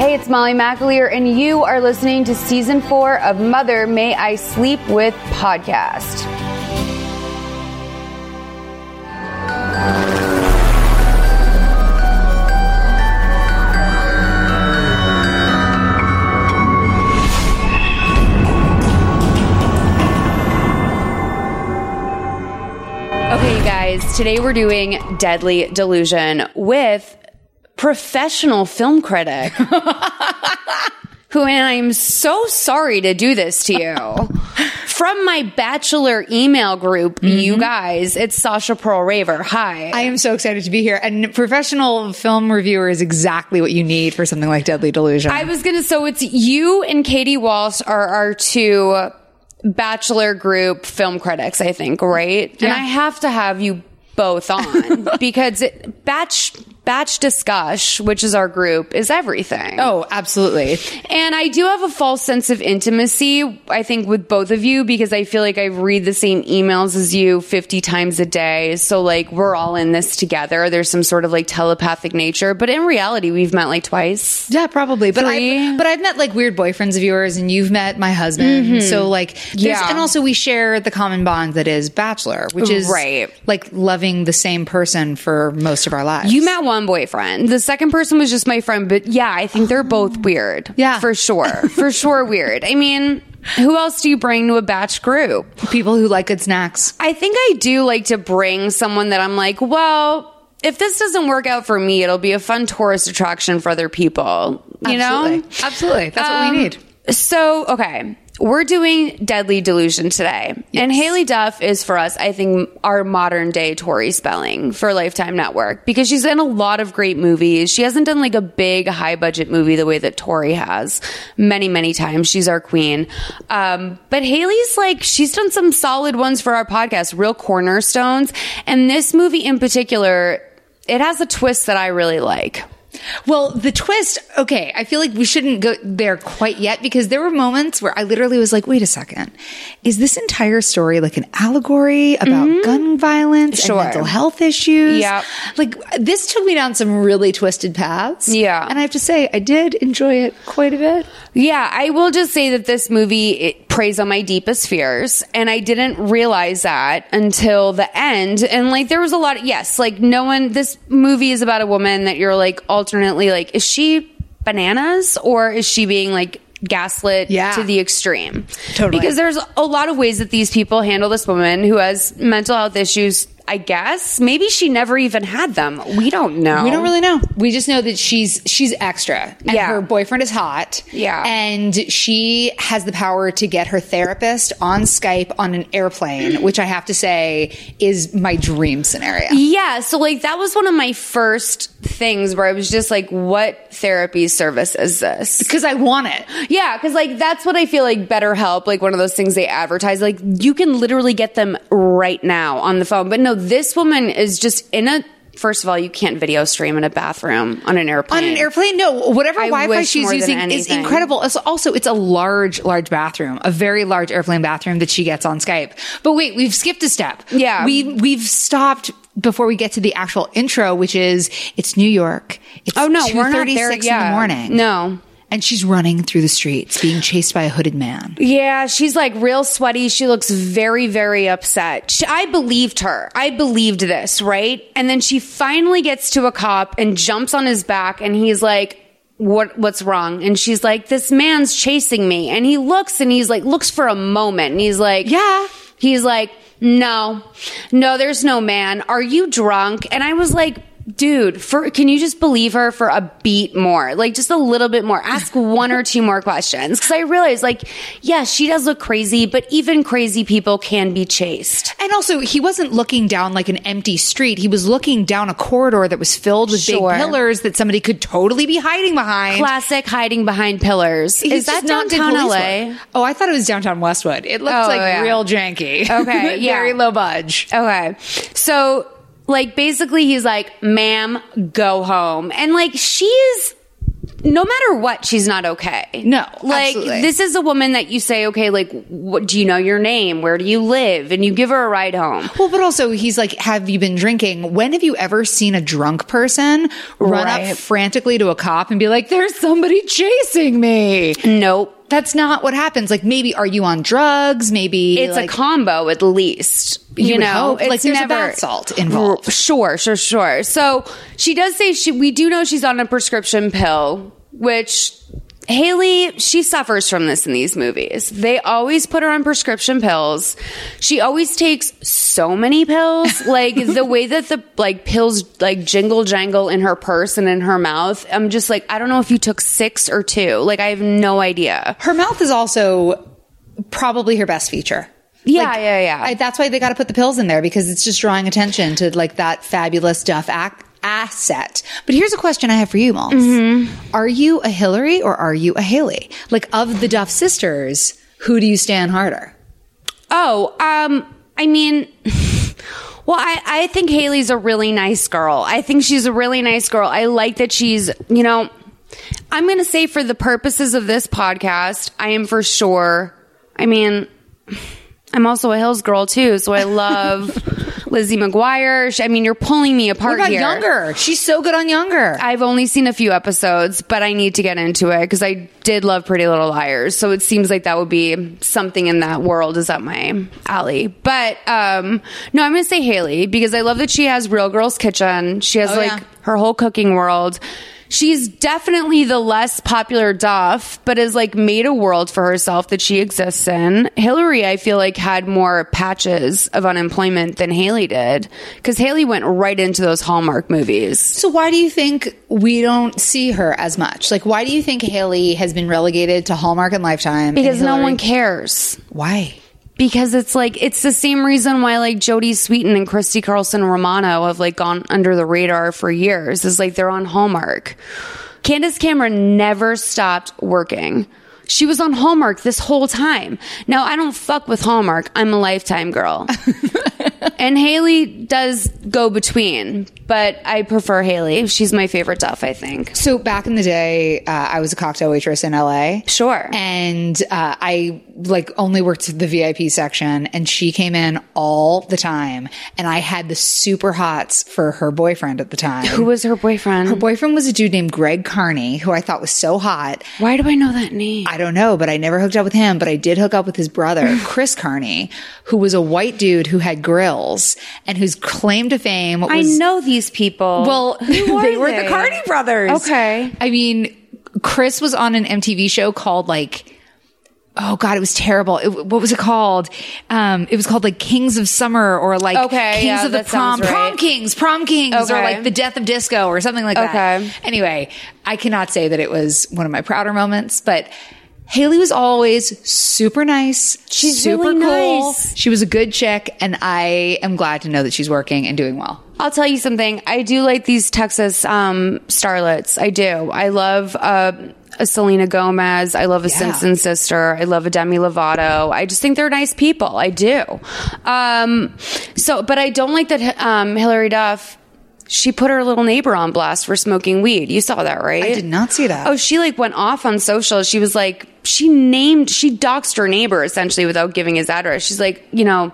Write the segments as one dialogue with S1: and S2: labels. S1: Hey, it's Molly McAleer, and you are listening to season four of Mother May I Sleep With podcast. Okay, you guys, today we're doing Deadly Delusion with professional film critic. Who and I'm so sorry to do this to you. From my bachelor email group, you guys, it's Sasha Pearl Raver. Hi.
S2: Mm-hmm. I am so excited to be here. And professional film reviewer is exactly what you need for something like Deadly Delusion.
S1: I was gonna. So it's you and Katie Walsh are our two bachelor group film critics, I think, right? And I have to have you both on because it, batch batch discuss, which is our group, is everything.
S2: oh, absolutely.
S1: And I do have a false sense of intimacy, I think, with both of you because I feel like I read the same emails as you 50 times a day. So, like, we're all in this together. There's some sort of like telepathic nature. But in reality, we've met like twice.
S2: Yeah, probably. But
S1: Three.
S2: I but I've met like weird boyfriends of yours and you've met my husband. So like there's-
S1: Mm-hmm. Yeah.
S2: and also we share the common bond that is bachelor, which is
S1: Right.
S2: like loving the same person for most of our lives.
S1: You met one boyfriend. The second person was just my friend. But yeah, I think they're both weird.
S2: Yeah.
S1: For sure. For sure, weird. I mean, who else do you bring to a batch group?
S2: people who like good snacks.
S1: I think I do like to bring someone that I'm like, well, if this doesn't work out for me, it'll be a fun tourist attraction for other people. You know?
S2: Absolutely. Absolutely. That's what we
S1: Um,
S2: need.
S1: So, okay. We're doing Deadly Delusion today. And Haley Duff is for us, I think, our modern day Tori Spelling for Lifetime Network because she's in a lot of great movies. She hasn't done like a big high budget movie the way that Tori has many, many times. She's our queen. Um, but Haley's like, she's done some solid ones for our podcast, real cornerstones. And this movie in particular, it has a twist that I really like.
S2: Well, the twist, okay, I feel like we shouldn't go there quite yet because there were moments where I literally was like, wait a second. Is this entire story like an allegory about gun violence
S1: Mm-hmm. Sure.
S2: and mental health issues?
S1: Yep.
S2: Like this took me down some really twisted paths.
S1: Yeah.
S2: And I have to say, I did enjoy it quite a bit.
S1: Yeah, I will just say that this movie it preys on my deepest fears, and I didn't realize that until the end. And like, there was a lot. Of, yes, like no one. This movie is about a woman that you're like alternately like, is she bananas or is she being like gaslit
S2: Yeah.
S1: to the extreme?
S2: Totally.
S1: because there's a lot of ways that these people handle this woman who has mental health issues. I guess maybe she never even had them. We don't know.
S2: We don't really know. We just know that she's she's extra. And
S1: Yeah.
S2: her boyfriend is hot.
S1: Yeah.
S2: And she has the power to get her therapist on Skype on an airplane, which I have to say is my dream scenario.
S1: Yeah, so like that was one of my first things where I was just like, what therapy service is this?
S2: Because I want it.
S1: Yeah, because like that's what I feel like BetterHelp, like one of those things they advertise, like you can literally get them right now on the phone. But no, this woman is just in a, first of all, you can't video stream in a bathroom on an airplane.
S2: On an airplane? No, whatever
S1: I
S2: Wi Fi
S1: wish more
S2: she's
S1: than
S2: using is
S1: anything.
S2: incredible. Also, also, it's a large, large bathroom, a very large airplane bathroom that she gets on Skype. But wait, we've skipped a step.
S1: Yeah.
S2: We, we've stopped before we get to the actual intro, which is it's New York. It's
S1: Oh no, we're not
S2: 2:36
S1: there
S2: in
S1: yet.
S2: the morning.
S1: No.
S2: And she's running through the streets being chased by a hooded man.
S1: Yeah, she's like real sweaty. She looks very, very upset. She, I believed her. I believed this, right? And then she finally gets to a cop and jumps on his back, and he's like, "What? What's wrong?" And she's like, "This man's chasing me." And he looks, and he's like, looks for a moment, and he's like,
S2: Yeah.
S1: He's like, "No, no, there's no man. Are you drunk?" And I was like. dude, for can you just believe her for a beat more? Like just a little bit more. Ask one or two more questions cuz I realized like yeah, she does look crazy, but even crazy people can be chased.
S2: And also, he wasn't looking down like an empty street. He was looking down a corridor that was filled with
S1: Sure.
S2: big pillars that somebody could totally be hiding behind.
S1: Classic hiding behind pillars.
S2: He's
S1: Is that
S2: just not good
S1: downtown
S2: police
S1: LA?
S2: work. Oh, I thought it was downtown Westwood. It looked
S1: Oh,
S2: like
S1: yeah.
S2: real janky.
S1: Okay, yeah.
S2: Very low budge.
S1: Okay. So, like, basically, he's like, ma'am, go home. And, like, she is, no matter what, she's not okay.
S2: No,
S1: Like,
S2: absolutely.
S1: this is a woman that you say, okay, like, what, do you know your name? Where do you live? And you give her a ride home.
S2: Well, but also he's like, have you been drinking? When have you ever seen a drunk person run
S1: Right.
S2: up frantically to a cop and be like, there's somebody chasing me?
S1: Nope.
S2: That's not what happens. Like maybe are you on drugs? Maybe
S1: It's
S2: like,
S1: a combo, at least. You,
S2: would
S1: know,
S2: hope. Like,
S1: It's
S2: there's a
S1: never,
S2: bath salt involved.
S1: R- Sure, sure, sure. So she does say she. We do know she's on a prescription pill, which Haley she suffers from this in these movies. They always put her on prescription pills. She always takes so many pills. Like the way that the like pills like jingle jangle in her purse and in her mouth. I'm just like I don't know if you took six or two. Like I have no idea.
S2: her mouth is also probably her best feature.
S1: Yeah, yeah, yeah.
S2: I, that's why they got to put the pills in there because it's just drawing attention to like that fabulous Duff ac Asset. But here's a question I have for you, Maltz.
S1: Mm-hmm.
S2: Are you a Hillary or are you a Haley? Like, of the Duff sisters, who do you stand harder?
S1: Oh, um, I mean, well, I, I think Haley's a really nice girl. I think she's a really nice girl. I like that she's, you know, I'm going to say for the purposes of this podcast, I am for sure. I mean, I'm also a Hills girl too, so I love Lizzie McGuire. She- I mean, you're pulling me apart
S2: What about
S1: here.
S2: Younger? She's so good on Younger.
S1: I've only seen a few episodes, but I need to get into it because I did love Pretty Little Liars. So it seems like that would be something in that world is up my alley. But um, no, I'm going to say Haley because I love that she has Real Girls Kitchen. She has
S2: Oh,
S1: like
S2: yeah.
S1: her whole cooking world. She's definitely the less popular Duff, but has like made a world for herself that she exists in. Hillary, I feel like, had more patches of unemployment than Haley did because Haley went right into those Hallmark movies.
S2: so why do you think we don't see her as much? Like, why do you think Haley has been relegated to Hallmark and Lifetime? and
S1: because no
S2: Hillary-
S1: one cares
S2: Why?
S1: because it's like it's the same reason why like Jodie Sweetin and Christy Carlson Romano have like gone under the radar for years is like they're on Hallmark. Candace Cameron never stopped working. She was on Hallmark this whole time. Now I don't fuck with Hallmark. I'm a lifetime girl. and Haley does go between, but I prefer Haley. She's my favorite Duff, I think.
S2: So back in the day, uh, I was a cocktail waitress in LA.
S1: Sure.
S2: And uh, I like only worked the VIP section, and she came in all the time. And I had the super hots for her boyfriend at the time.
S1: Who was her boyfriend?
S2: her boyfriend was a dude named Greg Carney, who I thought was so hot.
S1: why do I know that name?
S2: I don't know, but I never hooked up with him, but I did hook up with his brother, Chris Carney, who was a white dude who had grills and whose claim to fame was
S1: I know these people.
S2: Well,
S1: Who are
S2: they were the Carney brothers.
S1: Okay.
S2: I mean, Chris was on an MTV show called like, oh god, it was terrible. It, what was it called? Um, it was called like Kings of Summer or like
S1: Okay,
S2: Kings
S1: yeah,
S2: of the
S1: that sounds
S2: Prom, Prom
S1: right.
S2: Kings, Prom Kings, or
S1: Okay.
S2: like the Death of Disco or something like
S1: Okay.
S2: that. Anyway, I cannot say that it was one of my prouder moments, but. Haley was always super nice.
S1: She's
S2: super
S1: really
S2: cool.
S1: nice.
S2: She was a good chick, and I am glad to know that she's working and doing well.
S1: I'll tell you something. I do like these Texas um, starlets. I do. I love uh, a Selena Gomez. I love a Simpson sister. I love a Demi Lovato. I just think they're nice people. I do. Um, so, but I don't like that um, Hillary Duff. She put her little neighbor on blast for smoking weed. You saw that, right?
S2: I did not see that.
S1: Oh, she like went off on social. She was like, she named, she doxed her neighbor essentially without giving his address. She's like, you know,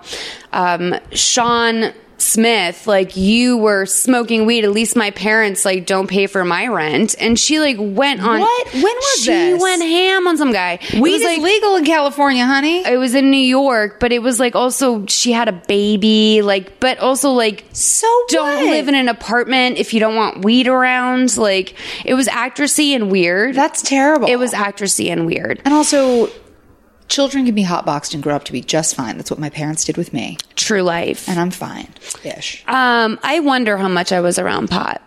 S1: um, Sean Smith, like you were smoking weed. At least my parents like don't pay for my rent. And she like went on.
S2: What? When was
S1: she
S2: this?
S1: went ham on some guy. It
S2: Weed
S1: was,
S2: is
S1: like,
S2: legal in California, honey.
S1: It was in New York, but it was like also she had a baby, like, but also like
S2: So
S1: don't
S2: what?
S1: live in an apartment if you don't want weed around. Like it was actressy and weird.
S2: That's terrible.
S1: It was actressy and weird.
S2: and also children can be hotboxed and grow up to be just fine. That's what my parents did with me,
S1: True life.
S2: and I'm fine. Ish.
S1: Um, I wonder how much I was around pot.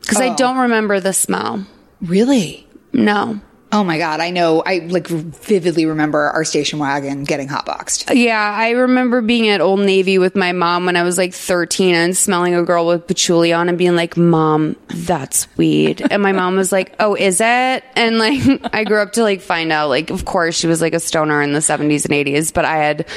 S1: because
S2: Oh.
S1: I don't remember the smell.
S2: Really?
S1: No.
S2: Oh my god, I know. I like vividly remember our station wagon getting hotboxed.
S1: Yeah, I remember being at Old Navy with my mom when I was like 13 and smelling a girl with patchouli on and being like, "Mom, that's weed." And my mom was like, "Oh, is it?" And like I grew up to like find out like of course she was like a stoner in the 70s and 80s, but I had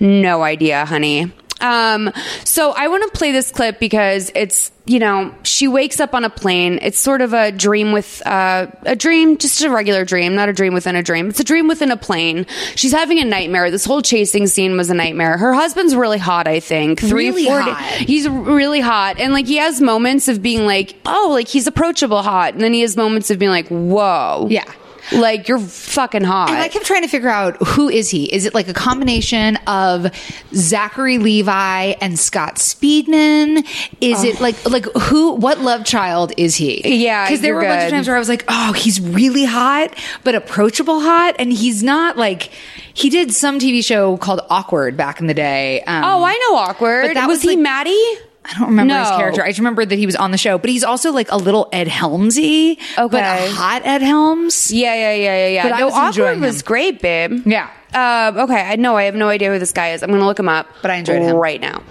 S1: no idea, honey. Um so I want to play this clip because it's you know, she wakes up on a plane. It's sort of a dream with uh, a dream, just a regular dream, not a dream within a dream. It's a dream within a plane. She's having a nightmare. This whole chasing scene was a nightmare. Her husband's really hot, I think. Three,
S2: Really
S1: four,
S2: hot.
S1: da- he's really hot, and like he has moments of being like, oh, like he's approachable hot, and then he has moments of being like, whoa,
S2: Yeah.
S1: like you're fucking hot.
S2: And I kept trying to figure out who is he? Is it like a combination of Zachary Levi and Scott Speedman? Is it like like who? What love child is he?
S1: Yeah,
S2: because there were
S1: you're
S2: a bunch of
S1: good.
S2: times where I was like, oh, he's really hot, but approachable hot, and he's not like he did some TV show called Awkward back in the day. Um,
S1: oh, I know awkward.
S2: But that
S1: was,
S2: was,
S1: he
S2: like-
S1: Maddie?
S2: I don't remember his
S1: No.
S2: character. I just remember that he was on the show, but he's also like a little Ed Helmsy, but
S1: Okay.
S2: a hot Ed Helms.
S1: Yeah, yeah, yeah, yeah, yeah.
S2: But I
S1: No,
S2: was
S1: awkward
S2: enjoying
S1: was
S2: him.
S1: great, babe.
S2: Yeah.
S1: Um, okay, I know. I have no idea who this guy is. I'm gonna look him up.
S2: But I enjoyed him.
S1: right now.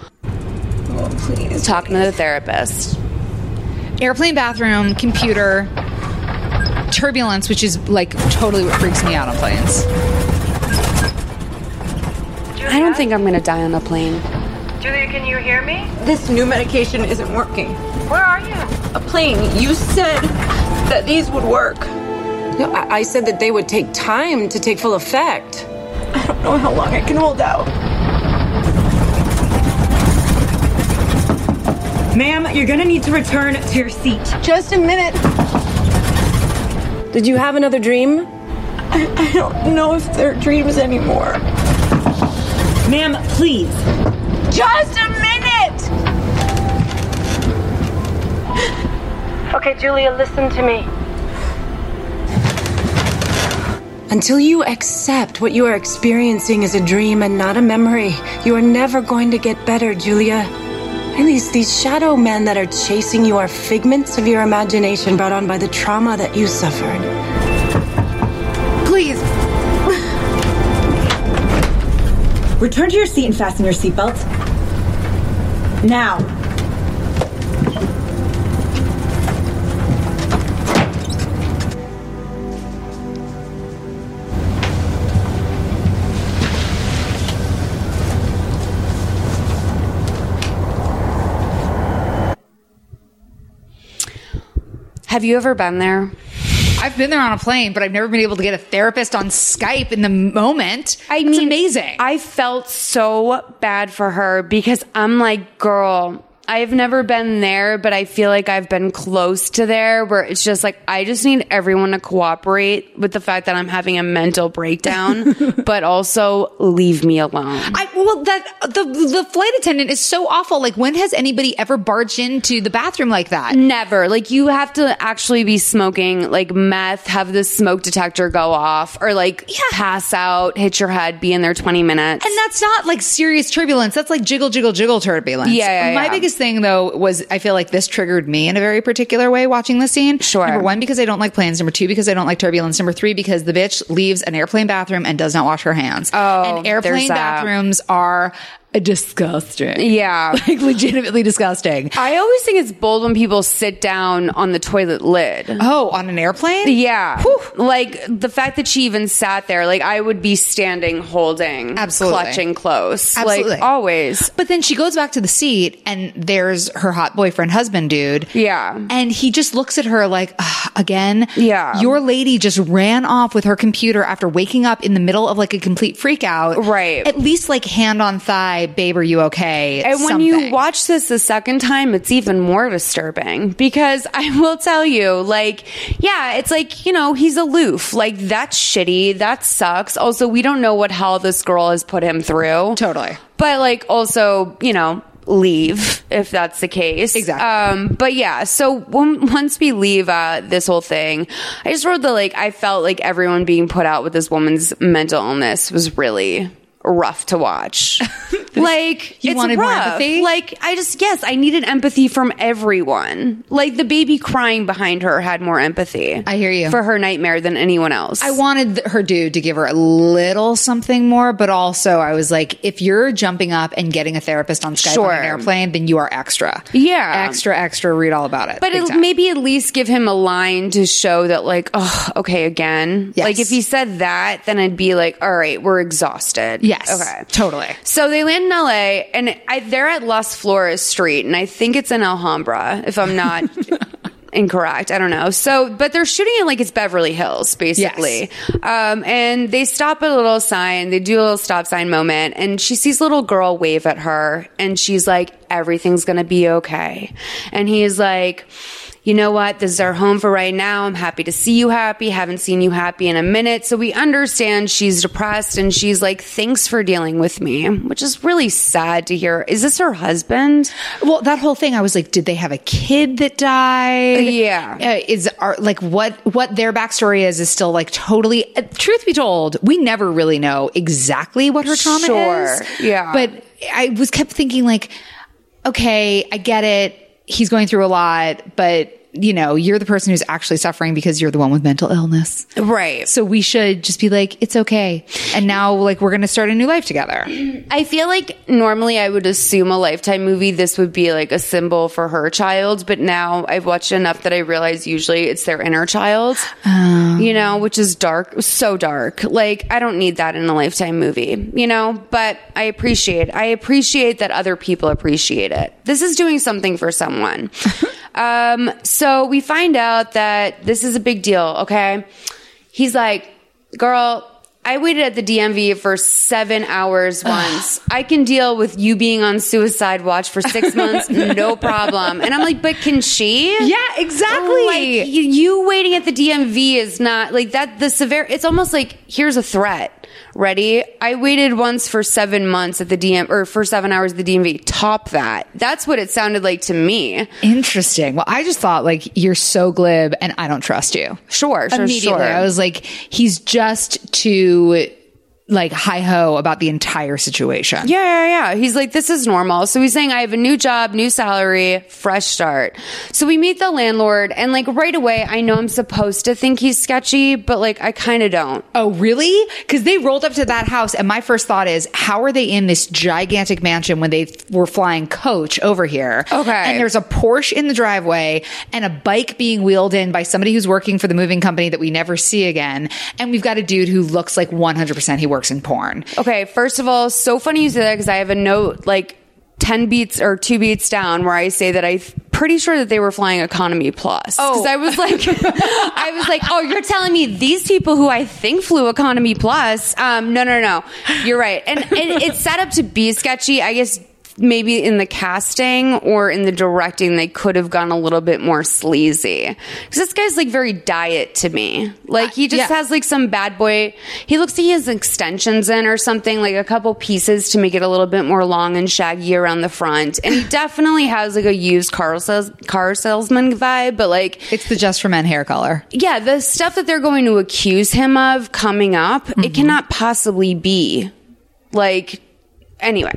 S3: Please.
S1: Talking to the therapist.
S2: airplane bathroom, computer, turbulence, which is like totally what freaks me out on planes.
S1: I don't think I'm gonna die on a plane.
S3: Julia, can you hear me? This new medication isn't working. Where are you? A plane. You said that these would work.
S4: No, I, I said that they would take time to take full effect.
S3: I don't know how long I can hold out.
S5: Ma'am, you're gonna need to return to your seat.
S3: Just a minute.
S4: Did you have another dream?
S3: I, I don't know if they're dreams anymore.
S5: Ma'am, please.
S3: Just a minute!
S4: Okay, Julia, listen to me. Until you accept what you are experiencing is a dream and not a memory, you are never going to get better, Julia. At least these shadow men that are chasing you are figments of your imagination brought on by the trauma that you suffered.
S3: Please,
S5: Return to your seat and fasten your seatbelt. Now.
S1: Have you ever been there?
S2: I've been there on a plane, but I've never been able to get a therapist on Skype in the moment.
S1: I
S2: It's
S1: mean,
S2: amazing.
S1: I felt so bad for her because I'm like, girl, I've never been there, but I feel like I've been close to there where it's just like, I just need everyone to cooperate with the fact that I'm having a mental breakdown, but also leave me alone.
S2: I, well, that the the flight attendant is so awful. Like, when has anybody ever barged into the bathroom like that?
S1: Never. Like you have to actually be smoking like meth, have the smoke detector go off, or like pass out, hit your head, be in there twenty minutes.
S2: And that's not like serious turbulence. That's like jiggle, jiggle, jiggle turbulence.
S1: Yeah, yeah,
S2: My
S1: yeah.
S2: biggest thing though was I feel like this triggered me in a very particular way watching this scene.
S1: Sure.
S2: Number one, because I don't like planes. Number two, because I don't like turbulence. Number three, because the bitch leaves an airplane bathroom and does not wash her hands.
S1: Oh,
S2: and
S1: there's
S2: airplane
S1: that.
S2: bathrooms are disgusting.
S1: Yeah.
S2: Like legitimately disgusting.
S1: I always think it's bold when people sit down on the toilet lid.
S2: Oh, on an airplane?
S1: Yeah.
S2: Whew.
S1: Like the fact that she even sat there, like I would be standing holding,
S2: Absolutely.
S1: clutching close.
S2: Absolutely.
S1: Like always.
S2: But then she goes back to the seat and there's her hot boyfriend husband dude.
S1: Yeah.
S2: And he just looks at her like, "Ugh, again,
S1: Yeah.
S2: your lady just ran off with her computer after waking up in the middle of like a complete freak out.
S1: Right.
S2: At least like hand on thigh, babe, are you okay?
S1: And when you
S2: Something.
S1: watch this the second time, it's even more disturbing because I will tell you, like, yeah, it's like, you know, he's aloof. Like, that's shitty. That sucks. Also, we don't know what hell this girl has put him through.
S2: Totally.
S1: But, like, also, you know, leave if that's the case.
S2: Exactly.
S1: Um, but yeah, so when, once we leave uh, this whole thing, I just wrote the like, I felt like everyone being put out with this woman's mental illness was really, rough to watch. like
S2: You
S1: it's
S2: wanted more
S1: rough.
S2: empathy?
S1: Like I just yes, I needed empathy from everyone. Like the baby crying behind her had more empathy.
S2: I hear you.
S1: for her nightmare than anyone else.
S2: I wanted th- her dude to give her a little something more, but also I was like, if you're jumping up and getting a therapist on Skype
S1: Sure.
S2: on an airplane, then you are extra.
S1: Yeah.
S2: Extra, extra, read all about it.
S1: But
S2: Big
S1: it,
S2: time.
S1: maybe at least give him a line to show that, like, oh, okay, again.
S2: Yes.
S1: Like, if he said that, then I'd be like, all right, we're exhausted.
S2: Yes.
S1: Okay.
S2: Totally.
S1: So they land in LA, and I, they're at Las Flores Street, and I think it's in Alhambra, if I'm not incorrect. I don't know. So, but they're shooting it like it's Beverly Hills, basically. Um, and they stop at a little sign, they do a little stop sign moment, and she sees a little girl wave at her, and she's like, everything's gonna be okay. And he's like, you know what? This is our home for right now. I'm happy to see you happy. Haven't seen you happy in a minute. So we understand she's depressed and she's like, thanks for dealing with me, which is really sad to hear. Is this her husband?
S2: Well, that whole thing, I was like, did they have a kid that died?
S1: Yeah.
S2: Uh, is are like what what their backstory is is still like totally. Uh, truth be told, we never really know exactly what her trauma
S1: Sure.
S2: is.
S1: Yeah.
S2: But I was kept thinking like, okay, I get it. He's going through a lot, but you know, you're the person who's actually suffering because you're the one with mental illness.
S1: Right.
S2: So we should just be like, it's okay. And now like we're going to start a new life together.
S1: I feel like normally I would assume a lifetime movie, this would be like a symbol for her child. But now I've watched enough that I realize usually it's their inner child,
S2: Um,
S1: you know, which is dark, so dark. Like, I don't need that in a lifetime movie, you know, but I appreciate, I appreciate that other people appreciate it. This is doing something for someone. um, so we find out that this is a big deal. Okay. He's like, girl, I waited at the DMV for seven hours once. I can deal with you being on suicide watch for six months, no problem. And I'm like, but can she? Oh,
S2: Yeah, exactly.
S1: Like, y- you waiting at the DMV is not like that. The severe, it's almost like here's a threat. Ready? I waited once for seven months at the DM or for seven hours at the DMV. Top that. That's what it sounded like to me.
S2: Interesting. Well, I just thought like you're so glib and I don't trust you.
S1: Sure, sure,
S2: Immediately,
S1: sure.
S2: I was like, he's just too like hi ho about the entire situation.
S1: Yeah, yeah, yeah. He's like, this is normal. So he's saying, I have a new job, new salary, fresh start. So we meet the landlord, and like right away, I know I'm supposed to think he's sketchy, but like I kind of don't.
S2: Oh, really? Because they rolled up to that house, and my first thought is, how are they in this gigantic mansion when they were flying coach over here?
S1: Okay.
S2: And there's a Porsche in the driveway and a bike being wheeled in by somebody who's working for the moving company that we never see again. And we've got a dude who looks like 100% he works in porn.
S1: Okay, first of all, so funny you say that because I have a note like 10 beats or two beats down where I say that I'm pretty sure that they were flying economy plus. Oh. I was like, I was like, oh, you're telling me these people who I think flew economy plus. Um, no, no, no. You're right. And it, it's set up to be sketchy. I guess maybe in the casting or in the directing, they could have gone a little bit more sleazy. Cause this guy's like very diet to me. Like he just
S2: Uh, Yeah.
S1: has like some bad boy. He looks like he has extensions in or something, like a couple pieces to make it a little bit more long and shaggy around the front. And he definitely has like a used car sales, car salesman vibe, but like
S2: It's the just for men hair color.
S1: yeah, the stuff that they're going to accuse him of coming up,
S2: Mm-hmm.
S1: it cannot possibly be like anyway.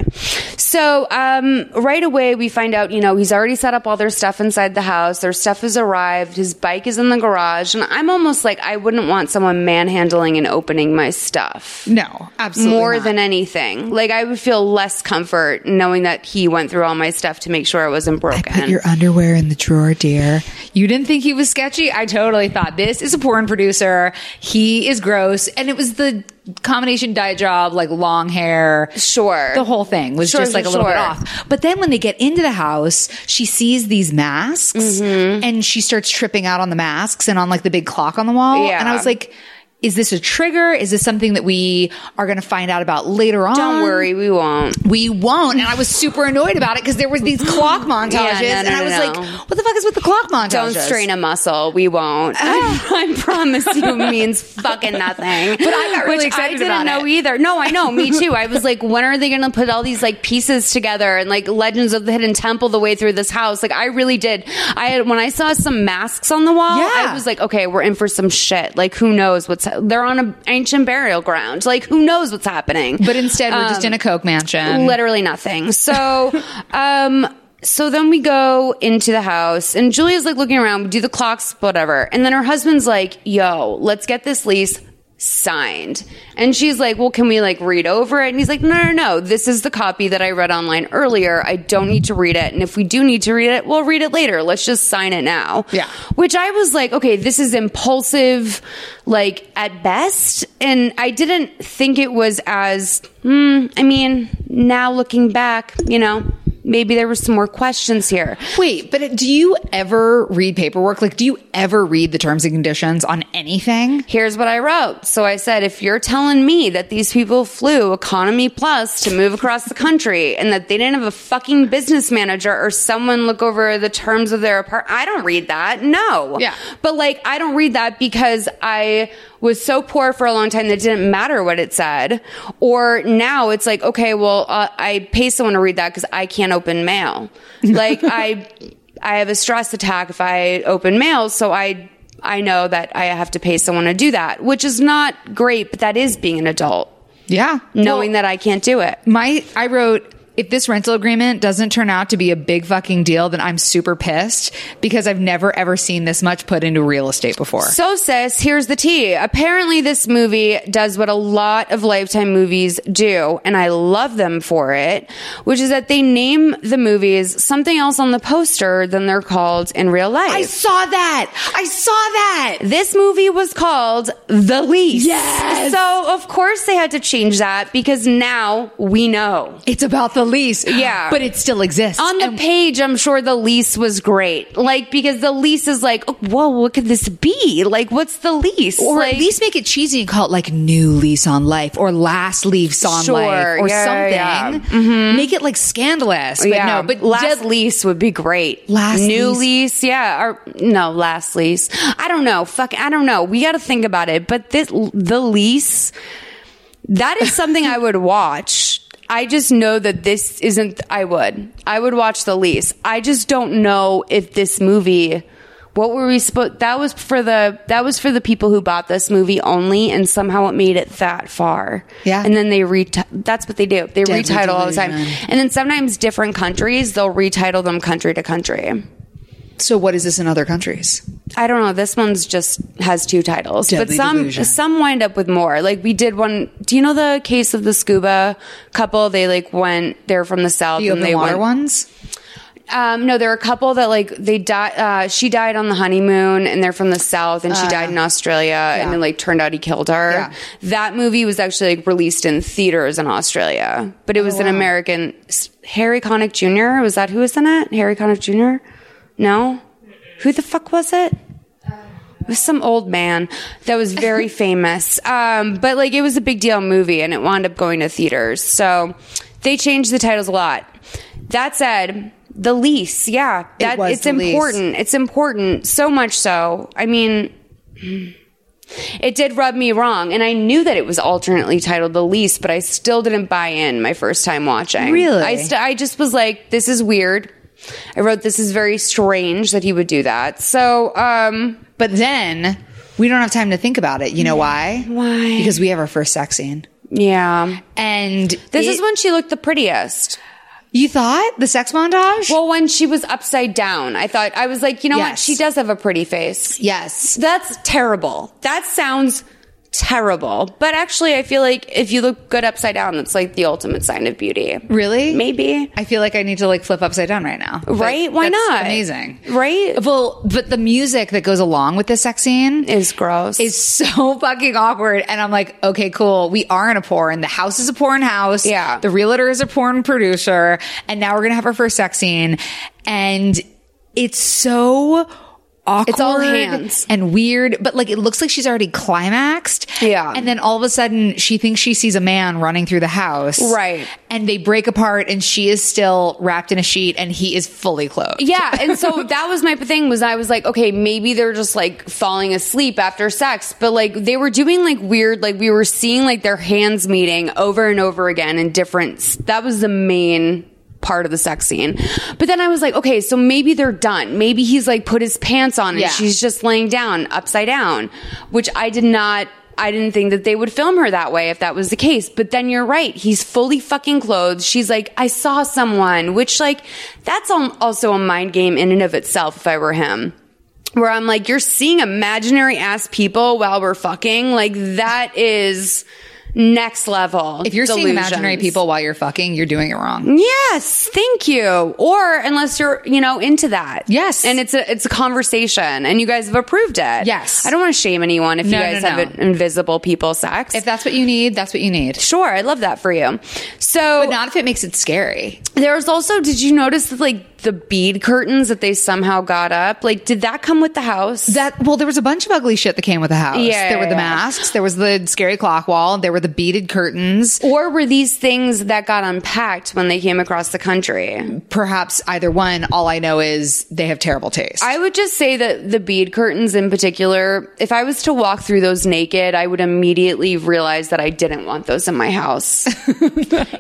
S1: So, um, right away we find out, you know, he's already set up all their stuff inside the house. Their stuff has arrived. His bike is in the garage. And I'm almost like, I wouldn't want someone manhandling and opening my stuff
S2: No, absolutely.
S1: more
S2: not.
S1: than anything. Like I would feel less comfort knowing that he went through all my stuff to make sure it wasn't broken.
S2: Put your underwear in the drawer, dear. You didn't think he was sketchy? I totally thought this is a porn producer. He is gross. And it was the combination dye job, like long hair.
S1: Sure.
S2: The whole thing was
S1: Sure,
S2: just like a little
S1: sure.
S2: bit off. But then when they get into the house, she sees these masks
S1: Mm-hmm.
S2: and she starts tripping out on the masks and on like the big clock on the wall.
S1: Yeah.
S2: And I was like, is this a trigger? Is this something that we are going to find out about later on?
S1: Don't worry, we won't.
S2: we won't. And I was super annoyed about it because there was these clock montages,
S1: Yeah, no,
S2: and
S1: no,
S2: I was
S1: no, no.
S2: like, "What the fuck is with the clock montages?"
S1: Don't strain a muscle. We won't. I, promise you means fucking nothing. But
S2: I got really excited
S1: I didn't
S2: about
S1: know
S2: it.
S1: either. No, I know. Me too. I was like, when are they going to put all these like pieces together and like Legends of the Hidden Temple the way through this house? Like I really did. I had when I saw some masks on the wall,
S2: Yeah.
S1: I was like, okay, we're in for some shit. Like who knows what's They're on an ancient burial ground. Like, who knows what's happening? Um,
S2: But instead, we're just in a Coke mansion.
S1: literally nothing. So, um, so then we go into the house and Julia's like looking around, we do the clocks, whatever. And then her husband's like, yo, let's get this lease signed. And she's like, well, can we like read over it? And he's like, no, no, no. This is the copy that I read online earlier. I don't need to read it. And if we do need to read it, we'll read it later. Let's just sign it now.
S2: Yeah.
S1: Which I was like, okay, this is impulsive, like at best. And I didn't think it was as, hmm, I mean, now looking back, you know, maybe there were some more questions here.
S2: Wait, but do you ever read paperwork? Like, do you ever read the terms and conditions on anything?
S1: here's what I wrote. So I said, if you're telling me that these people flew economy plus to move across the country and that they didn't have a fucking business manager or someone look over the terms of their apart, I don't read that. No.
S2: Yeah.
S1: But like, I don't read that because I was so poor for a long time that it didn't matter what it said. Or now it's like, okay, well, uh, I pay someone to read that because I can't open mail. Like I, I have a stress attack if I open mail, so I I know that I have to pay someone to do that, which is not great, but that is being an adult,
S2: Yeah.
S1: knowing that I can't do it.
S2: my I wrote if this rental agreement doesn't turn out to be a big fucking deal, then I'm super pissed because I've never ever seen this much put into real estate before.
S1: So, sis, here's the tea. Apparently, this movie does what a lot of Lifetime movies do, and I love them for it, which is that they name the movies something else on the poster than they're called in real life.
S2: I saw that. I saw that.
S1: this movie was called The Lease.
S2: Yes.
S1: So, of course, they had to change that because now we know.
S2: It's about the lease.
S1: Yeah.
S2: But it still exists.
S1: On the page, I'm sure the lease was great. Like, because the lease is like, oh, whoa, what could this be? Like, what's the lease?
S2: or
S1: like,
S2: at least make it cheesy and call it like new lease on life or last lease on
S1: Sure.
S2: life or
S1: Yeah,
S2: something.
S1: yeah, yeah.
S2: Make it like scandalous. But
S1: yeah,
S2: no, but
S1: last
S2: dead-
S1: lease would be great.
S2: Last
S1: new
S2: lease.
S1: lease, yeah, or no, last lease. I don't know. Fuck, I don't know. We got to think about it. But this, the lease, that is something I would watch. I just know that this isn't. I would. I would watch the lease. I just don't know if this movie. What were we supposed? That was for the that was for the people who bought this movie only, and somehow it made it that far.
S2: Yeah.
S1: and then they ret. That's what they do. They
S2: Deadly
S1: retitle all the time,
S2: delusion.
S1: and then sometimes different countries they'll retitle them country to country.
S2: so what is this in other countries?
S1: I don't know. This one's just has two titles, but
S2: Deadly
S1: some
S2: Delusion.
S1: some wind up with more. Like we did one. Do you know the case of the scuba couple? They like went. They're from the south.
S2: The
S1: and
S2: open
S1: they
S2: water
S1: went,
S2: ones?
S1: Um, no, there are a couple that like they died. Uh, she died on the honeymoon, and they're from the south, and she died in Australia, and it like turned out he killed her.
S2: Uh. Yeah.
S1: That movie was actually like released in theaters in Australia, but
S2: Oh,
S1: it was an American. S- Harry Connick Jr. Was that who was in it? Harry Connick Jr. No, who the fuck was it? It was some old man that was very famous. Um, but like it was a big deal movie and it wound up going to theaters. So they changed the titles a lot. That said, the lease, yeah, that
S2: was
S1: it's
S2: The Lease.
S1: important. It's important so much so. I mean, it did rub me wrong and I knew that it was alternately titled The Lease, but I still didn't buy in my first time watching.
S2: Really?
S1: I st- I just was like this is weird. I wrote this is very strange that he would do that. So, um
S2: But then we don't have time to think about it. You know why?
S1: Why?
S2: Because we have our first sex scene.
S1: yeah.
S2: And
S1: This
S2: it-
S1: is when she looked the prettiest.
S2: you thought the sex montage?
S1: Well, when she was upside down, I thought, I was like, you know what?
S2: Yes.
S1: She does have a pretty face.
S2: yes.
S1: That's terrible. That sounds terrible. But actually, I feel like if you look good upside down, that's like the ultimate sign of beauty.
S2: Really?
S1: Maybe.
S2: I feel like I need to like flip upside down right now. But
S1: Right? Why
S2: that's
S1: not?
S2: Amazing.
S1: Right?
S2: Well, but the music that goes along with this sex scene
S1: Is gross.
S2: is so fucking awkward. And I'm like, okay, cool. We are in a porn. The house is a porn house.
S1: Yeah.
S2: The realtor is a porn producer. And now we're going to have our first sex scene. And it's so awkward.
S1: all hands.
S2: And weird. But like, it looks like she's already climaxed.
S1: Yeah.
S2: And then all of a sudden, she thinks she sees a man running through the house.
S1: Right.
S2: And they break apart and she is still wrapped in a sheet and he is fully clothed.
S1: Yeah, and so that was my thing was I was like, okay, maybe they're just like falling asleep after sex, but like they were doing like weird, like we were seeing like their hands meeting over and over again in different. That was the main part of the sex scene. But then I was like, okay, so maybe they're done. Maybe he's like put his pants on and
S2: Yeah.
S1: she's just laying down upside down, which I did not. I didn't think that they would film her that way if that was the case. But then you're right. He's fully fucking clothed. She's like, I saw someone, which like that's al- also a mind game in and of itself if I were him. Where I'm like, you're seeing imaginary ass people while we're fucking. Like that is next level.
S2: If you're seeing imaginary
S1: delusions.
S2: people while you're fucking, you're doing it wrong.
S1: Yes, thank you. Or unless you're, you know, into that.
S2: Yes.
S1: And it's a it's a conversation and you guys have approved it.
S2: Yes.
S1: I don't want to shame anyone if
S2: No,
S1: you guys
S2: no,
S1: have
S2: no.
S1: an invisible people sex.
S2: If that's what you need, that's what you need.
S1: sure, I love that for you. So
S2: But not if it makes it scary.
S1: there was also did you notice that like the bead curtains that they somehow got up? Like did that come with the house?
S2: That well, there was a bunch of ugly shit that came with the house.
S1: Yeah,
S2: there were the
S1: yeah.
S2: masks. There was the scary clock wall. There were the beaded curtains.
S1: or were these things that got unpacked when they came across the country?
S2: Perhaps either one. All I know is they have terrible taste.
S1: I would just say that the bead curtains in particular, if I was to walk through those naked, I would immediately realize that I didn't want those in my house.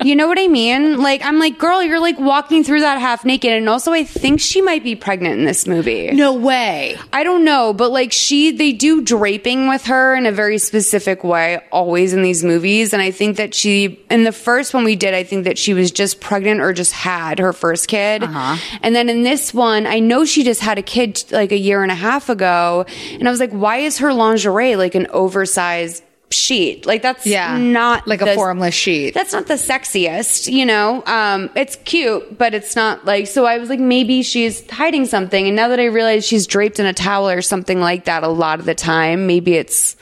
S1: you know what I mean? Like, I'm like, girl, you're like walking through that half naked. And also, I think she might be pregnant in this movie.
S2: no way.
S1: I don't know, but like she, they do draping with her in a very specific way, always in these movies. And I think that she, in the first one we did, I think that she was just pregnant or just had her first kid.
S2: Uh-huh.
S1: And then in this one, I know she just had a kid like a year and a half ago. And I was like, why is her lingerie like an oversized sheet? Like that's
S2: Yeah.
S1: not
S2: Like a formless sheet.
S1: That's not the sexiest, you know. Um, it's cute, but it's not like. So I was like, maybe she's hiding something, and now that I realize she's draped in a towel or something like that, a lot of the time, maybe it's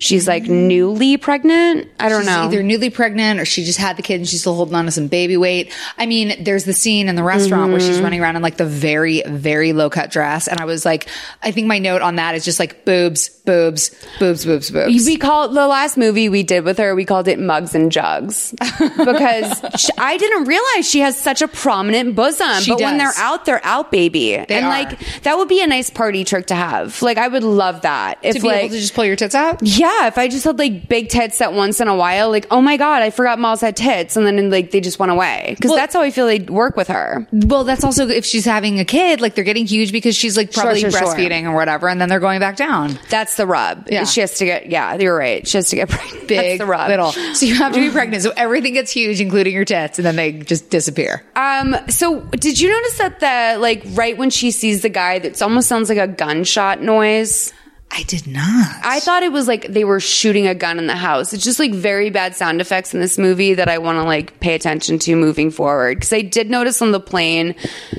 S1: she's like newly pregnant. I don't
S2: She's
S1: know.
S2: either newly pregnant or she just had the kid and she's still holding on to some baby weight. I mean, there's the scene in the restaurant where
S1: Mm-hmm.
S2: she's running around in like the very, very low cut dress. And I was like, I think my note on that is just like boobs, boobs, boobs, boobs, boobs.
S1: we call the last movie we did with her. We called it Mugs and Jugs because sh I didn't realize she has such a prominent bosom.
S2: She
S1: but when they're
S2: does.
S1: out, they're out, baby. and
S2: are.
S1: like that would be a nice party trick to have. Like I would love that. If
S2: to be
S1: like
S2: able to just pull your tits out?
S1: Yeah, if I just had like big tits that once in a while, like, oh my God, I forgot Miles had tits. And then like they just went away. Cause that's how I feel they work with her.
S2: Well, that's also if she's having a kid, like they're getting huge because she's like probably
S1: sure, sure.
S2: breastfeeding or whatever, and then they're going back down.
S1: That's the rub.
S2: Yeah.
S1: She has to get, yeah, you're right. She has to get pregnant.
S2: Big,
S1: that's the rub.
S2: little. So you have to be pregnant. So everything gets huge, including your tits, and then they just disappear.
S1: Um, so did you notice that the, like, right when she sees the guy, that almost sounds like a gunshot noise?
S2: I did not.
S1: I thought it was like they were shooting a gun in the house. It's just like very bad sound effects in this movie that I want to like pay attention to moving forward. Cause I did notice on the plane,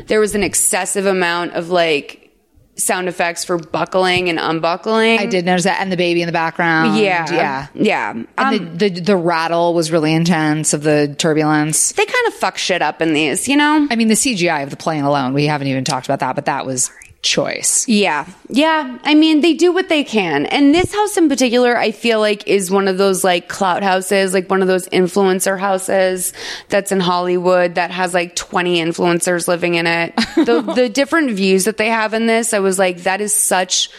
S1: there was an excessive amount of like sound effects for buckling and unbuckling.
S2: I did notice that, and the baby in the background.
S1: Um, Yeah.
S2: yeah.
S1: Yeah. Um,
S2: And the, the the rattle was really intense of the turbulence.
S1: they kind of fuck shit up in these, you know?
S2: I mean, the CGI of the plane alone. We haven't even talked about that, but that was choice.
S1: Yeah. Yeah. I mean, they do what they can. And this house in particular, I feel like is one of those like clout houses, like one of those influencer houses that's in Hollywood that has like 20 influencers living in it. The, the different views that they have in this, I was like, that is such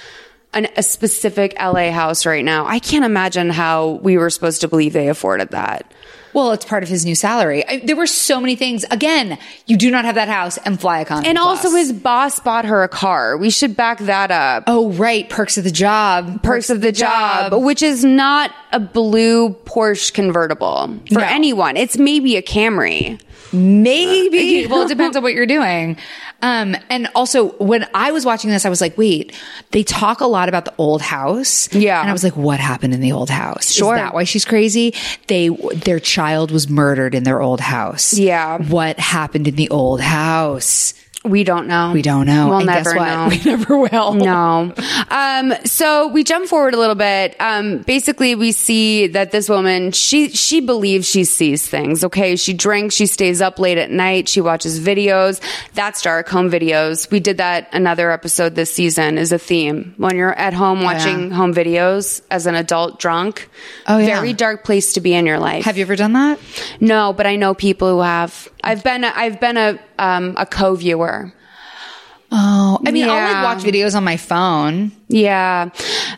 S1: an, a specific LA house right now. I can't imagine how we were supposed to believe they afforded that.
S2: Well, it's part of his new salary. I, there were so many things. Again, you do not have that house and fly economy.
S1: And
S2: class.
S1: also his boss bought her a car. We should back that up.
S2: oh right, perks of the job,
S1: perks of the job, which is not a blue Porsche convertible for
S2: No.
S1: anyone. It's maybe a Camry.
S2: Maybe. Uh, well, it depends on what you're doing. Um, and also when I was watching this, I was like, wait, they talk a lot about the old house.
S1: Yeah.
S2: And I was like, what happened in the old house?
S1: Sure.
S2: Is that why she's crazy? They, their child was murdered in their old house.
S1: Yeah.
S2: What happened in the old house?
S1: We don't know.
S2: We don't know.
S1: We'll
S2: And
S1: never
S2: guess what?
S1: know.
S2: We never will.
S1: No. Um, so we jump forward a little bit. Um, basically, we see that this woman she she believes she sees things. Okay, she drinks, she stays up late at night, she watches videos. That's dark home videos. We did that another episode this season is a theme when you're at home watching home videos as an adult drunk.
S2: Oh, yeah.
S1: very dark place to be in your life.
S2: Have you ever done that?
S1: No, but I know people who have. I've been a, I've been a um, a co-viewer.
S2: Oh, I mean,
S1: Yeah.
S2: I'll like watch videos on my phone.
S1: Yeah.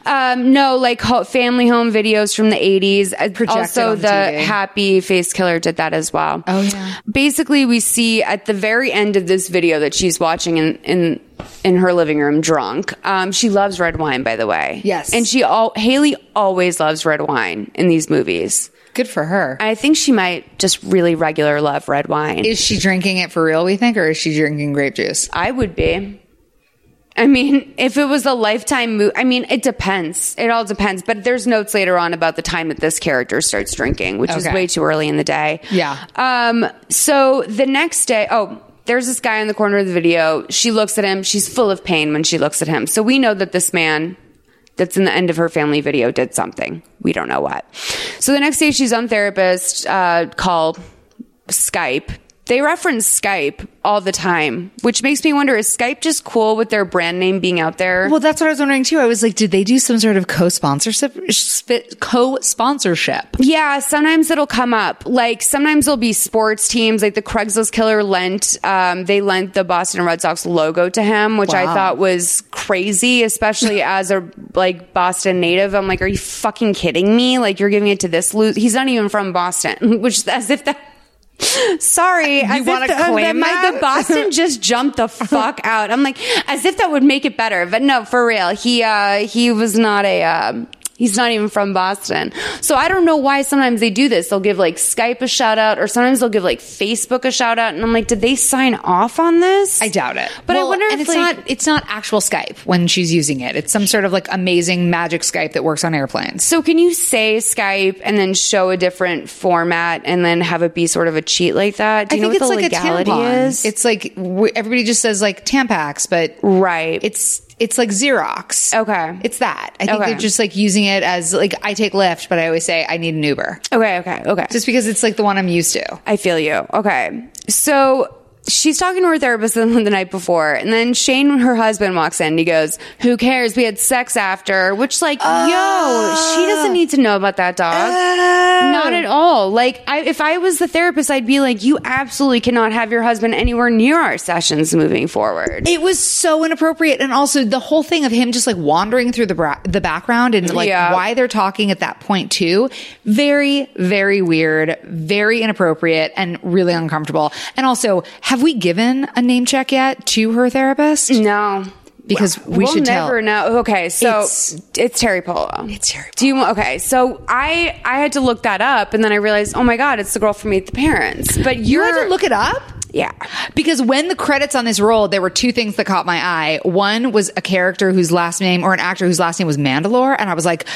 S1: Um, no, like ho- family home videos from the 80s. Uh,
S2: Projected
S1: also,
S2: on
S1: the
S2: TV.
S1: happy face killer did that as well.
S2: Oh, yeah.
S1: Basically, we see at the very end of this video that she's watching in, in, in her living room drunk. Um, she loves red wine, by the way.
S2: Yes.
S1: And she all, Haley always loves red wine in these movies.
S2: Good for her.
S1: I think she might just really regular love red wine.
S2: is she drinking it for real? We think, or is she drinking grape juice?
S1: I would be. I mean, if it was a lifetime movie, I mean, it depends. It all depends. But there's notes later on about the time that this character starts drinking, which is
S2: Okay.
S1: way too early in the day.
S2: Yeah.
S1: Um. So the next day, oh, there's this guy in the corner of the video. She looks at him. She's full of pain when she looks at him. So we know that this man that's in the end of her family video did something. We don't know what. So the next day, she's on therapist uh, call Skype. They reference Skype all the time, which makes me wonder: Is Skype just cool with their brand name being out there?
S2: Well, that's what I was wondering too. I was like, did they do some sort of co-sponsorship? sp- Co-sponsorship.
S1: Yeah, sometimes it'll come up. Like sometimes there'll be sports teams, like the Craigslist Killer lent, um, they lent the Boston Red Sox logo to him, which I
S2: Wow.
S1: thought was crazy, especially as a like Boston native. I'm like, are you fucking kidding me? Like you're giving it to this loose. He's not even from Boston, which is as if that. Sorry, you as
S2: wanna
S1: if the,
S2: claim
S1: my- the
S2: that?
S1: Boston just jumped the fuck out. I'm like, as if that would make it better, but no, for real. He uh, he was not a. um He's not even from Boston. So I don't know why sometimes they do this. They'll give like Skype a shout out or sometimes they'll give like Facebook a shout out. And I'm like, did they sign off on this?
S2: I doubt it.
S1: But I
S2: Well,
S1: wonder if
S2: and it's
S1: like-
S2: not it's not actual Skype when she's using it. It's some sort of like amazing magic Skype that works on airplanes.
S1: So can you say Skype and then show a different format and then have it be sort of a cheat like that? Do you know what the legality
S2: tampon.
S1: is?
S2: It's like w- everybody just says like Tampax, but
S1: right.
S2: it's it's like Xerox.
S1: Okay.
S2: it's that. I think
S1: Okay.
S2: they're just like using it as like I take Lyft, but I always say I need an Uber,
S1: okay, okay, okay.
S2: just because it's like the one I'm used to.
S1: I feel you. Okay. So she's talking to her therapist the the night before, and then Shane, her husband, walks in and he goes, Who cares? We had sex after, which, like, yo,
S2: Ah.
S1: she doesn't need to know about that dog. Not at all. Like, I, if I was the therapist, I'd be like, You absolutely cannot have your husband anywhere near our sessions moving forward.
S2: It was so inappropriate, and also the whole thing of him just like wandering through the bra- the background and like
S1: Yeah.
S2: why they're talking at that point too. Very, very weird, very inappropriate, and really uncomfortable. And also, have we given a name check yet to her therapist?
S1: no.
S2: Because we
S1: will
S2: should
S1: never
S2: tell.
S1: know. Okay, so it's,
S2: It's-
S1: Terry Polo. It's
S2: Terry
S1: Do you okay? So I I had to look that up, and then I realized, oh my god, it's the girl from Meet the Parents. But
S2: You
S1: you're
S2: had to look it up.
S1: Yeah.
S2: Because when the credits on this rolled, there were two things that caught my eye. One was a character whose last name or an actor whose last name was Mandalore, and I was like,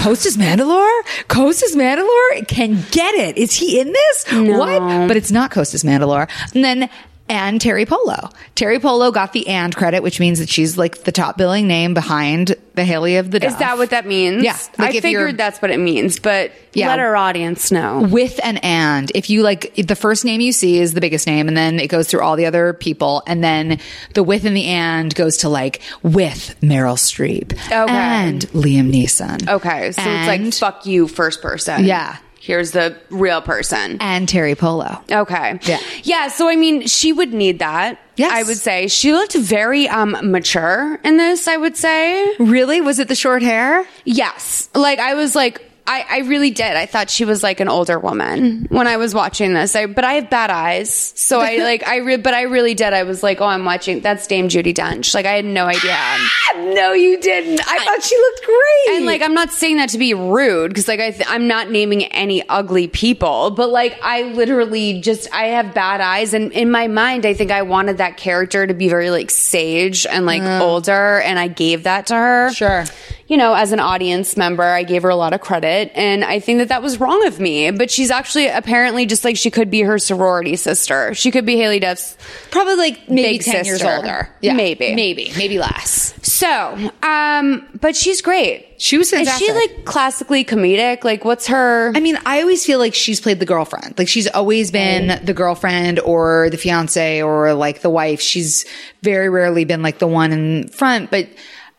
S2: "Coast is Mandalore? Coast is Mandalore? Can get it? Is he in this? What?" But it's not Coast is Mandalore. And then and Terry Polo. Terry Polo got the and credit, which means that she's like the top billing name behind the Haley of the
S1: Is
S2: Duff.
S1: that what that means?
S2: Yeah, like
S1: I
S2: if you're-
S1: figured that's what it means, but
S2: Yeah.
S1: let our audience know.
S2: with an and if you like the first name you see is the biggest name and then it goes through all the other people and then the with and the and goes to like with Meryl Streep and Liam Neeson
S1: Okay, so
S2: And-
S1: it's like fuck you, first person.
S2: Yeah.
S1: Here's the real person.
S2: and Terry Polo
S1: Okay.
S2: Yeah.
S1: Yeah. So I mean, she would need that.
S2: Yes.
S1: I would say she looked very um mature in this. I would say.
S2: really was it the short hair
S1: Yes. Like I was like I, I really did. I thought she was like an older
S2: Mm.
S1: woman when I was watching this. I, but I have bad eyes, so I like I. Re- but I really did. I was like, oh, I'm watching. That's Dame Judy Dench. Like I had no idea.
S2: Ah, no you didn't I, thought she looked great
S1: And like I'm not saying that to be rude because like I th- I'm not naming any ugly people, but like I literally just I have bad eyes, and in my mind I think I wanted that character to be very like sage and like
S2: Mm.
S1: older, and I gave that to her.
S2: Sure.
S1: you know, as an audience member, I gave her a lot of credit, and I think that that was wrong of me. But she's actually apparently just like she could be her sorority sister. She could be Haley Duff's
S2: probably like maybe
S1: Big
S2: 10 years
S1: sister.
S2: older
S1: Maybe.
S2: maybe maybe less
S1: So, um, but she's great.
S2: She was
S1: Is she
S2: fantastic.
S1: like classically comedic? Like, what's her?
S2: I mean, I always feel like she's played the girlfriend. Like she's always been the girlfriend or the fiance or like the wife. She's very rarely been like the one in front, but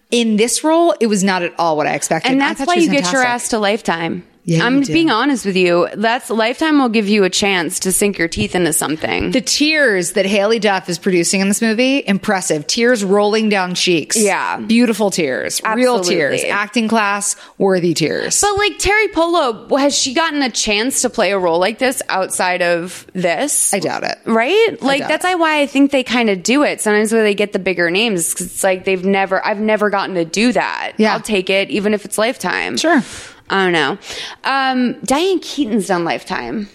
S2: in this role, it was not at all what I expected.
S1: and
S2: I
S1: that's
S2: thought
S1: why
S2: she was
S1: you get your
S2: fantastic.
S1: ass to lifetime.
S2: Yeah,
S1: I'm
S2: you do.
S1: being honest with you. That's lifetime will give you a chance to sink your teeth into something.
S2: The tears that Haley Duff is producing in this movie, impressive. Tears rolling down cheeks.
S1: Yeah.
S2: Beautiful tears. Real
S1: Absolutely.
S2: tears. Acting class, worthy tears.
S1: but like Terry Polo, has she gotten a chance to play a role like this outside of this?
S2: I doubt it.
S1: right? Like
S2: doubt
S1: that's why I think they kind of do it sometimes where they get the bigger names 'cause it's like they've never I've never gotten to do that.
S2: Yeah.
S1: I'll take it even if it's Lifetime.
S2: Sure.
S1: I don't know. Um, Diane Keaton's done Lifetime.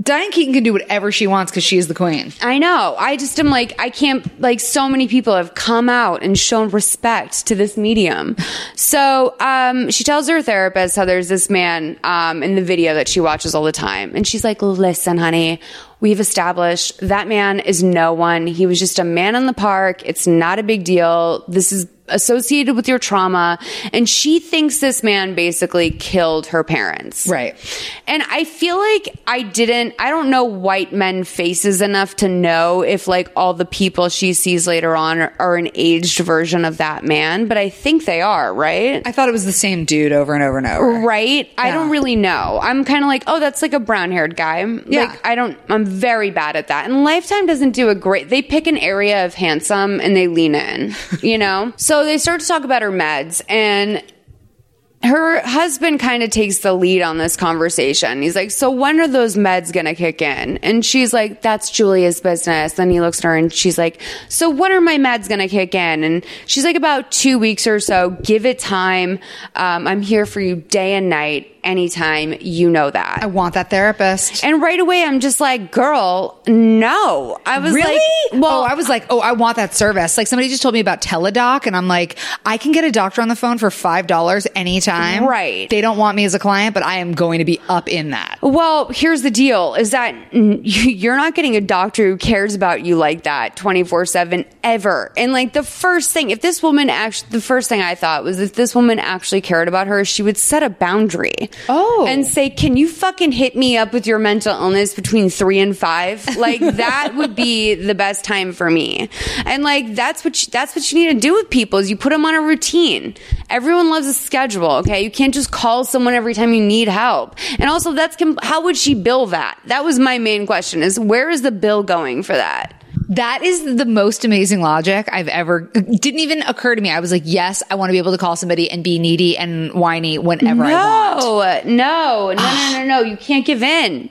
S2: Diane Keaton can do whatever she wants because she is the queen.
S1: I know. I just am like I can't like so many people have come out and shown respect to this medium. So um, she tells her therapist how there's this man um, in the video that she watches all the time, and she's like, "Listen, honey." We've established that man is no one. He was just a man in the park. It's not a big deal. This is associated with your trauma. And she thinks this man basically killed her parents.
S2: Right.
S1: And I feel like I didn't, I don't know white men faces enough to know if like all the people she sees later on are, are an aged version of that man, but I think they are, right?
S2: I thought it was the same dude over and over and over.
S1: Right? I don't
S2: Yeah.
S1: really know. I'm kind of like, oh, that's like a brown haired guy.
S2: Yeah.
S1: Like, I don't, I'm very bad at that. And Lifetime doesn't do a great, they pick an area of handsome and they lean in, you know? so they start to talk about her meds and her husband kind of takes the lead on this conversation. He's like, So when are those meds going to kick in? And she's like, That's Julia's business. Then he looks at her and she's like, So when are my meds going to kick in? And she's like, About two weeks or so. Give it time. Um, I'm here for you day and night, anytime. You know that.
S2: I want that therapist.
S1: and right away, I'm just like, Girl, no. I was
S2: really?
S1: like, Well,
S2: oh, I was like, oh, I want that service. Like somebody just told me about TeleDoc, and I'm like, I can get a doctor on the phone for five dollars anytime.
S1: Right.
S2: They don't want me as a client, but I am going to be up in that.
S1: Well, here's the deal is that n- you're not getting a doctor who cares about you like that 24 7 ever. And like the first thing, if this woman actually, the first thing I thought was if this woman actually cared about her, she would set a boundary.
S2: Oh.
S1: And say, can you fucking hit me up with your mental illness between three and five? Like that would be the best time for me. And like that's what, you, that's what you need to do with people is you put them on a routine. Everyone loves a schedule. Okay. You can't just call someone every time you need help. And also that's, com- how would she bill that? That was my main question is where is the bill going for that?
S2: That is the most amazing logic I've ever. it Didn't even occur to me. I was like, yes, I want to be able to call somebody and be needy and whiny whenever I want.
S1: No, no, no, no, no, no. You can't give in.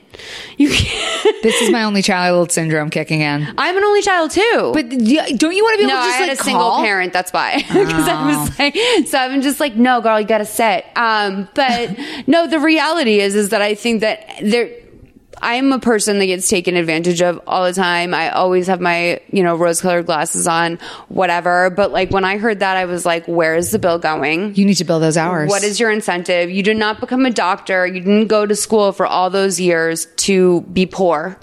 S1: You can't.
S2: This is my only child syndrome kicking in.
S1: I'm an only child too.
S2: But y- don't you want to be able to
S1: no, I
S2: just
S1: had
S2: like
S1: a single
S2: call? Oh.
S1: parent. That's why. Because I was like, so I'm just like, no, girl, you got to sit. Um, but no, the reality is, is that I think that there, I'm a person that gets taken advantage of all the time. I always have my, you know, rose colored glasses on, whatever. But like when I heard that, I was like, where is the bill going?
S2: You need to bill those hours.
S1: What is your incentive? You did not become a doctor. You didn't go to school for all those years to be poor.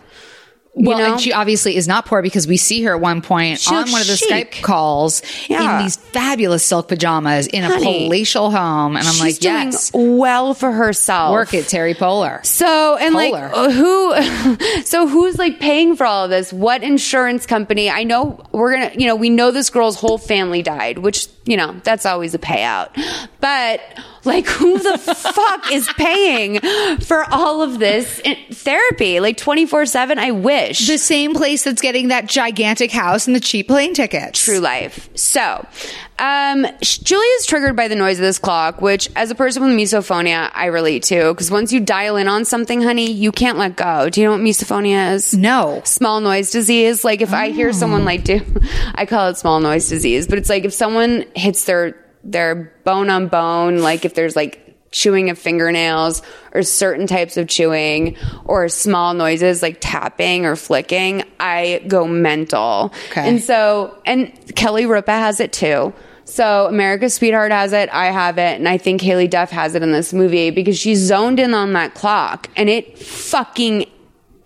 S2: Well,
S1: know?
S2: and she obviously is not poor because we see her at one point
S1: She
S2: on
S1: looks
S2: one of the
S1: chic.
S2: Skype calls
S1: Yeah.
S2: in these fabulous silk pajamas in a
S1: Honey,
S2: palatial home, and I'm
S1: She's
S2: like,
S1: doing
S2: yes,
S1: well for herself.
S2: work it, Terry Polar.
S1: So and
S2: Polar.
S1: like uh, who? So who's like paying for all of this? What insurance company? I know we're gonna. You know, we know this girl's whole family died, which you know that's always a payout. But like, who the fuck is paying for all of this in- therapy? Like twenty four seven. I wish
S2: The same place that's getting that gigantic house and the cheap plane tickets.
S1: true life. So, um, sh- Julie is triggered by the noise of this clock, which, as a person with misophonia, I relate to. Because once you dial in on something, honey, you can't let go. Do you know what misophonia is?
S2: No. Oh.
S1: Small noise disease. Like if I hear someone like do, I call it small noise disease. But it's like if someone hits their their bone on bone, like if there's like chewing of fingernails or certain types of chewing or small noises like tapping or flicking, I go mental.
S2: Okay.
S1: And so, and Kelly Ripa has it too. So America's Sweetheart has it, I have it, and I think Haley Duff has it in this movie because she's zoned in on that clock and it fucking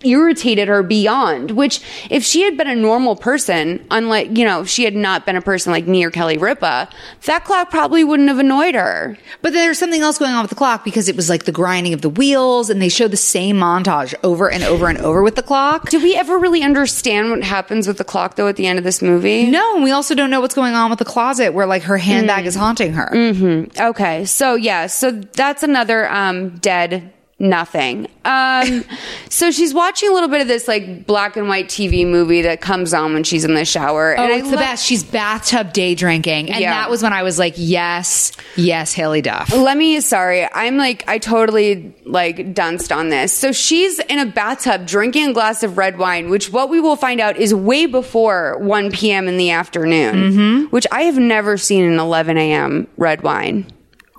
S1: irritated her beyond, which if she had been a normal person, unlike, you know, if she had not been a person like me or Kelly Ripa, that clock probably wouldn't have annoyed her.
S2: But there's something else going on with the clock because it was like the grinding of the wheels, and they show the same montage over and over and over with the clock.
S1: Do we ever really understand what happens with the clock though at the end of this movie?
S2: No, and we also don't know what's going on with the closet where like her handbag is haunting her.
S1: Hmm. Mm-hmm. Okay. So yeah, so that's another um dead nothing. Um so she's watching a little bit of this like black and white TV movie that comes on when she's in the shower.
S2: Oh,
S1: and
S2: it's the
S1: love-
S2: best. She's bathtub day drinking. And
S1: Yeah.
S2: that was when I was like, yes, yes, Haley Duff.
S1: Let me, sorry, I'm like, I totally like dunced on this. So she's in a bathtub drinking a glass of red wine, which what we will find out is way before 1 p.m. in the afternoon,
S2: Mm-hmm.
S1: which I have never seen an 11 a.m. red wine.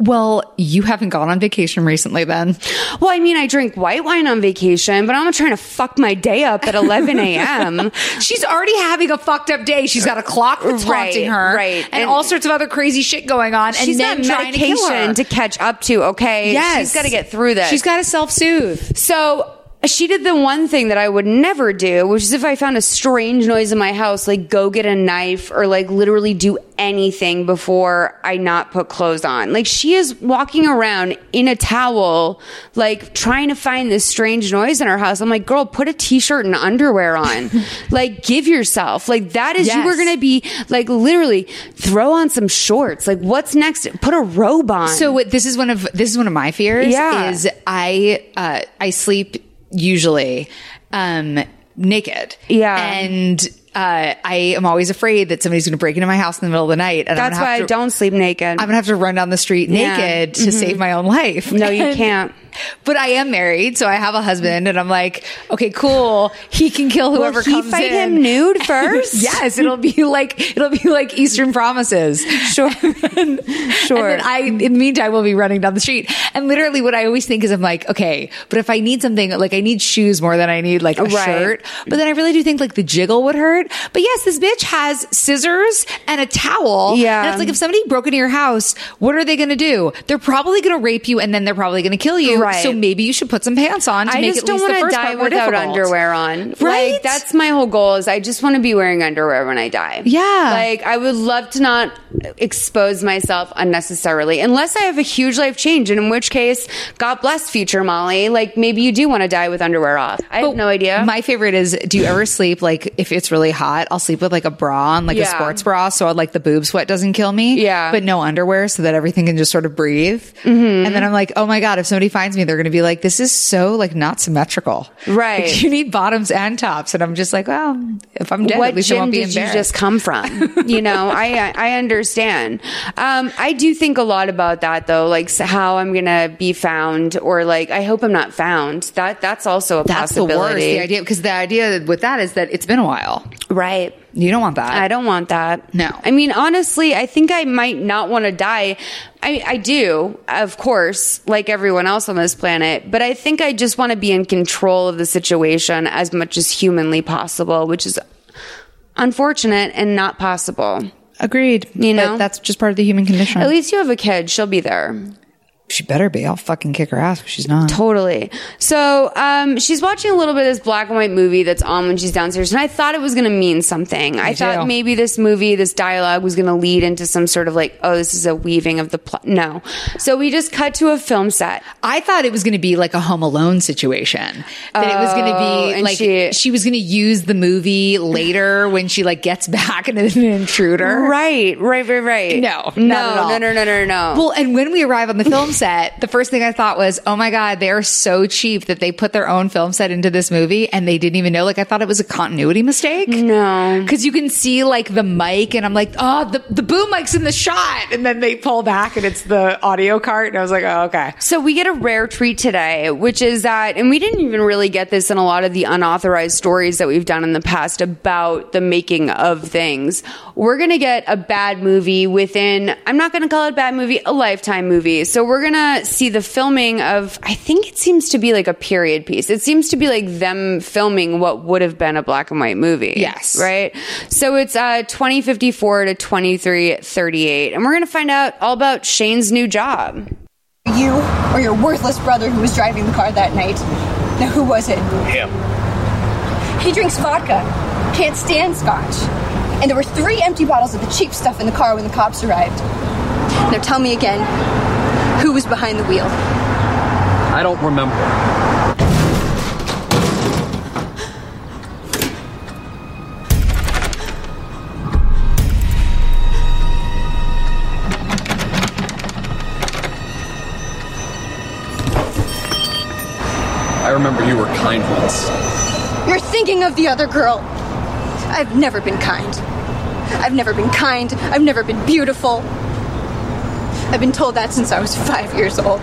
S2: Well, you haven't gone on vacation recently then.
S1: Well, I mean, I drink white wine on vacation, but I'm not trying to fuck my day up at 11 a.m.
S2: She's already having a fucked up day. She's got a clock that's
S1: Right,
S2: haunting her.
S1: right.
S2: And,
S1: And-
S2: all sorts of other crazy shit going on. and
S1: She's got
S2: then trying to, kill her.
S1: medication to catch up to, okay?
S2: Yes.
S1: She's got to get through this.
S2: She's got to self soothe.
S1: So she did the one thing that I would never do, which is if I found a strange noise in my house, like go get a knife or like literally do anything before I not put clothes on. Like she is walking around in a towel, like trying to find this strange noise in her house. I'm like, girl, put a t-shirt and underwear on. like give yourself. Like that is you
S2: Yes.
S1: were going to be like literally throw on some shorts. Like what's next? Put a robe on.
S2: So what, this is one of this is one of my fears.
S1: Yeah.
S2: is I uh, I sleep usually um, naked.
S1: Yeah.
S2: and uh, I am always afraid that somebody's going to break into my house in the middle of the night. And I'm
S1: that's
S2: gonna
S1: why
S2: have
S1: I
S2: to-
S1: don't sleep naked.
S2: I'm gonna have to run down the street
S1: Yeah. Mm-hmm.
S2: naked to save my own life.
S1: no, you can't.
S2: But I am married, so I have a husband, and I'm like, okay, cool. He can kill whoever
S1: he
S2: comes
S1: fight
S2: in.
S1: him nude first?
S2: yes, it'll be like it'll be like Eastern Promises. Sure,
S1: Sure.
S2: And then I, in the meantime, will be running down the street. And literally, what I always think is, I'm like, okay, but if I need something, like I need shoes more than I need like a
S1: Right.
S2: shirt. But then I really do think like the jiggle would hurt. But yes, this bitch has scissors and a towel.
S1: Yeah.
S2: and it's like if somebody broke into your house, what are they going to do? They're probably going to rape you, and then they're probably going to kill you.
S1: Right.
S2: So maybe you should put some pants on. To
S1: I
S2: make
S1: just
S2: at
S1: don't
S2: least the
S1: want to
S2: first
S1: die
S2: part more
S1: without
S2: difficult.
S1: underwear on.
S2: Right?
S1: Like, that's my whole goal is I just want to be wearing underwear when I die.
S2: Yeah.
S1: Like I would love to not expose myself unnecessarily unless I have a huge life change and in which case, God bless future Molly. Like maybe you do want to die with underwear off. I have
S2: But
S1: no idea.
S2: My favorite is do you ever sleep like if it's really hot, I'll sleep with like a bra on, like a
S1: Yeah.
S2: sports bra, so I'd like the boob sweat doesn't kill me.
S1: Yeah. Mm-hmm.
S2: But no underwear so that everything can just sort of breathe.
S6: Mm-hmm.
S2: And then I'm like, oh my God, if somebody finds me, they're gonna be like, this is so like not symmetrical.
S1: Right.
S2: Like, you need bottoms and tops. And I'm just like, well, if I'm dead, at
S1: what
S2: least I
S1: gym
S2: won't be
S1: did you
S2: embarrassed.
S1: just come from? You know, I I understand. Um, I do think a lot about that though, like s- how I'm gonna be found, or like I hope I'm not found. That that's also a
S2: that's the worst.
S1: possibility.
S2: The idea because the idea with that is that it's been a while.
S1: right?
S2: You don't want that.
S1: I don't want that.
S2: No.
S1: I mean, honestly, I think I might not want to die. I, I do, of course, like everyone else on this planet, but I think I just want to be in control of the situation as much as humanly possible, which is unfortunate and not possible.
S2: Agreed.
S1: You
S2: But
S1: know?
S2: that's just part of the human condition.
S1: At least you have a kid. She'll be there.
S2: she better be. I'll fucking kick her ass if she's not.
S1: Totally. So um, she's watching a little bit of this black and white movie that's on when she's downstairs, and I thought it was going to mean something. I thought
S2: too.
S1: maybe this movie, this dialogue, was going to lead into some sort of like, oh, this is a weaving of the plot. No. So we just cut to a film set.
S2: I thought it was going to be like a Home Alone situation. That it was going to be
S1: Oh, and
S2: like Oh, she,
S1: she-
S2: was going to use the movie later when she like gets back and is an intruder.
S1: Right. Right. Right. Right.
S2: No, not
S1: No.
S2: at all.
S1: No. No. No. No. No.
S2: Well, and when we arrive on the film set, the first thing I thought was, "Oh my god, they are so cheap that they put their own film set into this movie and they didn't even know." Like I thought it was a continuity mistake.
S1: No.
S2: because you can see like the mic, and I'm like, "Oh, the the boom mic's in the shot," and then they pull back and it's the audio cart, and I was like, "Oh, okay."
S1: So we get a rare treat today, which is that, and we didn't even really get this in a lot of the unauthorized stories that we've done in the past about the making of things. We're going to get a bad movie within, I'm not going to call it a bad movie, a lifetime movie. So we're going to see the filming of, I think it seems to be like a period piece. It seems to be like them filming what would have been a black and white movie.
S2: Yes.
S1: Right? right? So it's uh, 2054 to 2338. And we're going to find out all about Shane's new job.
S7: You or your worthless brother who was driving the car that night. Now, who was it?
S8: Him.
S7: He drinks vodka, can't stand scotch. And there were three empty bottles of the cheap stuff in the car when the cops arrived. Now tell me again, who was behind the wheel?
S8: I don't remember. I remember you were kind once.
S7: You're thinking of the other girl. I've never been kind. I've never been kind. I've never been beautiful. I've been told that since I was five years old.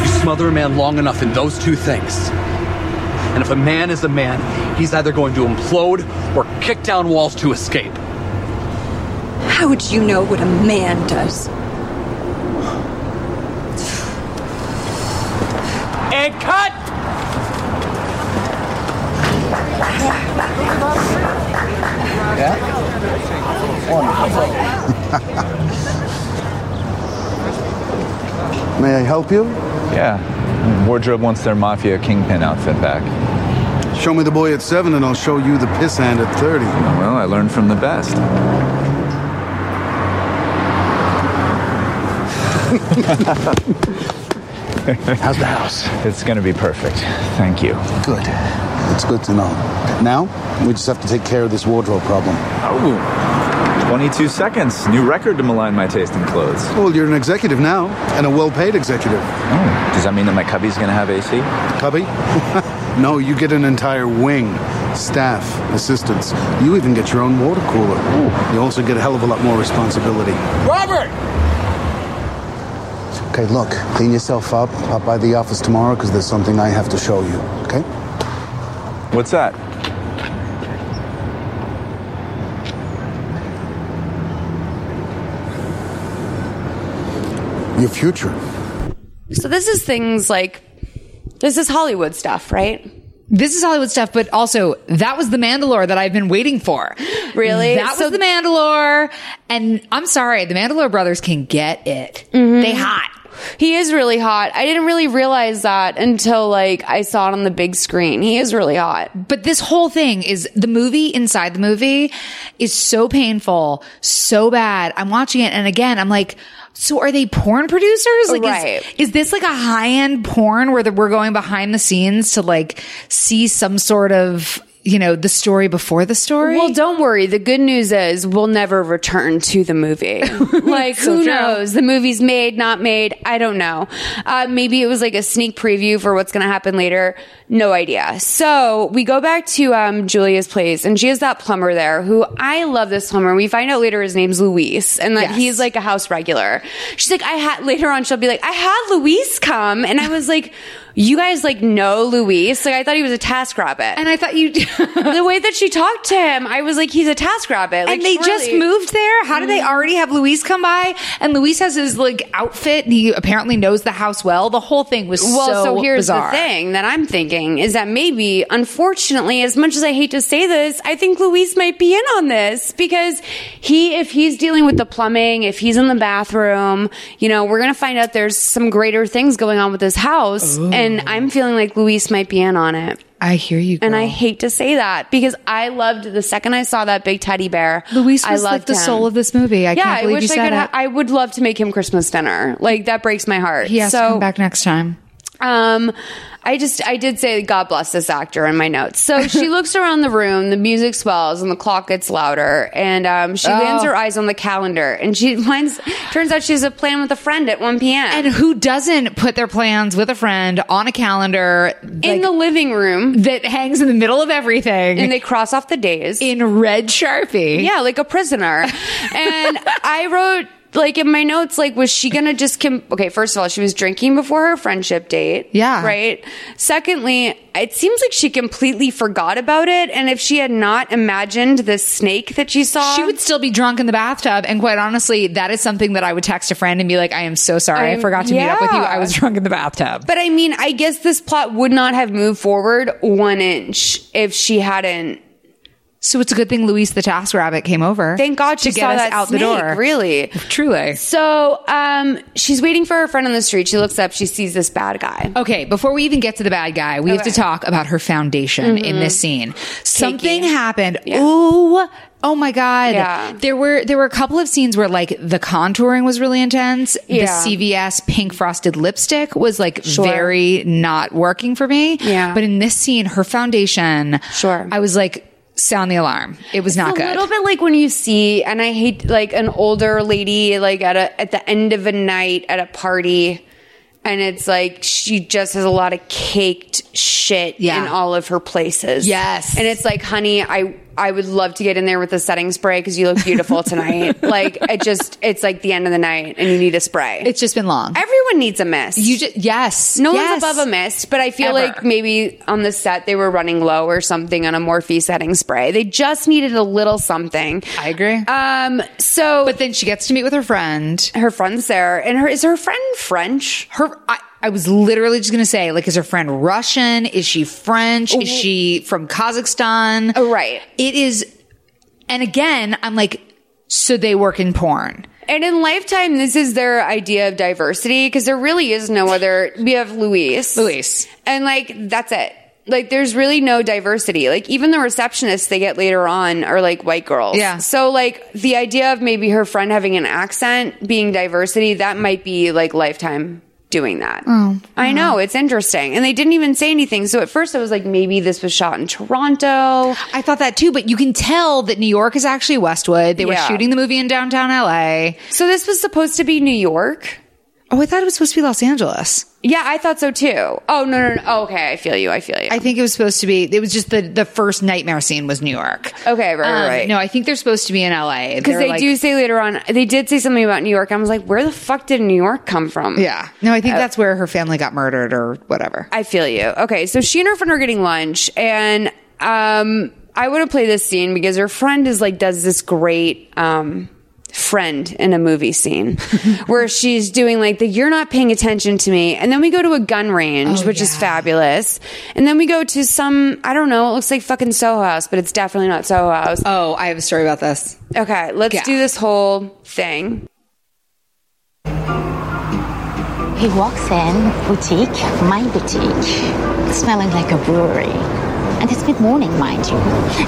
S8: You smother a man long enough in those two things. And if a man is a man, he's either going to implode or kick down walls to escape.
S7: How would you know what a man does?
S8: And cut!
S9: May I help you?
S10: Yeah. Wardrobe wants their mafia kingpin outfit back.
S9: Show me the boy at seven, and I'll show you the piss hand at 30.
S10: Well, I learned from the best.
S9: How's the house?
S10: It's going to be perfect. Thank you.
S9: Good. It's good to know. Now, we just have to take care of this wardrobe problem.
S10: Oh, 22 seconds. New record to malign my taste in clothes.
S9: Well, you're an executive now, and a well paid executive.
S10: Oh, does that mean that my cubby's going to have AC?
S9: Cubby? no, you get an entire wing, staff, assistants. You even get your own water cooler. You also get a hell of a lot more responsibility.
S8: Robert!
S9: Okay, look, clean yourself up. Pop by the office tomorrow because there's something I have to show you, okay?
S10: What's that?
S9: Your future.
S1: So this is things like this is Hollywood stuff, right?
S2: This is Hollywood stuff, but also that was the Mandalore that I've been waiting for.
S1: Really?
S2: That
S1: So-
S2: was the Mandalore. And I'm sorry, the Mandalore brothers can get it. They hot.
S1: He is really hot. I didn't really realize that until like I saw it on the big screen. He is really hot.
S2: But this whole thing is the movie inside the movie is so painful, so bad. I'm watching it and again, I'm like, so are they porn producers? Like, is-
S1: Right.
S2: is, this like a high end porn where the, we're going behind the scenes to like see some sort of, you know, the story before the story?
S1: Well, don't worry. The good news is we'll never return to the movie. Like, who knows? The movie's made, not made. I don't know. Uh, maybe it was like a sneak preview for what's going to happen later. No idea. So we go back to um, Julia's place, and she has that plumber there who I love this plumber. We find out later his name's Luis, and that
S2: Yes.
S1: he's like a house regular. She's like, I had later on, she'll be like, I had Luis come. And I was like, you guys like know Luis? Like, I thought he was a task rabbit
S2: and I thought you,
S1: the way that she talked to him, I was like, he's a task rabbit. Like,
S2: and
S1: Mm-hmm.
S2: they just
S1: surely-
S2: moved there. How did they already have Luis come by? And Luis has his like outfit, and he apparently knows the house well. The whole thing was
S1: Well, so, here's
S2: bizarre.
S1: the thing that I'm thinking is that maybe, unfortunately, as much as I hate to say this, I think Luis might be in on this because he, if he's dealing with the plumbing, if he's in the bathroom, you know, we're gonna find out there's some greater things going on with this house, and I'm feeling like Luis might be in on it.
S2: I hear you,
S1: And I
S2: girl.
S1: hate to say that because I loved the second I saw that big teddy bear.
S2: Luis
S1: I
S2: was like
S1: loved
S2: the
S1: him.
S2: soul of this movie. I
S1: yeah,
S2: can't believe
S1: I wish
S2: you
S1: I
S2: said
S1: could.
S2: it.
S1: ha- I would love to make him Christmas dinner. Like that breaks my heart.
S2: He has
S1: so,
S2: to come back next time.
S1: Um, I just I did say God bless this actor in my notes. So she looks around the room, the music swells, and the clock gets louder, and um, she lands
S2: Oh.
S1: her eyes on the calendar, and she finds. Turns out she has a plan with a friend at one p.m.
S2: And who doesn't put their plans with a friend on a calendar
S1: in
S2: like,
S1: the living room,
S2: that hangs in the middle of everything
S1: and they cross off the days.
S2: in red sharpie?
S1: Yeah, like a prisoner. And I wrote like in my notes, like, was she gonna just com- okay? First of all, she was drinking before her friendship date.
S2: Yeah.
S1: Right. Secondly, it seems like she completely forgot about it. And if she had not imagined the snake that she saw,
S2: She would still be drunk in the bathtub. And quite honestly, that is something that I would text a friend and be like, I am so sorry. I
S1: I'm-
S2: forgot to meet up with you.
S1: yeah.
S2: I was drunk in the bathtub.
S1: But I mean, I guess this plot would not have moved forward one inch if she hadn't.
S2: So it's a good thing Luis the Task Rabbit came over.
S1: Thank God she
S2: to get
S1: saw
S2: us
S1: that
S2: out
S1: snake,
S2: the door.
S1: Really.
S2: Truly.
S1: So um, she's waiting for her friend on the street. She looks up. She sees this bad guy.
S2: Okay, before we even get to the bad guy, we have to
S1: Okay. Mm-hmm.
S2: talk about her foundation in this scene. Something happened.
S1: Yeah.
S2: Ooh. Oh my god.
S1: Yeah.
S2: There were there were a couple of scenes where like the contouring was really intense.
S1: Yeah.
S2: The CVS pink frosted lipstick was like
S1: Sure.
S2: very not working for me.
S1: Yeah.
S2: But in this scene, her foundation,
S1: Sure.
S2: I was like, sound the alarm. It was not
S1: it's
S2: good.
S1: a little bit like when you see, and I hate like an older lady like at a at the end of a night at a party, and it's like she just has a lot of caked shit
S2: Yeah.
S1: in all of her places.
S2: Yes.
S1: and it's like, honey, I I would love to get in there with the setting spray because you look beautiful tonight. like it just, it's like the end of the night, and you need a spray.
S2: it's just been long.
S1: Everyone needs a mist.
S2: you just yes.
S1: No
S2: yes.
S1: one's above a mist, but I feel
S2: Ever.
S1: like maybe on the set they were running low or something on a Morphe setting spray. They just needed a little something.
S2: I agree.
S1: Um, so
S2: but then she gets to meet with her friend.
S1: her friend's there, and her is her friend French?
S2: her I, I was literally just gonna say like is her friend russian is she french is she from kazakhstan
S1: Oh, right.
S2: it is and again i'm like so they work in porn
S1: And in Lifetime, this is their idea of diversity because there really is no other. We have Luis,
S2: Luis.
S1: and like that's it. Like there's really no diversity. Like even the receptionists they get later on are like white girls.
S2: Yeah.
S1: So like the idea of maybe her friend having an accent being diversity that might be like Lifetime doing that.
S2: Oh. Uh-huh.
S1: I know it's interesting, and they didn't even say anything. So at first I was like maybe this was shot in Toronto.
S2: i thought that too but you can tell that new york is actually westwood they were
S1: Yeah.
S2: shooting the movie in downtown la
S1: So this was supposed to be New York.
S2: oh i thought it was supposed to be los angeles
S1: Yeah, I thought so too. Oh no, no, no. Oh, okay, I feel you. I feel you.
S2: i think it was supposed to be it was just the the first nightmare scene was new york
S1: Oh, okay, right, right,
S2: Um,
S1: right.
S2: no i think they're supposed to be in la
S1: because they do say later on, they did say something about New York. I was like, where the fuck did New York come from?
S2: yeah no i think
S1: Oh.
S2: that's where her family got murdered or whatever
S1: I feel you. Okay, so she and her friend are getting lunch, and um, I want to play this scene because her friend is like does this great um friend in a movie scene where she's doing like the you're not paying attention to me and then we go to a gun range
S2: Oh,
S1: which is fabulous and then we go to some i don't know it looks like fucking soho house but it's definitely not soho house
S2: oh i have a story about this
S1: Okay, let's
S2: Yeah.
S1: do this whole thing.
S11: He walks in, boutique, my boutique, smelling like a brewery. And it's mid morning, mind you.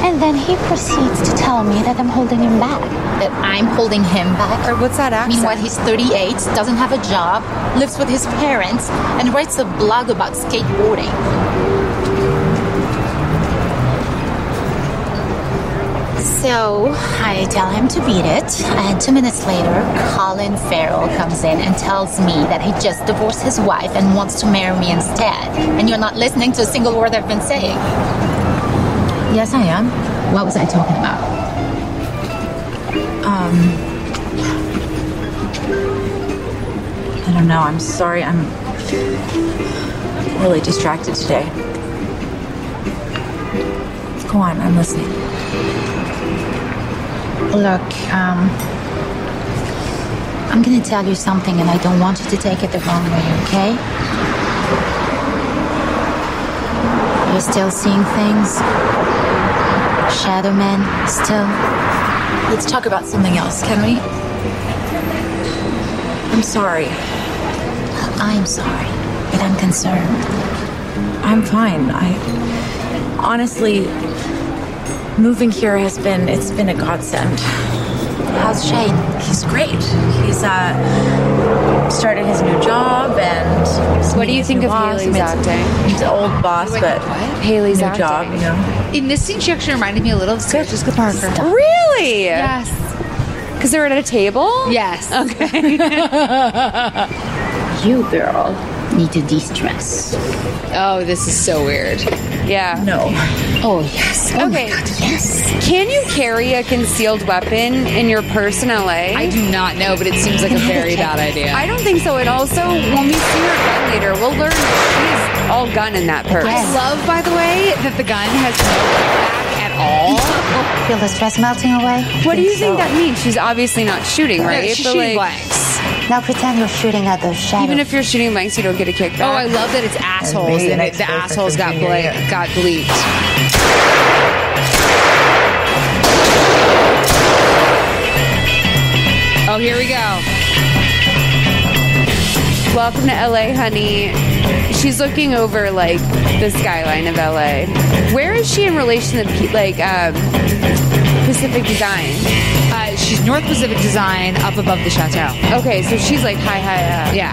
S11: And then he proceeds to tell me that I'm holding him back. That I'm holding him back.
S2: what's that accent
S11: Meanwhile, he's 38, doesn't have a job, lives with his parents, and writes a blog about skateboarding. So I tell him to beat it, and two minutes later, Colin Farrell comes in and tells me that he just divorced his wife and wants to marry me instead. And you're not listening to a single word I've been saying. Yes, I am. What was I talking about?
S5: Um, I don't know. I'm sorry. I'm really distracted today. Go on. I'm listening.
S11: Look, um, I'm gonna tell you something, and I don't want you to take it the wrong way, okay? You're still seeing things? Shadow Man, still? Let's talk about something else, can we?
S5: I'm sorry.
S11: I'm sorry, but I'm concerned.
S5: I'm fine. I honestly, moving here has been it's been a godsend.
S11: How's Shane?
S5: He's great. He's uh started his new job and
S1: What do you think of Haley's acting?
S5: He's an old boss, but
S1: Haley's
S5: new
S1: acting.
S5: job, you know.
S2: In this scene, she actually reminded me a little of Sarah Jessica Parker.
S1: Really?
S2: Yes.
S1: Because they're at a table?
S2: Yes. Okay.
S11: You girl, need to de stress.
S2: Oh, this is so weird.
S1: Yeah.
S11: No. Oh, yes.
S1: okay. yes. Can you carry a concealed weapon in your purse in LA? I
S2: do not know, but it seems like a very bad idea.
S1: I don't think so. And also, when we see her gun later, we'll learn that she's all gun in that purse.
S2: I love, by the way, that the gun has no kickback at all.
S11: Feel the stress melting away?
S1: What do you think that means? She's obviously not shooting,
S11: No,
S1: right?
S11: she's shooting
S2: blanks.
S11: Now pretend you're shooting at those shadows.
S1: Even if you're shooting blanks, you don't get a kickback.
S2: Oh, I love that it's assholes and it, the assholes got bla- got bleeped. Oh, here we go.
S1: Welcome to LA, honey. She's looking over like the skyline of LA. Where is she in relation to P- like um, Pacific Design?
S2: Uh, she's North Pacific Design, up above the chateau.
S1: Okay, so she's like high, high up.
S2: Yeah.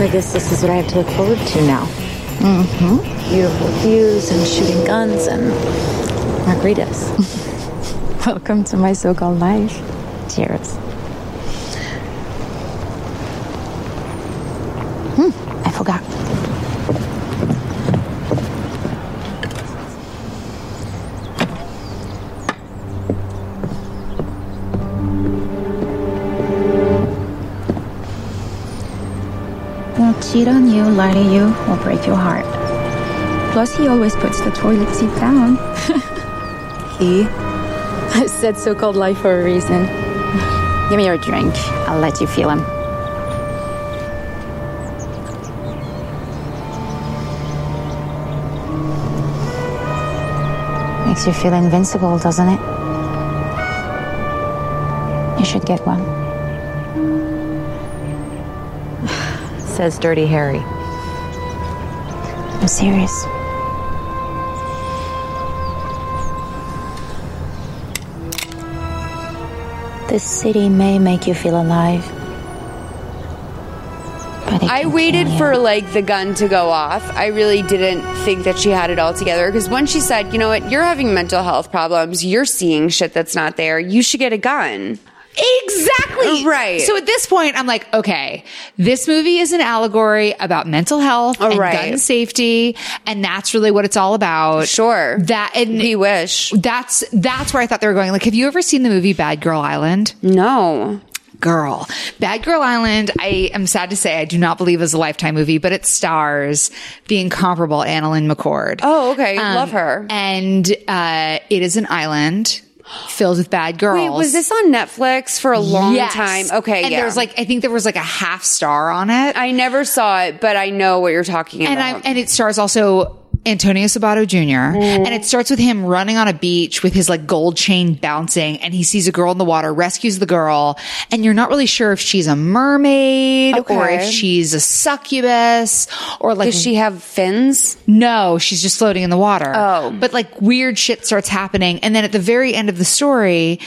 S5: I guess this is what I have to look forward to now. Mm-hmm. Beautiful views and shooting guns and margaritas. Welcome to my so-called life. Cheers.
S11: Hmm, I forgot. Won't cheat on you, lie to you, or break your heart. Plus, he always puts the toilet seat down. he? I said so called life for a reason. Give me your drink. I'll let you feel him. Makes you feel invincible, doesn't it? You should get one.
S12: Says Dirty Harry.
S11: I'm serious. This city may make you feel alive.
S1: I waited for like the gun to go off. I really didn't think that she had it all together because when she said, "You know what? You're having mental health problems. You're seeing shit that's not there. You should get a gun."
S2: Exactly.
S1: Right.
S2: So at this point, I'm like, okay, this movie is an allegory about mental health and gun safety, and that's really what it's all about.
S1: Sure.
S2: That and we
S1: wish.
S2: That's that's where I thought they were going. Like, have you ever seen the movie Bad Girl Island?
S1: No.
S2: Girl, Bad Girl Island. I am sad to say I do not believe is a lifetime movie, but it stars the incomparable Annalyn McCord.
S1: Oh, okay. Love her.
S2: Um, And uh, it is an island filled with bad girls.
S1: Wait, was this on Netflix for a long
S2: Yes.
S1: time? Okay,
S2: And
S1: yeah.
S2: there's like I think there was like a half star on it.
S1: I never saw it, but I know what you're talking about.
S2: and I and it stars also Antonio Sabato junior
S1: Mm.
S2: And it starts with him running on a beach with his like gold chain bouncing and he sees a girl in the water, rescues the girl, and you're not really sure if she's a mermaid or
S1: Okay.
S2: if she's a succubus or like
S1: Does she have fins?
S2: No, she's just floating in the water. Oh. But like weird shit starts happening. And then at the very end of the story,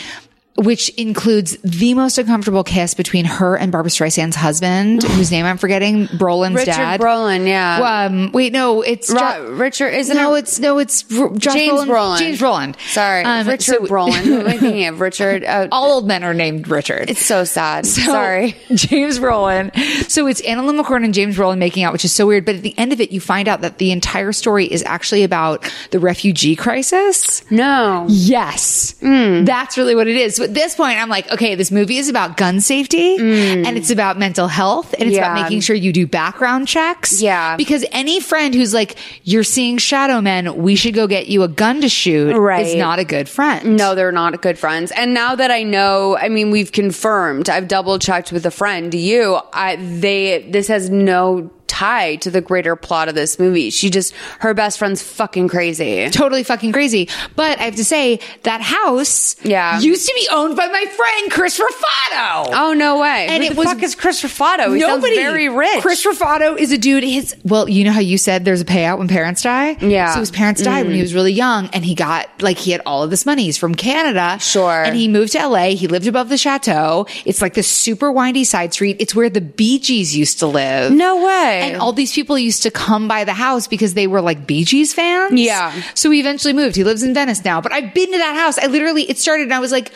S2: which includes the most uncomfortable kiss between her and Barbara Streisand's husband, whose name I'm forgetting, Brolin's
S1: Richard
S2: dad.
S1: Brolin, yeah.
S2: Um, wait, no, it's
S1: Ro-
S2: Jo-
S1: Richard, isn't
S2: no,
S1: it?
S2: it's no, it's R- Josh
S1: James
S2: Brolin-
S1: Brolin.
S2: James Brolin.
S1: Sorry,
S2: Um,
S1: Richard
S2: so-
S1: Brolin. Who am I thinking of? Richard. Uh,
S2: All old men are named Richard.
S1: It's so sad.
S2: So,
S1: Sorry.
S2: James Brolin. So it's Annalyn McCord and James Brolin making out, which is so weird. But at the end of it, you find out that the entire story is actually about the refugee crisis.
S1: No. Hmm.
S2: Yes. That's really what it is. So at this point, I'm like, okay, this movie is about gun safety and it's about mental health and it's
S1: Hmm. Yeah.
S2: about making sure you do background checks. Yeah. Because any friend who's like, you're seeing shadow men, we should go get you a gun to shoot is
S1: Right.
S2: not a good friend.
S1: No, they're not good friends. And now that I know, I mean, we've confirmed. I've double checked with a friend. You, I, they. This has no tie to the greater plot of this movie. She just her best friend's fucking crazy.
S2: Totally fucking crazy. But I have to say that house yeah. used to be owned by my friend Chris Rafato.
S1: Oh no way!
S2: And
S1: Who
S2: it
S1: the
S2: was
S1: fuck is Chris Rafato? He sounds very rich.
S2: Chris Rafato is a dude. His well, you know how you said there's a payout when parents die.
S1: Yeah.
S2: So his parents died when
S1: Mm.
S2: he was really young, and he got like he had all of this money. He's from Canada, sure. And he moved to LA. He lived above the chateau. It's like this super windy side street. It's where the Bee Gees used to live.
S1: No way.
S2: And all these people used to come by the house because they were like Bee Gees fans.
S1: Yeah.
S2: So he eventually moved. He lives in Venice now. But I've been to that house. I literally it started, and I was like.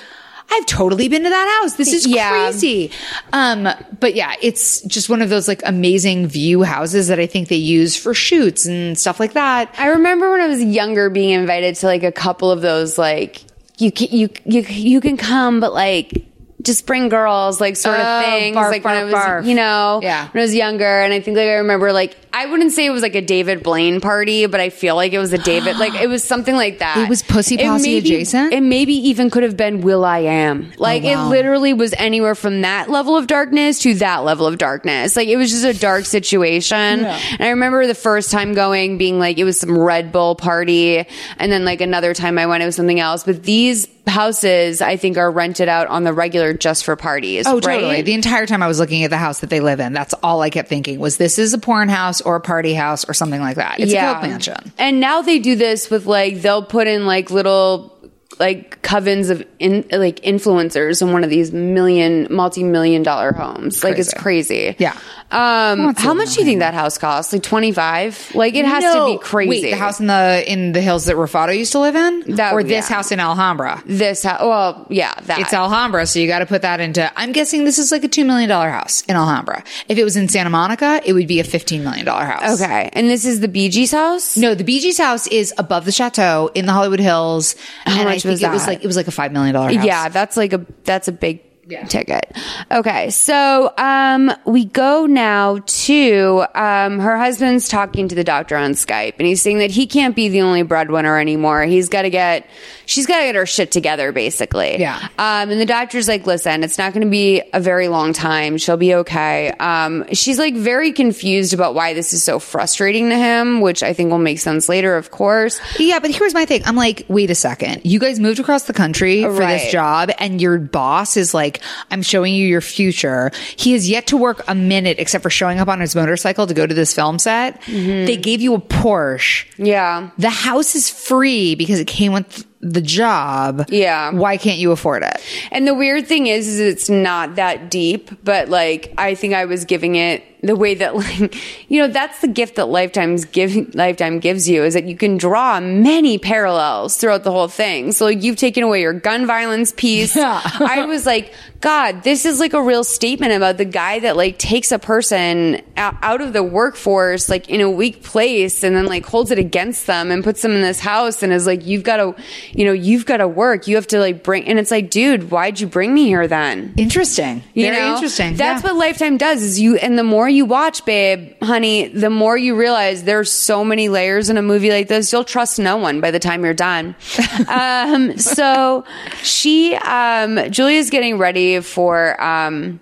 S2: I've totally been to that house. This is crazy. Um, but yeah, it's just one of those like amazing view houses that I think they use for shoots and stuff like that.
S1: I remember when I was younger being invited to like a couple of those like you can, you you you can come but like just bring girls like sort
S2: Oh,
S1: of things
S2: barf,
S1: like when I
S2: barf,
S1: was
S2: barf.
S1: you know
S2: Yeah.
S1: when I was younger and I think like I remember like I wouldn't say it was like a David Blaine party but I feel like it was a David like it was something like that
S2: It was Pussy
S1: It
S2: Posse
S1: maybe-
S2: adjacent?
S1: it maybe even could have been Will I Am like
S2: Oh, wow.
S1: it literally was anywhere from that level of darkness to that level of darkness like it was just a dark situation
S2: Yeah.
S1: and I remember the first time going being like, it was some Red Bull party. And then like another time I went, it was something else. But these houses, I think, are rented out on the regular just for parties.
S2: Oh,
S1: right?
S2: totally. The entire time I was looking at the house that they live in, that's all I kept thinking was this is a porn house or a party house or something like that. It's a coke mansion.
S1: And now they do this with like, they'll put in like little, like covens of in, like influencers in one of these million, multi million dollar homes. Like it's crazy.
S2: Yeah.
S1: Um, how much do you think that house costs? Like 25? Like it has
S2: No.
S1: to be crazy.
S2: Wait, the house in the in the hills that Rafato used to live in, or this
S1: yeah.
S2: house in Alhambra.
S1: This house, well, yeah, that
S2: it's Alhambra, so you got to put that into. I'm guessing this is like a two million dollar house in Alhambra. If it was in Santa Monica, it would be a fifteen million dollar house.
S1: Okay, and this is the Bee Gees house.
S2: No, the Bee Gees house is above the chateau in the Hollywood Hills.
S1: How
S2: and
S1: much
S2: I think
S1: was
S2: It was
S1: that?
S2: like it was like a five million dollar house.
S1: Yeah, that's like a that's a big ticket. Okay, so um, we go now to um, her husband's talking to the doctor on Skype, and he's saying that he can't be the only breadwinner anymore. He's got to get she's got to get her shit together, basically.
S2: Yeah.
S1: Um, and the doctor's like, "Listen, it's not going to be a very long time. She'll be okay." Um, she's like very confused about why this is so frustrating to him, which I think will make sense later, of course.
S2: Yeah, but here's my thing. I'm like, wait a second. You guys moved across the country for
S1: Uh, Right.
S2: this job, and your boss is like, I'm showing you your future. He has yet to work a minute except for showing up on his motorcycle to go to this film set. They gave you a Porsche.
S1: Mm-hmm. Yeah.
S2: The house is free because it came with the job.
S1: Yeah.
S2: Why can't you afford it?
S1: And the weird thing is, is it's not that deep, but like I think I was giving it the way that like you know that's the gift that Lifetime's giving Lifetime gives you is that you can draw many parallels throughout the whole thing. So like you've taken away your gun violence piece. I was like, God, this is like a real statement about the guy that like takes a person out out of the workforce like in a weak place and then like holds it against them and puts them in this house and is like you've got to you know you've got to work you have to like bring and it's like dude why'd you bring me here then
S2: Interesting.
S1: you
S2: Very
S1: know?
S2: interesting.
S1: That's
S2: Yeah.
S1: what Lifetime does is you and the more you watch, babe, honey, the more you realize there's so many layers in a movie like this, you'll trust no one by the time you're done. um, so she um Julia's getting ready for um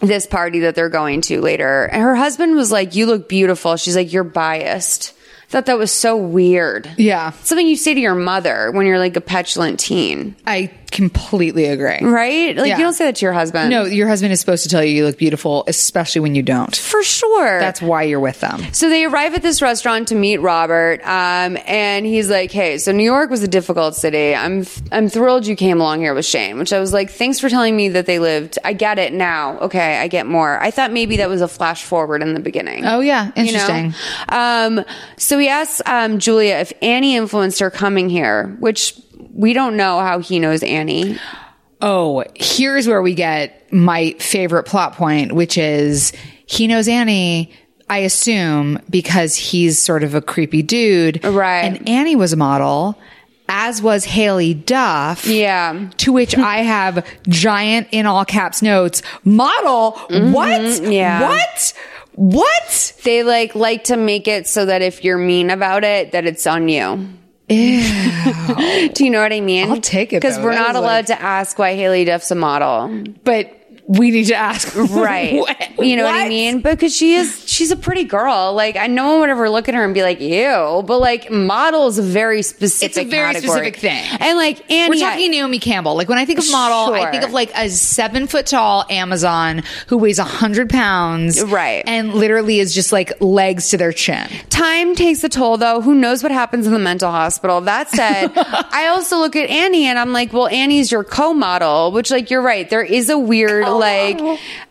S1: this party that they're going to later. And her husband was like, You look beautiful. She's like, You're biased. I thought that was so weird.
S2: Yeah.
S1: Something you say to your mother when you're like a petulant teen.
S2: I completely agree.
S1: Right? Like
S2: Yeah.
S1: you don't say that to your husband.
S2: No, your husband is supposed to tell you you look beautiful, especially when you don't.
S1: For sure.
S2: That's why you're with them.
S1: So they arrive at this restaurant to meet Robert, um, and he's like, "Hey, so New York was a difficult city. I'm I'm thrilled you came along here with Shane." Which I was like, "Thanks for telling me that they lived. I get it now. Okay, I get more. I thought maybe that was a flash forward in the beginning."
S2: Oh, yeah.
S1: You know?
S2: Interesting.
S1: Um, so he asks um, Julia if Annie influenced her coming here, which we don't know how he knows Annie.
S2: Oh, here's where we get my favorite plot point, which is he knows Annie, I assume, because he's sort of a creepy dude. Right. And Annie was a model, as was Haley Duff.
S1: Yeah.
S2: To which I have giant in all caps notes model. What?
S1: Mhm, yeah.
S2: What? What?
S1: They like like to make it so that if you're mean about it, that it's on you. Do you know what I mean? I'll take
S2: it,
S1: because
S2: though.
S1: we're
S2: That
S1: not
S2: was
S1: allowed to ask why Haley Duff's a model,
S2: but we need to ask,
S1: right?
S2: What?
S1: You know what I mean? Because she is she's a pretty girl. Like I, no one would ever look at her and be like, "Ew," but like model is a very specific.
S2: It's a very
S1: category.
S2: specific thing.
S1: And like Annie,
S2: We're talking Naomi Campbell. Like when I think of model, I
S1: Sure.
S2: think of like a seven foot tall Amazon who weighs a hundred pounds, right? And literally is just like legs to their chin.
S1: Time takes a toll, though. Who knows what happens in the mental hospital? That said, I also look at Annie and I'm like, well, Annie's your co-model, which, like, you're right. There is a weird, like,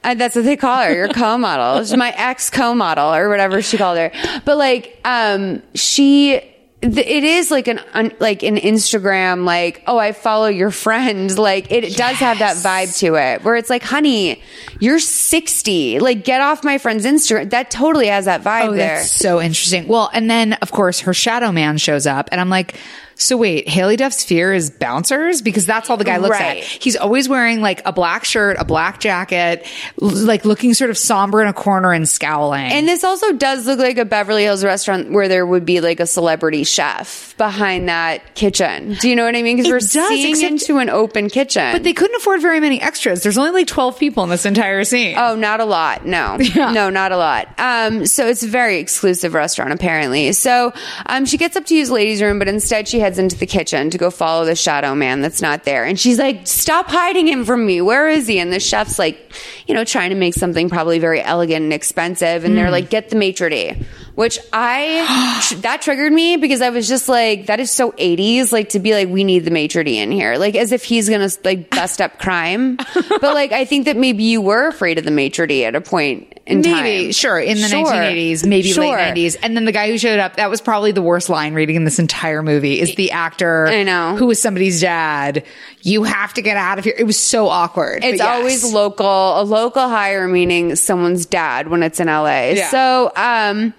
S1: uh, that's what they call her, your co-model. She's my ex co-model or whatever she called her. But like, um, she th- it is like an un, like an Instagram like oh I follow your friend like it does have that vibe to it where it's like honey you're 60 like get off my friend's Instagram that totally has that vibe
S2: Oh,
S1: there
S2: that's so interesting. Well, and then of course her shadow man shows up, and I'm like, so wait, Haley Duff's fear is bouncers because that's all the guy looks
S1: Right.
S2: at. He's always wearing like a black shirt, a black jacket, l- like looking sort of somber in a corner and scowling.
S1: and this also does look like a Beverly Hills restaurant where there would be like a celebrity chef behind that kitchen do you know what I mean because we're seeing into an open kitchen
S2: But they couldn't afford very many extras. There's only like 12 people in this entire scene.
S1: Oh, not a lot. No, no, not a lot. Um, so it's a very exclusive restaurant, apparently. So um, she gets up to use ladies' room, but instead she heads into the kitchen to go follow the shadow man that's not there. And she's like, "Stop hiding him from me. Where is he?" And the chef's like, you know, trying to make something probably very elegant and expensive, and
S2: Hmm.
S1: they're
S13: Mm.
S1: like, "Get the maitre d." Which I tr- that triggered me because I was just like, that is so 80s, like to be like, we need the maitre d in here, like as if he's gonna like bust up crime. but like, I think that maybe you were afraid of the maitre d at a point in time.
S2: maybe, sure, in the
S1: Sure.
S2: 1980s, maybe
S1: Sure.
S2: late 90s. And then the guy who showed up, that was probably the worst line reading in this entire movie, is the actor I know. who was somebody's dad. You have to get out of here. It was so awkward.
S1: It's
S2: but yes.
S1: always local, a local hire, meaning someone's dad when it's in LA.
S2: Yeah.
S1: So, um,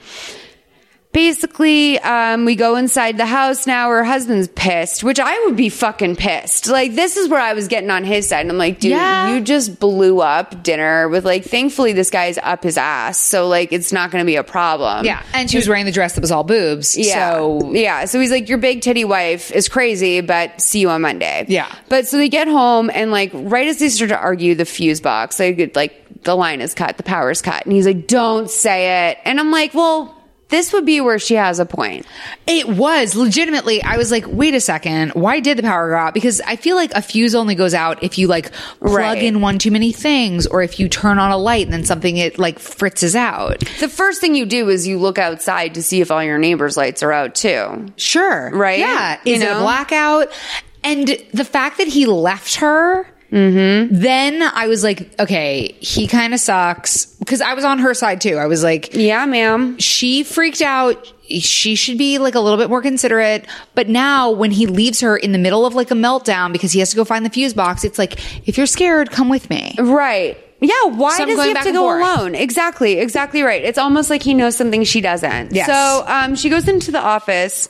S1: basically, um, we go inside the house now. Her husband's pissed, which I would be fucking pissed. Like, this is where I was getting on his side. And I'm like, dude,
S13: Yeah.
S1: you just blew up dinner with like, thankfully, this guy's up his ass. So, like, it's not going to be a problem.
S2: Yeah. And she was wearing the dress that was all boobs.
S1: Yeah.
S2: So
S1: yeah. So he's like, your big titty wife is crazy, but see you on Monday.
S2: Yeah.
S1: But so they get home and like right as they start to argue, the fuse box, they get like the line is cut, the power's cut, and he's like, don't say it. And I'm like, well, this would be where she has a point.
S2: It was legitimately. I was like, wait a second. Why did the power go out? Because I feel like a fuse only goes out if you like plug
S1: Right.
S2: in one too many things, or if you turn on a light and then something it like fritzes out.
S1: The first thing you do is you look outside to see if all your neighbors' lights are out too.
S2: Sure.
S1: Right?
S2: Yeah.
S1: You
S2: Is it a
S1: know?
S2: blackout? And the fact that he left her.
S1: Mm-hmm.
S2: Then I was like, okay, he kind of sucks because I was on her side too. I was like,
S1: yeah, ma'am.
S2: She freaked out. She should be like a little bit more considerate. But now when he leaves her in the middle of like a meltdown because he has to go find the fuse box, it's like, if you're scared, come with me.
S1: Right. Yeah. Why
S2: So I'm
S1: does
S2: going
S1: he have
S2: back
S1: to
S2: and
S1: go
S2: forth.
S1: alone? Exactly. Exactly right. It's almost like he knows something she doesn't.
S13: Yes.
S1: So um, she goes into the office.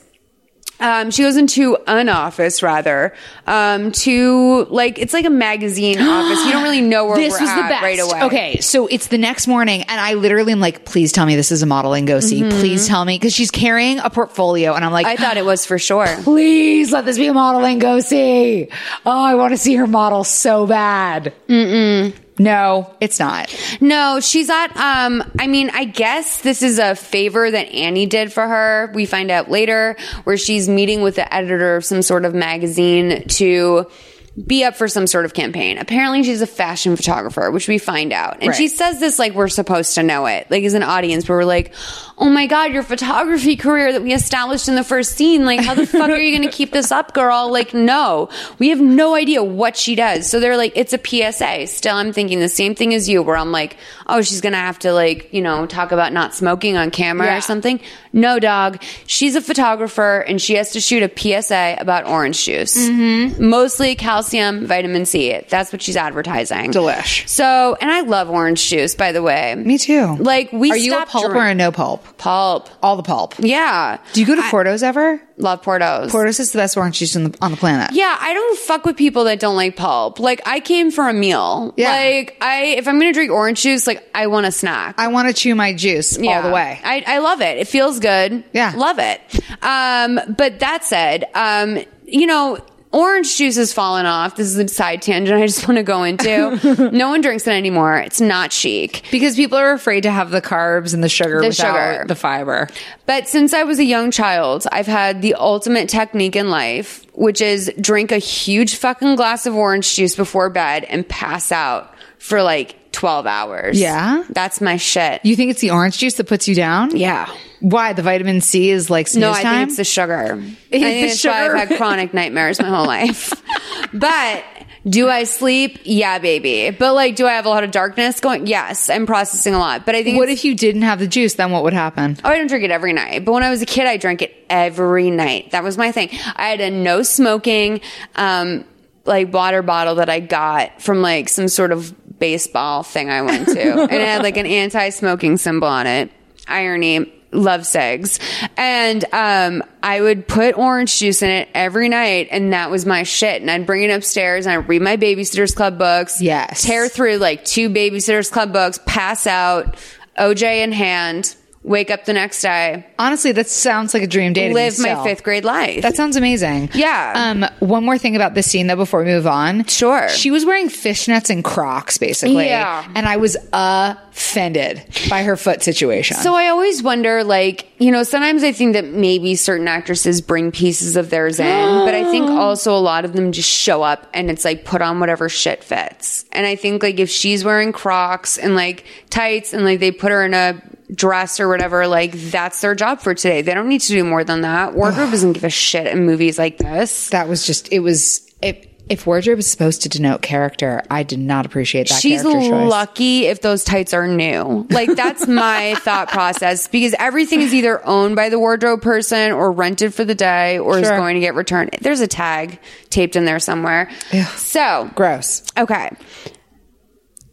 S1: Um, she goes into an office rather, um, to like, it's like a magazine office. You don't really know where
S2: this
S1: we're
S2: was the
S1: at
S2: best.
S1: right away.
S2: Okay, so it's the next morning, and I literally am like, "Please tell me this is a model and go see.
S1: Mhm.
S2: Please tell me because she's carrying a portfolio, and I'm like,
S1: I thought it was for sure.
S2: Please let this be a model and go see. Oh, I want to see her model so bad. Mm-mm. No, it's not.
S1: No, she's at. Um, I mean, I guess this is a favor that Annie did for her. We find out later where she's meeting with the editor of some sort of magazine to be up for some sort of campaign. Apparently, she's a fashion photographer, which we find out, and
S13: Right.
S1: she says this like we're supposed to know it, like as an audience, where we're like, "Oh my god, your photography career that we established in the first scene, like how the fuck are you going to keep this up, girl?" Like, no, we have no idea what she does. So they're like, "It's a PSA." Still, I'm thinking the same thing as you, where I'm like, "Oh, she's going to have to like you know talk about not smoking on camera
S13: Yeah.
S1: or something." No, dog, she's a photographer and she has to shoot a PSA about orange juice,
S13: Mm-hmm.
S1: Mm-hmm. mostly calcium, vitamin C. That's what she's advertising.
S2: Delish.
S1: So, and I love orange juice, by the way.
S2: Me too.
S1: Like we
S2: Are you a
S1: stopped
S2: pulp
S1: drink-
S2: or a no pulp?
S1: Pulp.
S2: All the pulp.
S1: Yeah.
S2: Do you go to Portos ever?
S1: Love Portos.
S2: Portos is the best orange juice on the, on the planet.
S1: Yeah, I don't fuck with people that don't like pulp. Like I came for a meal.
S2: Yeah.
S1: Like I if I'm gonna drink orange juice, like I want a snack.
S2: I want to chew my juice all the way.
S1: I, I love it. It feels good. Yeah. Love it. Um, but that said, um, you know, orange juice has fallen off. This is a side tangent I just want to go into. no one drinks it anymore. It's not chic.
S2: Because people are afraid to have the carbs and the sugar
S1: The
S2: without
S1: sugar.
S2: the fiber.
S1: But since I was a young child, I've had the ultimate technique in life, which is drink a huge fucking glass of orange juice before bed and pass out for like 12 hours.
S2: Yeah?
S1: That's my shit.
S2: You think it's the orange juice that puts you down?
S1: Yeah.
S2: Why? The vitamin C is like snooze
S1: No, I
S2: time?
S1: think it's the sugar. I
S2: It's
S1: think
S2: the
S1: that's why I've
S2: sugar.
S1: had chronic nightmares my whole life. but Do I sleep? Yeah, baby. But like, do I have a lot of darkness going? Yes, I'm processing a lot. But I think
S2: What
S1: it's-
S2: if you didn't have the juice? Then what would happen?
S1: Oh, I don't drink it every night. But when I was a kid, I drank it every night. That was my thing. I had a no smoking, um, like water bottle that I got from like some sort of baseball thing I went to. and it had like an anti smoking symbol on it. Irony. Love segs. And, um, I would put orange juice in it every night. And that was my shit. And I'd bring it upstairs and I'd read my babysitters club books. Yes. Tear through like two babysitters club books, pass out, OJ in hand, wake up the next day.
S2: Honestly, that sounds like a dream day. to me
S1: Live my
S2: still.
S1: fifth grade life.
S2: That sounds amazing.
S1: Yeah.
S2: Um, one more thing about this scene though before we move on.
S1: Sure.
S2: She was wearing fishnets and Crocs basically.
S1: Yeah.
S2: And I was offended by her foot situation.
S1: So I always wonder, like, you know, sometimes I think that maybe certain actresses bring pieces of theirs in, but I think also a lot of them just show up and it's like put on whatever shit fits. And I think like if she's wearing Crocs and like tights and like they put her in a dress or whatever, like that's their job for today. They don't need to do more than that. Wardrobe doesn't give a shit in movies like this.
S2: That was just it was it. If wardrobe is supposed to denote character, I did not appreciate that.
S1: She's
S2: character choice.
S1: lucky if those tights are new. Like that's my thought process because everything is either owned by the wardrobe person or rented for the day or is
S2: Sure.
S1: going to get returned. There's a tag taped in there somewhere. So
S2: gross.
S1: Okay.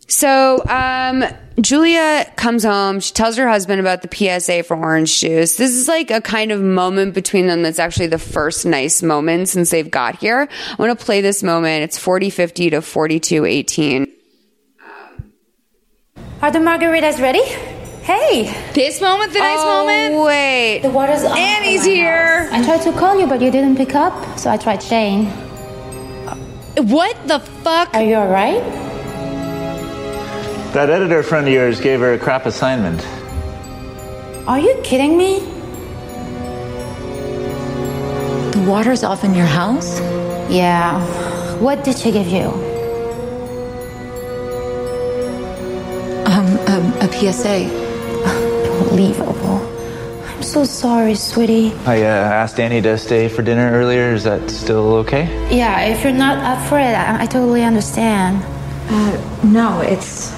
S1: So um, Julia comes home. She tells her husband about the PSA for orange juice. This is like a kind of moment between them that's actually the first nice moment since they've got here. I want to play this moment. It's 4050 to 4218.
S11: Are the margaritas ready? Hey! This moment, the nice moment?
S1: wait.
S11: The water's on. Annie's here! I tried to call you, but you didn't pick up, so I tried Shane. What the fuck? Are you alright?
S10: That editor friend of yours gave her a crap assignment.
S11: Are you kidding me?
S14: The water's off in your house?
S11: Yeah. What did she give you?
S14: Um, um, a PSA.
S11: Unbelievable. I'm so sorry, sweetie.
S10: I uh, asked Annie to stay for dinner earlier. Is that still okay?
S11: Yeah, if you're not up for it, I, I totally understand. Uh, no, it's.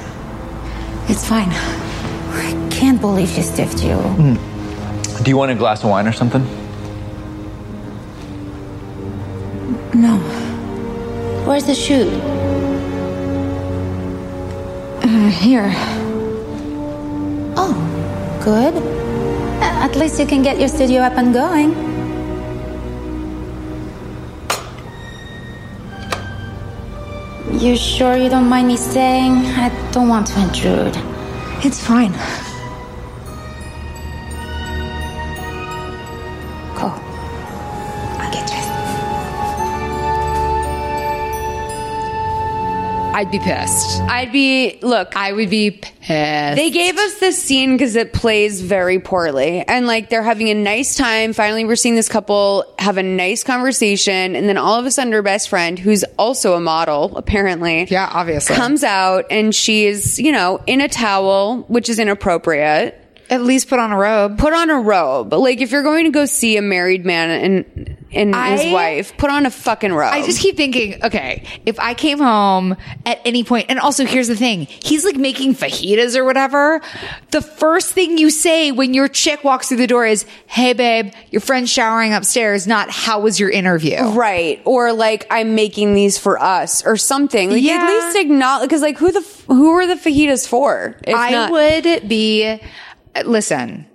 S11: It's fine. I can't believe she stiffed you.
S10: Do you want a glass of wine or something?
S11: No. Where's the shoot?
S14: Uh, here.
S11: Oh, good. A- At least you can get your studio up and going. You sure you don't mind me staying? I don't want to intrude. It's fine. Cool. I'll get dressed.
S2: I'd be pissed.
S1: I'd be look.
S2: I would be pissed.
S1: They gave us this scene because it plays very poorly. And like they're having a nice time. Finally, we're seeing this couple have a nice conversation. And then all of a sudden, her best friend, who's also a model, apparently.
S2: Yeah, obviously.
S1: Comes out and she's, you know, in a towel, which is inappropriate.
S2: At least put on a robe.
S1: Put on a robe. Like if you're going to go see a married man and and his
S2: I-
S1: wife, put on a fucking robe.
S2: I just keep thinking, okay, if I came home at any point, and also here's the thing, he's like making fajitas or whatever. The first thing you say when your chick walks through the door is, "Hey, babe, your friend's showering upstairs." Not, "How was your interview?"
S1: Right. Or like I'm making these for us or something. Like
S2: Yeah.
S1: at least acknowledge because like who the f- who are the fajitas for? If
S2: I
S1: not-
S2: would be. Listen,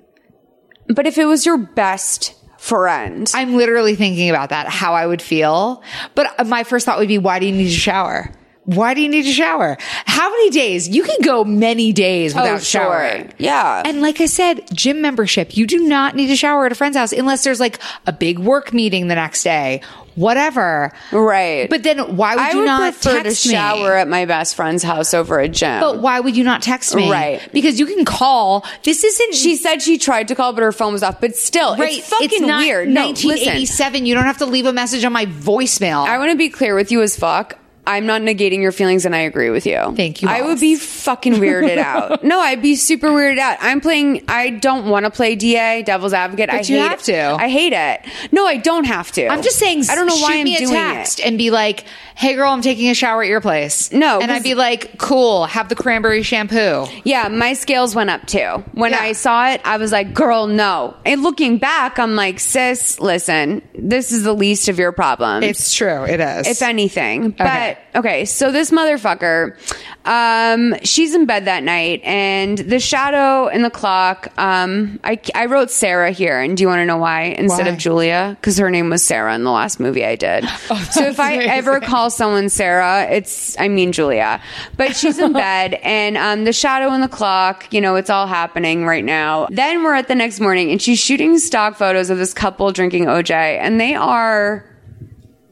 S1: but if it was your best friend,
S2: I'm literally thinking about that, how I would feel. But uh, my first thought would be, why do you need to shower? Why do you need to shower? How many days? You can go many days
S1: Oh,
S2: without
S1: sure.
S2: showering.
S1: Yeah.
S2: And like I said, gym membership, you do not need to shower at a friend's house unless there's like a big work meeting the next day, whatever.
S1: Right.
S2: But then why would
S1: I
S2: you
S1: would
S2: not
S1: prefer to
S2: text
S1: shower
S2: me?
S1: at my best friend's house over a gym.
S2: But why would you not text me?
S1: Right.
S2: Because you can call. This isn't.
S1: She said she tried to call, but her phone was off. But still,
S2: Right.
S1: it's fucking
S2: not
S1: weird. No, listen.
S2: 1987. you don't have to leave a message on my voicemail.
S1: I want to be clear with you as fuck. I'm not negating your feelings and I agree with you. Thank you. I would be fucking weirded out. no, I'd be super weirded out. I'm playing, I don't want to play DA, Devil's Advocate.
S2: But
S1: I
S2: you
S1: hate
S2: have
S1: it.
S2: to.
S1: I hate it. No, I don't have to.
S2: I'm just saying.
S1: I don't know
S2: shoot
S1: why I'm
S2: me a
S1: doing
S2: text
S1: it.
S2: and be like, "Hey, girl, I'm taking a shower at your place." No, and I'd be like, "Cool, have the cranberry shampoo."
S1: Yeah, my scales went up too. When I saw it, I was like, girl, no. And looking back, I'm like, sis, listen, this is the least of your problems.
S2: It's true. It is.
S1: If anything. But okay, so this motherfucker, um, she's in bed that night and the shadow and the clock, um, I, I wrote Sarah here. And do you want to know why instead
S2: Why?
S1: of Julia? Because her name was Sarah in the last movie I did. so if I
S2: Oh, amazing.
S1: ever call someone Sarah, it's, I mean, Julia. But she's in bed and um, the shadow and the clock, you know, it's all happening right now. Then we're at the next morning and she's shooting stock photos of this couple drinking OJ and they are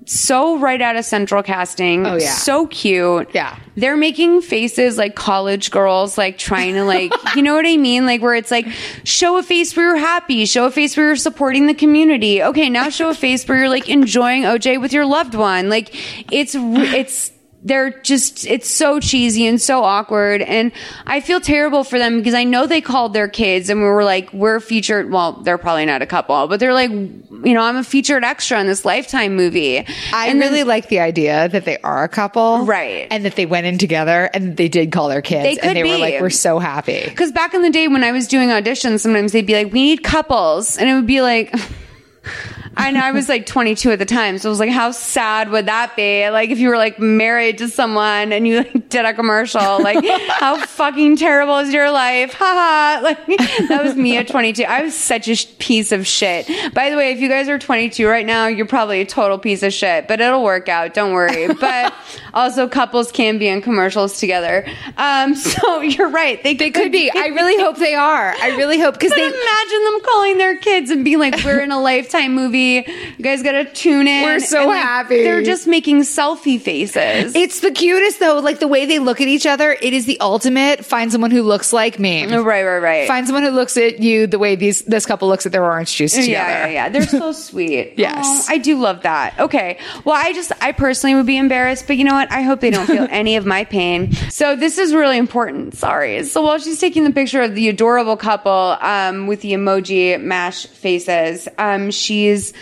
S1: so right out of central casting.
S2: Oh, yeah.
S1: So cute. Yeah. They're making faces like college girls, like trying to like, you know what I mean? Like where it's like, show a face where you're happy, show a face where you're supporting the community. Okay, now show a face where you're like enjoying OJ with your loved one. Like it's re- it's they're just it's so cheesy and so awkward and i feel terrible for them because i know they called their kids and we were like we're featured well they're probably not a couple but they're like you know i'm a featured extra in this lifetime movie
S2: I
S1: And then
S2: really like the idea that they are a couple, right? And that they went in together and they did call their kids,
S1: They
S2: and
S1: could
S2: they
S1: be.
S2: were like, "We're so happy."
S1: Because back in the day when I was doing auditions, sometimes they'd be like, we need couples. And it would be like, and I was like 22 at the time. So I was like, how sad would that be? Like if you were like married to someone and you like did a commercial, like how fucking terrible is your life? Haha. Like that was me at 22. I was such a sh- piece of shit. By the way, if you guys are 22 right now, you're probably a total piece of shit, but it'll work out. Don't worry. But also couples can be in commercials together. Um, so you're right. They,
S2: They could be. I really hope they are. I really hope because
S1: But
S2: they
S1: imagine them calling their kids and being like, "We're in a lifetime movie. You guys gotta tune in.
S2: We're so
S1: And, like,
S2: happy.
S1: They're just making selfie faces.
S2: It's the cutest though. Like the way they look at each other, it is the ultimate find someone who looks like me.
S1: Right, right, right.
S2: Find someone who looks at you the way these this couple looks at their orange juice
S1: yeah,
S2: together.
S1: yeah, yeah. They're so sweet.
S2: Yes.
S1: Oh, I do love that. Okay. Well, I just, I personally would be embarrassed, but you know what? I hope they don't feel any of my pain. So this is really important. Sorry. So while she's taking the picture of the adorable couple um, with the emoji mash faces, um, she's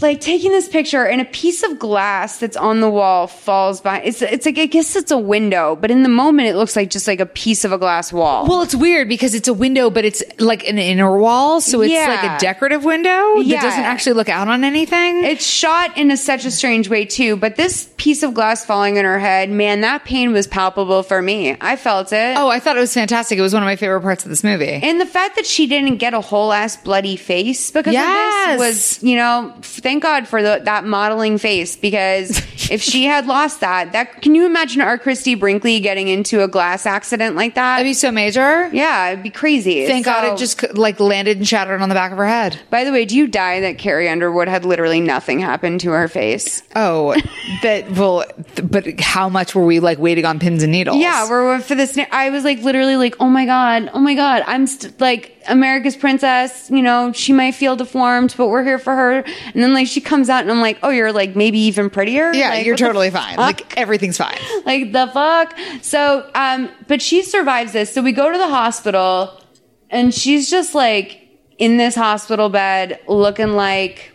S1: like taking this picture and a piece of glass that's on the wall falls by it's it's like I guess it's a window but in the moment it looks like just like a piece of a glass wall.
S2: Well, it's weird because it's a window, but it's like an inner wall, so it's like
S1: Yeah.
S2: a decorative window
S1: Yeah.
S2: that doesn't actually look out on anything.
S1: It's shot in a, such a strange way too, but this piece of glass falling on her head, man, that pain was palpable for me. I felt it.
S2: Oh, I thought it was fantastic. It was one of my favorite parts of this movie.
S1: And the fact that she didn't get a whole ass bloody face because
S2: Yes.
S1: of this was, you know, f- thank God for the, that modeling face because if she had lost that, that can you imagine our Christy Brinkley getting into a glass accident like that? That'd
S2: be so major.
S1: Yeah, it'd be crazy.
S2: Thank God it
S1: So-
S2: just like landed and shattered on the back of her head.
S1: By the way, do you die that Carrie Underwood had literally nothing happen to her face?
S2: Oh, that well, th- but how much were we like waiting on pins and needles?
S1: Yeah, we're, we're for this. I was like literally like, oh my god, oh my god, I'm st- like America's princess. You know, she might feel deformed, but we're here for her. And then like she comes out, and I'm like, oh, you're like maybe even prettier.
S2: Yeah,
S1: Like,
S2: you're
S1: what the
S2: totally fine.
S1: fuck?
S2: Like everything's fine.
S1: like the fuck. So, um, but she survives this. So we go to the hospital, and she's just like in this hospital bed, looking like.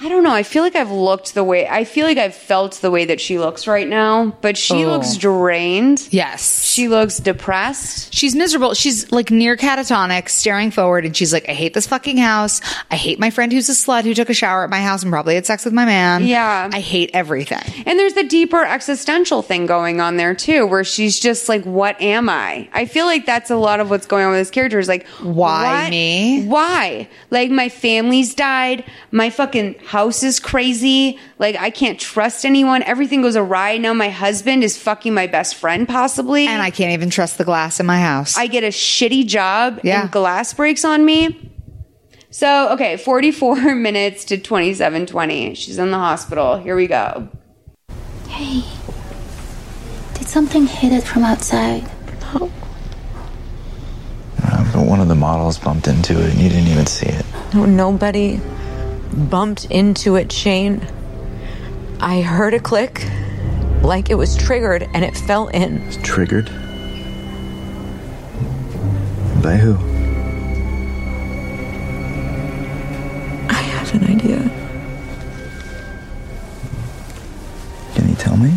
S1: I don't know. I feel like I've looked the way I feel like I've felt the way that she looks right now, but she
S2: Oh.
S1: looks drained.
S2: Yes.
S1: She looks depressed.
S2: She's miserable. She's like near catatonic, staring forward, and she's like, I hate this fucking house. I hate my friend who's a slut who took a shower at my house and probably had sex with my man.
S1: Yeah.
S2: I hate everything.
S1: And there's the deeper existential thing going on there too, where she's just like, "What am I?" I feel like that's a lot of what's going on with this character. Is like,
S2: Why
S1: me? Why? Like my family's died. My fucking house is crazy. Like I can't trust anyone. Everything goes awry now. My husband is fucking my best friend, possibly,
S2: And I can't even trust the glass in my house.
S1: I get a shitty job
S2: Yeah.
S1: and glass breaks on me. So, okay, 44 minutes to 2720. She's in the hospital. Here we go.
S11: Hey, did something hit it from outside? No.
S6: Uh, but one of the models bumped into it and you didn't even see it.
S15: No, nobody bumped into it, Shane. I heard a click, like it was triggered, and it fell in.
S6: Triggered? By who?
S15: I have an idea.
S6: Can you tell me?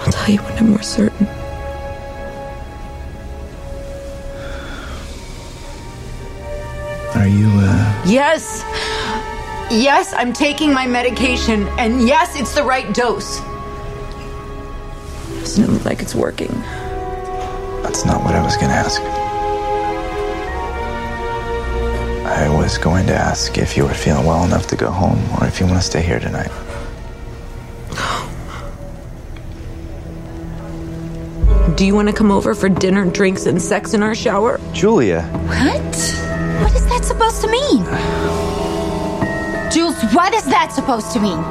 S15: I'll tell you when I'm more certain.
S6: Are you, uh.
S16: Yes! Yes, I'm taking my medication, and yes, it's the right dose.
S15: Doesn't it look like it's working?
S6: That's not what I was gonna ask. I was going to ask if you were feeling well enough to go home or if you want to stay here tonight.
S15: Do you want to come over for dinner, drinks, and sex in our shower?
S6: Julia,
S11: What? What is that supposed to mean? Jules, what is that supposed to mean?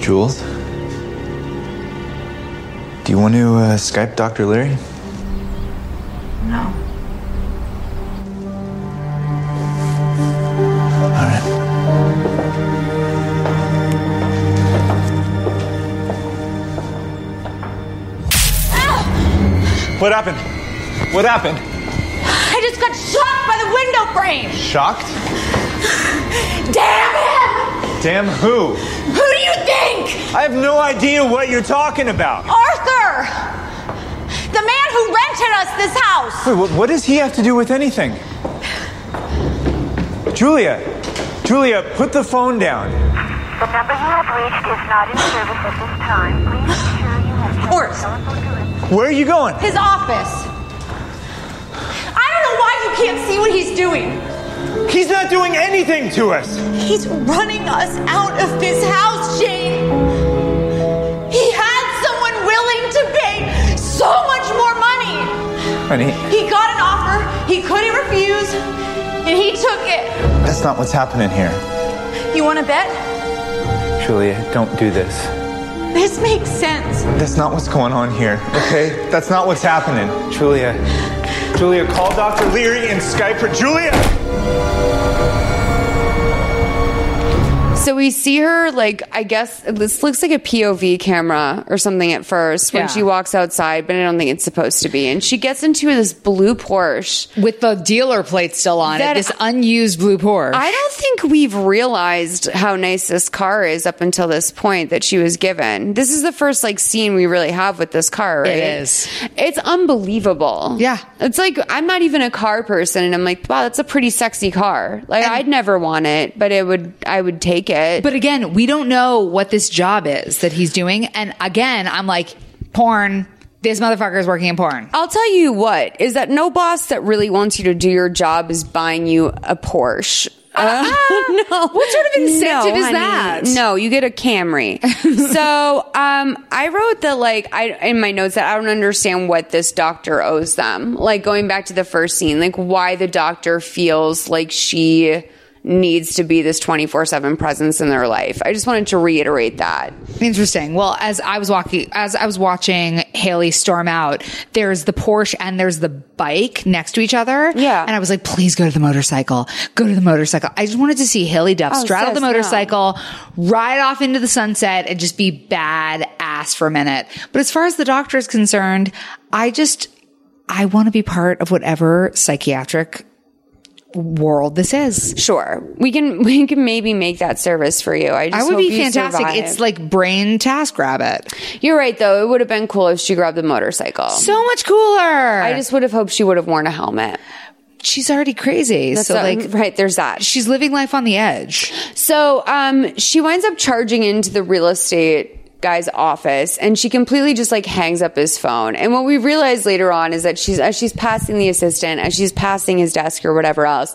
S6: Jules? Do you want to uh, Skype Dr. Leary?
S15: No.
S10: What happened? What happened?
S16: I just got shocked by the window frame!
S10: Shocked?
S16: Damn it!
S10: Damn who?
S16: Who do you think?
S10: I have no idea what you're talking about.
S16: Arthur! The man who rented us this house!
S10: Wait, what, what does he have to do with anything? Julia, Julia, put the phone down.
S17: The number you have reached is not in service at this time. Please ensure you have checked
S16: Horse.
S10: Where are you going?
S16: His office. I don't know why you can't see what he's doing.
S10: He's not doing anything to us.
S16: He's running us out of this house, Shane. He had someone willing to pay so much more money.
S10: Honey,
S16: He got an offer he couldn't refuse, and he took it.
S10: that's not what's happening here.
S16: You want to bet?
S10: Julia, don't do this.
S16: This makes sense.
S10: That's not what's going on here, okay? That's not what's happening. Julia. Julia, call Dr. Leary and Skype her. Julia!
S1: So we see her like I guess this looks like a POV camera or something at first when
S2: Yeah.
S1: she walks outside, but I don't think it's supposed to be. And she gets into this blue Porsche.
S2: With the dealer plate still on
S1: That-
S2: it, this unused blue Porsche.
S1: I don't think we've realized how nice this car is up until this point that she was given. This is the first like scene we really have with this car, right?
S2: It is.
S1: It's unbelievable. Yeah. It's like I'm not even a car person and I'm like, wow, that's a pretty sexy car. Like I'd never want it, but it would I would take it.
S2: But again, we don't know what this job is that he's doing. And again, I'm like, porn. This motherfucker is working in porn.
S1: I'll tell you what is that no boss that really wants you to do your job is buying you a Porsche. Uh, no. What
S2: sort of Ah, incentive is
S1: honey.
S2: that?
S1: No, you get a Camry. so, um, I wrote that like I in my notes that I don't understand what this doctor owes them. Like going back to the first scene, like why the doctor feels like she needs to be this 24/7 presence in their life. I just wanted to reiterate that.
S2: Interesting. Well, as I was walking, as I was watching Haley storm out, there's the Porsche and there's the bike next to each other. Yeah. And I was like, please go to the motorcycle. Go to the motorcycle. I just wanted to see Haley Duff
S1: Oh,
S2: straddle
S1: sis,
S2: the motorcycle, ride off into the sunset and just be badass for a minute. But as far as the doctor is concerned, I just, I want to be part of whatever psychiatric world this is.
S1: Sure. We can we can maybe make that service for you. I just
S2: I would
S1: hope
S2: be
S1: you
S2: fantastic.
S1: survive.
S2: It's like brain task rabbit.
S1: You're right, though. It would have been cool if she grabbed the motorcycle.
S2: So much cooler. I
S1: just would have hoped she would have worn a helmet.
S2: She's already crazy.
S1: That's
S2: so
S1: what-
S2: like
S1: right there's that.
S2: She's living life on the edge.
S1: So um, she winds up charging into the real estate guy's office and she completely just like hangs up his phone. And what we realize later on is that she's as she's passing the assistant, as she's passing his desk or whatever else,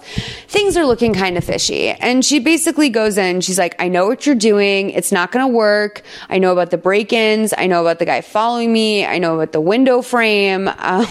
S1: things are looking kind of fishy. And she basically goes in, she's like, I know what you're doing. It's not going to work. I know about the break-ins. I know about the guy following me. I know about the window frame. Um,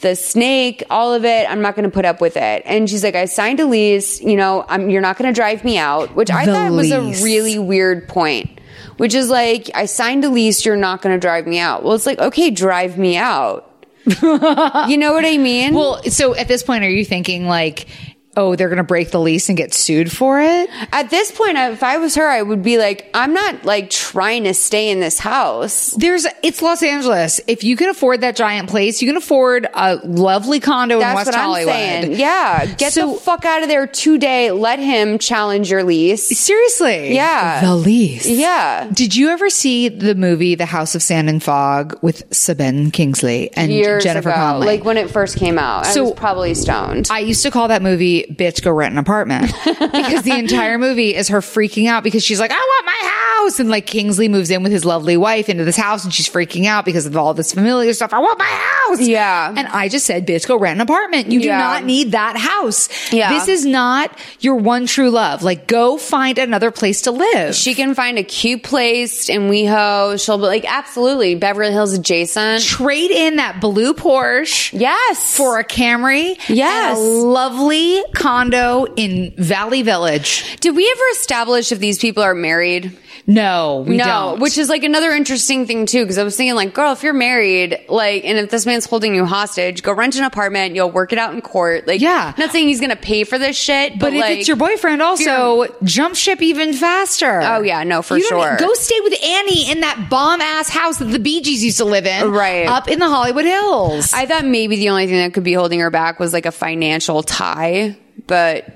S1: the snake, all of it. I'm not going to put up with it. And she's like, I signed a lease. You know, I'm, you're not going to drive me out, which I
S2: The
S1: thought was
S2: lease.
S1: a really weird point. Which is like, I signed a lease. You're not going to drive me out. Well, it's like, okay, drive me out. you know what I mean?
S2: Well, so at this point, are you thinking like, oh, they're going to break the lease and get sued for it?
S1: At this point, I- if I was her, I would be like, I'm not like trying to stay in this house.
S2: There's, it's Los Angeles. If you can afford that giant place, you can afford a lovely condo in
S1: That's
S2: West
S1: what
S2: Hollywood.
S1: I'm saying. Yeah, get
S2: So-
S1: the fuck out of there today. Let him challenge your lease.
S2: Seriously?
S1: Yeah.
S2: The lease.
S1: Yeah.
S2: Did you ever see the movie The House of Sand and Fog with Sabine Kingsley and
S1: Years
S2: Jennifer
S1: ago,
S2: Connelly?
S1: like when it first came out. I
S2: So-
S1: was probably stoned.
S2: I used to call that movie "Bitch Go Rent an Apartment" because the entire movie is her freaking out because she's like, "I want my house," and like Kingsley moves in with his lovely wife into this house, and she's freaking out because of all this familiar stuff. I want my house.
S1: Yeah,
S2: and I just said, "Bitch, go rent an apartment." You
S1: Yeah.
S2: do not need that house.
S1: Yeah.
S2: this is not your one true love. Like, go find another place to live.
S1: She can find a cute place in WeHo. She'll be like, absolutely, Beverly Hills adjacent.
S2: Trade in that blue Porsche,
S1: yes,
S2: for a Camry,
S1: Yes.
S2: and a lovely condo in Valley Village.
S1: Did we ever establish if these people are married?
S2: No, we
S1: no,
S2: don't.
S1: which is like another interesting thing too, because I was thinking like, girl, if you're married, like, and if this man's holding you hostage, go rent an apartment. You'll work it out in court. Like, yeah, not saying he's gonna pay for this shit, but,
S2: But, if
S1: like,
S2: it's your boyfriend, also jump ship even faster.
S1: Oh, yeah, no, for
S2: You don't-
S1: sure.
S2: Go stay with Annie in that bomb ass house that the Bee Gees used to live in,
S1: Right.
S2: up in the Hollywood Hills.
S1: I thought maybe the only thing that could be holding her back was like a financial tie, but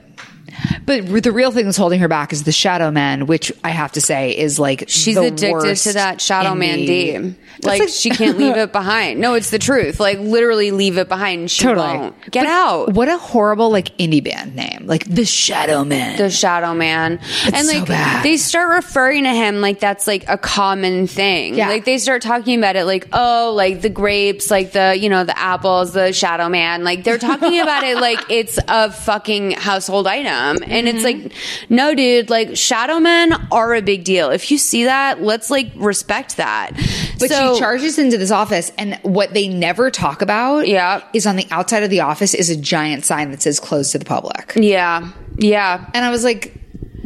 S2: but the real thing that's holding her back is the Shadow Man, which I have to say is like
S1: She's
S2: the
S1: addicted
S2: worst
S1: to that shadow
S2: in
S1: man
S2: the-
S1: D.
S2: That's
S1: Like she can't leave it behind. No, it's the truth. Like literally leave it behind. She
S2: Totally.
S1: won't. Get
S2: But
S1: out.
S2: What a horrible like indie band name, like the Shadow Man.
S1: The shadow man. and
S2: so
S1: like
S2: bad.
S1: they start referring to him like that's like a common thing.
S2: Yeah.
S1: Like they start talking about it like, oh, like the grapes, like the, you know, the apples, the shadow man. Like they're talking about it like it's a fucking household item. And it's
S2: Mm-hmm.
S1: like, no, dude, like shadow men are a big deal. If you see that, let's like respect that.
S2: But
S1: So-
S2: she charges into this office, and what they never talk about, yeah, is on the outside of the office is a giant sign that says "closed to the public."
S1: Yeah. Yeah.
S2: And I was like,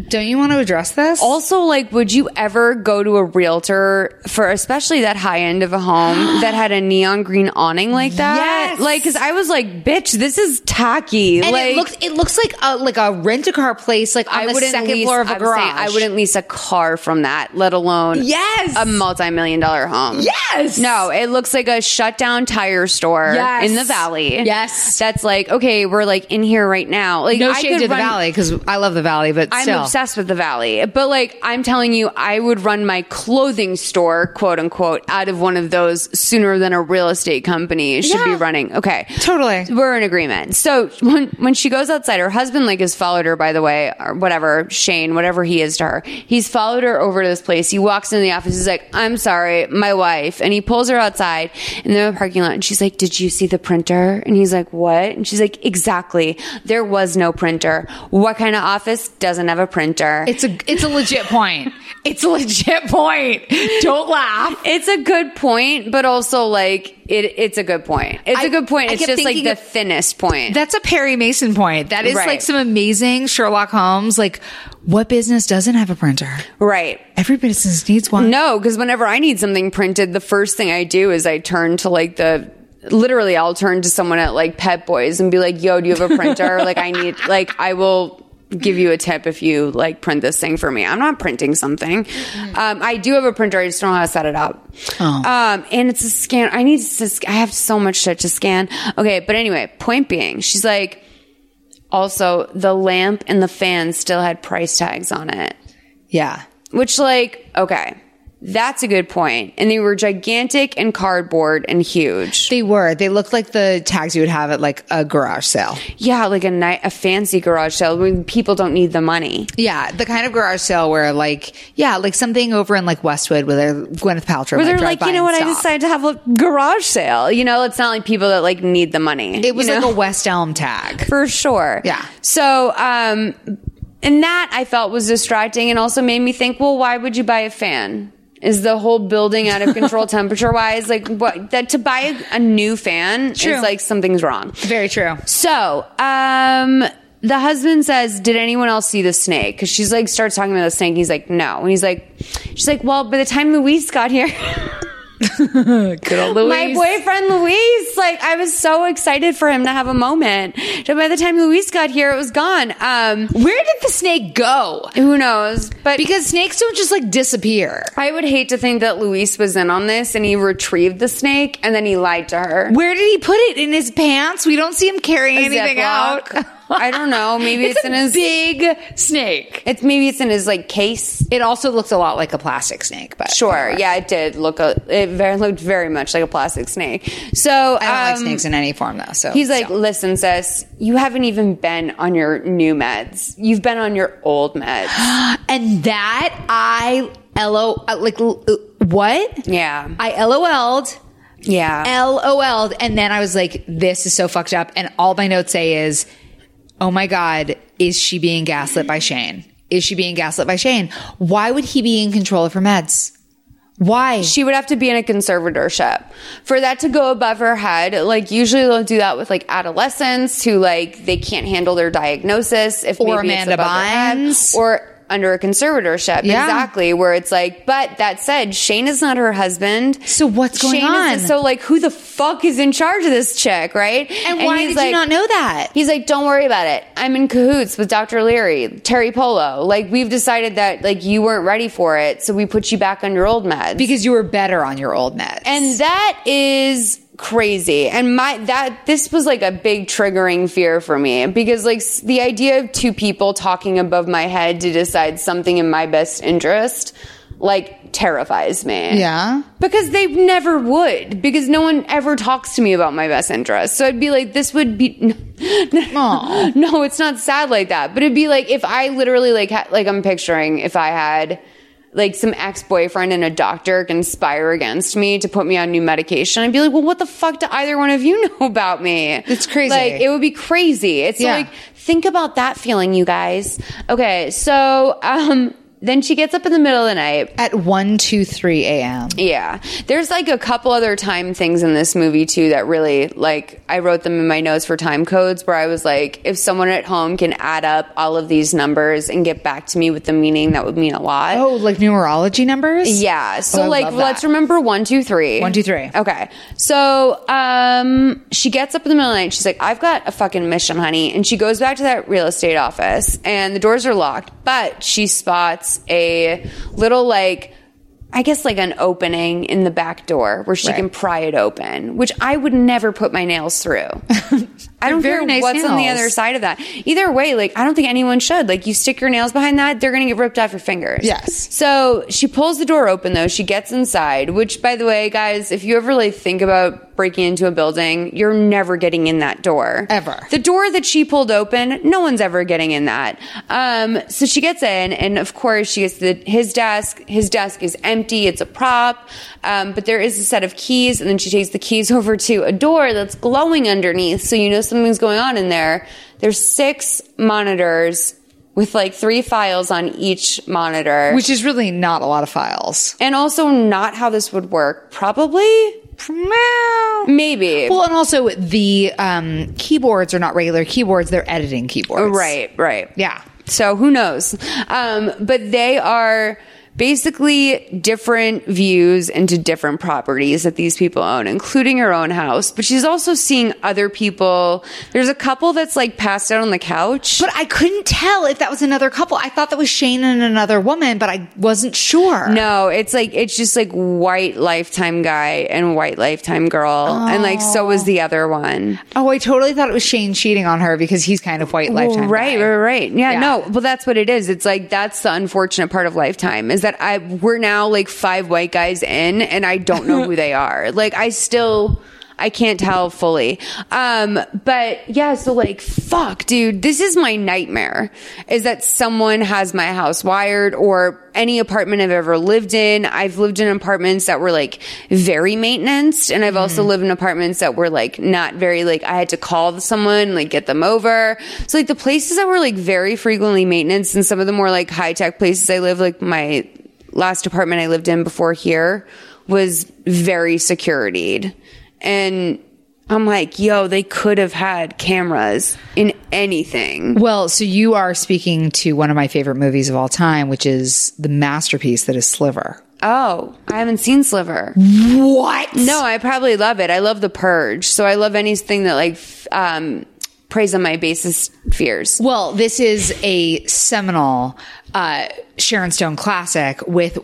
S2: don't you want to address this?
S1: Also, like, would you ever go to a realtor for especially that high end of a home that had a neon green awning like that?
S2: Yes.
S1: Like, cause I was like, bitch, this is tacky.
S2: And
S1: like,
S2: it looks it looks like a like a rent a car place, like on
S1: I
S2: the
S1: wouldn't
S2: second
S1: lease-
S2: floor of a
S1: I'm saying
S2: garage.
S1: I wouldn't lease a car from that, let alone
S2: Yes.
S1: a multi-million dollar home.
S2: Yes.
S1: No, it looks like a shut down tire store
S2: Yes.
S1: in the valley.
S2: Yes.
S1: That's like, okay, we're like in here right now. Like
S2: no
S1: I
S2: shade
S1: could
S2: to the
S1: run-
S2: valley because I love the valley, but
S1: I'm
S2: still.
S1: obsessed with the valley. But like I'm telling you, I would run my clothing store, quote unquote, out of one of those sooner than a real estate company should be
S2: Yeah.
S1: running. Okay.
S2: Totally.
S1: We're in agreement. So when when she goes outside, her husband like has followed her, by the way, or whatever, Shane, whatever he is to her. He's followed her over to this place. He walks into the office, he's like, I'm sorry, my wife. And he pulls her outside in the parking lot and she's like, Did you see the printer? And he's like, What? And she's like, Exactly. There was no printer. What kind of office doesn't have a printer?
S2: It's a it's a legit point. It's a legit point. Don't laugh.
S1: Ah, It's a good point, but also like it it's a good point. It's a
S2: I-
S1: good point.
S2: I
S1: It's
S2: kept
S1: just like
S2: thinking
S1: the
S2: of-
S1: thinnest point.
S2: That's a Perry Mason point. That is
S1: Right.
S2: like some amazing Sherlock Holmes. Like, what business doesn't have a printer?
S1: right.
S2: Every business needs one.
S1: No, because whenever I need something printed, the first thing I do is I turn to like the literally I'll turn to someone at like Pet Boys and be like, "Yo, do you have a printer? like I need like I will." Give you a tip if you like print this thing for me. I'm not printing something. Um, I do have a printer. I just don't know how to set it up.
S2: Oh.
S1: Um, and it's a scan. I need to. sc- I have so much shit to scan. Okay, but anyway, point being, she's like. Also, the lamp and the fan still had price tags on it.
S2: Yeah.
S1: Which, like, okay. That's a good point. And they were gigantic and cardboard and huge.
S2: They were. They looked like the tags you would have at like a garage sale.
S1: Yeah, like a night, a fancy garage sale when people don't need the money.
S2: Yeah, the kind of garage sale where like yeah, like something over in like Westwood where they're Gwyneth Paltrow.
S1: Where
S2: might
S1: they're
S2: drive
S1: like,
S2: by
S1: you know
S2: and
S1: what? I
S2: stop.
S1: decided to have a garage sale. You know, it's not like people that like need the money.
S2: It was
S1: you know?
S2: like a West Elm tag.
S1: for sure. Yeah. So, um, and that I felt was distracting and also made me think, well, why would you buy a fan? Is the whole building out of control temperature wise? Like, what that to buy a, a new fan
S2: True.
S1: is like something's wrong.
S2: Very true.
S1: So, um, the husband says, Did anyone else see the snake? Because she's like, starts talking about the snake. He's like, No. And he's like, She's like, Well, by the time Luis got here,
S2: Good old
S1: my boyfriend Luis, like I was so excited for him to have a moment. So by the time Luis got here, it was gone. Um,
S2: Where did the snake go?
S1: Who knows? But
S2: because snakes don't just like disappear.
S1: I would hate to think that Luis was in on this and he retrieved the snake and then he lied to her.
S2: Where did he put it in his pants? We don't see him carrying anything out.
S1: I don't know. Maybe it's,
S2: It's
S1: in
S2: a
S1: his
S2: big snake.
S1: It's maybe it's in his like case.
S2: It also looked a lot like a plastic snake, but
S1: sure, yeah, it did look. A, it very, looked very much like a plastic snake. So
S2: I don't like
S1: um,
S2: snakes in any form though. So
S1: He's like, listen, sis, you haven't even been on your new meds. You've been on your old meds.
S2: and that I lo uh, like l- uh, what?
S1: Yeah,
S2: I lol'd.
S1: Yeah,
S2: lol'd, and then I was like, this is so fucked up. And all my notes say is, oh my god, is she being gaslit by Shane? Is she being gaslit by Shane? Why would he be in control of her meds? Why?
S1: she would have to be in a conservatorship for that to go above her head. Like usually they'll do that with like adolescents who like they can't handle their diagnosis if
S2: Or
S1: maybe
S2: Amanda
S1: it's above their head.
S2: Bynes.
S1: or under a conservatorship
S2: Yeah.
S1: exactly where it's like but that said Shane is not her husband
S2: so what's going
S1: Shane
S2: on?
S1: is, so like who the fuck is in charge of this chick right
S2: And why
S1: he's
S2: did you not know that?
S1: he's like don't worry about it I'm in cahoots with Dr. Leary Terry Polo like we've decided that like you weren't ready for it so we put you back on your old meds
S2: because you were better on your old meds.
S1: and that is crazy and my that this was like a big triggering fear for me because like s- the idea of two people talking above my head to decide something in my best interest like terrifies me
S2: Yeah.
S1: because they never would because no one ever talks to me about my best interest so i'd be like this would be no, no it's not sad like that but it'd be like if i literally like ha- like i'm picturing if i had like some ex-boyfriend and a doctor conspire against me to put me on new medication i'd be like well what the fuck do either one of you know about me it's
S2: crazy.
S1: like it would be crazy it's
S2: Yeah.
S1: like think about that feeling you guys okay so um then she gets up in the middle of the night
S2: At 1, 2, 3 a.m.
S1: yeah. There's like a couple other time things in this movie too that really like I wrote them in my notes for time codes where I was like if someone at home can add up all of these numbers and get back to me with the meaning that would mean a lot.
S2: Oh, like numerology numbers?
S1: Yeah. So
S2: Oh, I
S1: like
S2: love that.
S1: let's remember one, two, three.
S2: One, two, three.
S1: Okay. So um she gets up in the middle of the night, she's like, I've got a fucking mission, honey. And she goes back to that real estate office and the doors are locked, but she spots a little like I guess like an opening in the back door where she
S2: Right.
S1: can pry it open, which I would never put my nails through. I don't
S2: very
S1: care
S2: nice
S1: what's on the
S2: nails.
S1: other side of that. Either way, like I don't think anyone should. Like you stick your nails behind that, they're gonna get ripped off your fingers.
S2: Yes.
S1: So she pulls the door open though. She gets inside, which by the way, guys, if you ever like think about breaking into a building, you're never getting in that door.
S2: Ever.
S1: The door that she pulled open, no one's ever getting in that. Um, so she gets in and of course she gets to the, his desk. His desk is empty. It's a prop. Um, but there is a set of keys and then she takes the keys over to a door that's glowing underneath. So you know something's going on in there. There's six monitors with like three files on each monitor
S2: Which is really not a lot of files.
S1: and also not how this would work. Probably, maybe.
S2: Well, and also the um, keyboards are not regular keyboards, they're editing keyboards.
S1: Oh, right, right.
S2: Yeah.
S1: So who knows? Um, but they are basically different views into different properties that these people own, including her own house. But she's also seeing other people. There's a couple that's like passed out on the couch.
S2: But I couldn't tell if that was another couple. I thought that was Shane and another woman, but I wasn't sure.
S1: No, it's like it's just like white lifetime guy and white lifetime girl, and like so was the other one.
S2: Oh, I totally thought it was Shane cheating on her because he's kind of white lifetime.
S1: right
S2: guy.
S1: right right yeah,
S2: Yeah.
S1: no well that's what it is it's like that's the unfortunate part of lifetime is that I we're now like five white guys in and I don't know who they are. Like I still I can't tell fully. Um but yeah, so like fuck dude, this is my nightmare is that someone has my house wired or any apartment I've ever lived in. I've lived in apartments that were like very maintenance and I've also lived in apartments that were like not very like I had to call someone, like get them over. So like the places that were like very frequently maintenance and some of the more like high tech places I live, like my last apartment I lived in before here was very securityed. And I'm like, yo, they could have had cameras in anything.
S2: Well, so you are speaking to one of my favorite movies of all time, which is the masterpiece that is Sliver.
S1: Oh, I haven't seen Sliver.
S2: What?
S1: No, I probably love it. I love The Purge. So I love anything that like f- um preys on my basis fears.
S2: Well, this is a seminal uh, Sharon Stone classic with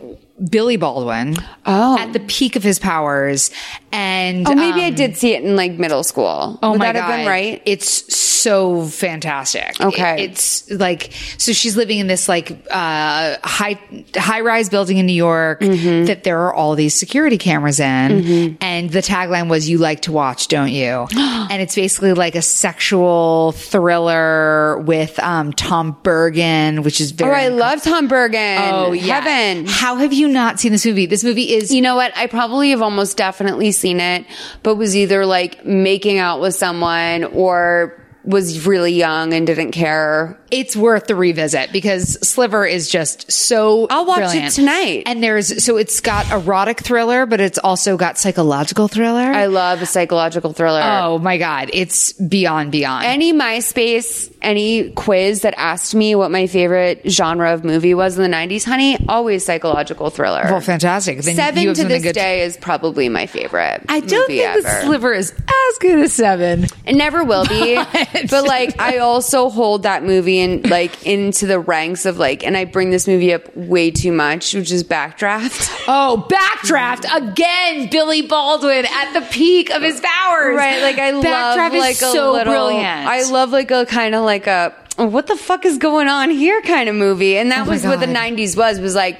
S2: Billy Baldwin oh. at the peak of his powers. And um,
S1: Oh, maybe I did see it in like middle school.
S2: Oh
S1: Would
S2: my
S1: that
S2: god!
S1: have been right?
S2: It's so fantastic.
S1: Okay.
S2: It- it's like so she's living in this like uh, high high rise building in New York
S1: Mm-hmm.
S2: that there are all these security cameras in,
S1: Mhm.
S2: and the tagline was "You like to watch, don't you?" and it's basically like a sexual thriller with um, Tom Bergen, which is very
S1: oh, I love Tom Bergen.
S2: Oh, yeah.
S1: heaven!
S2: How have you not seen this movie? This movie is.
S1: You know what? I probably have almost definitely seen it, but was either like making out with someone or was really young and didn't care.
S2: It's worth the revisit because Sliver is just so. I'll
S1: watch it
S2: tonight. And there's so it's got erotic thriller, but it's also got psychological thriller. I
S1: love a psychological thriller.
S2: Oh my god, it's beyond beyond.
S1: Any MySpace, any quiz that asked me what my favorite genre of movie was in the '90s, honey, always psychological thriller.
S2: well, fantastic. Then you
S1: Seven
S2: have
S1: to
S2: something
S1: this
S2: good
S1: day is probably my favorite.
S2: I don't
S1: movie
S2: think
S1: ever.
S2: the Sliver is as good as Seven.
S1: It never will be.
S2: But-
S1: But, like, I also hold that movie and like into the ranks of like, and I bring this movie up way too much, which is Backdraft.
S2: Oh, Backdraft again! Billy Baldwin at the peak of his powers.
S1: Right, like I love
S2: Backdraft is
S1: like a
S2: so
S1: little,
S2: brilliant.
S1: I love like a kind of like a "Oh, what the fuck is going on here kind of movie, and that
S2: Oh my
S1: was what the
S2: God.
S1: '90s was was like.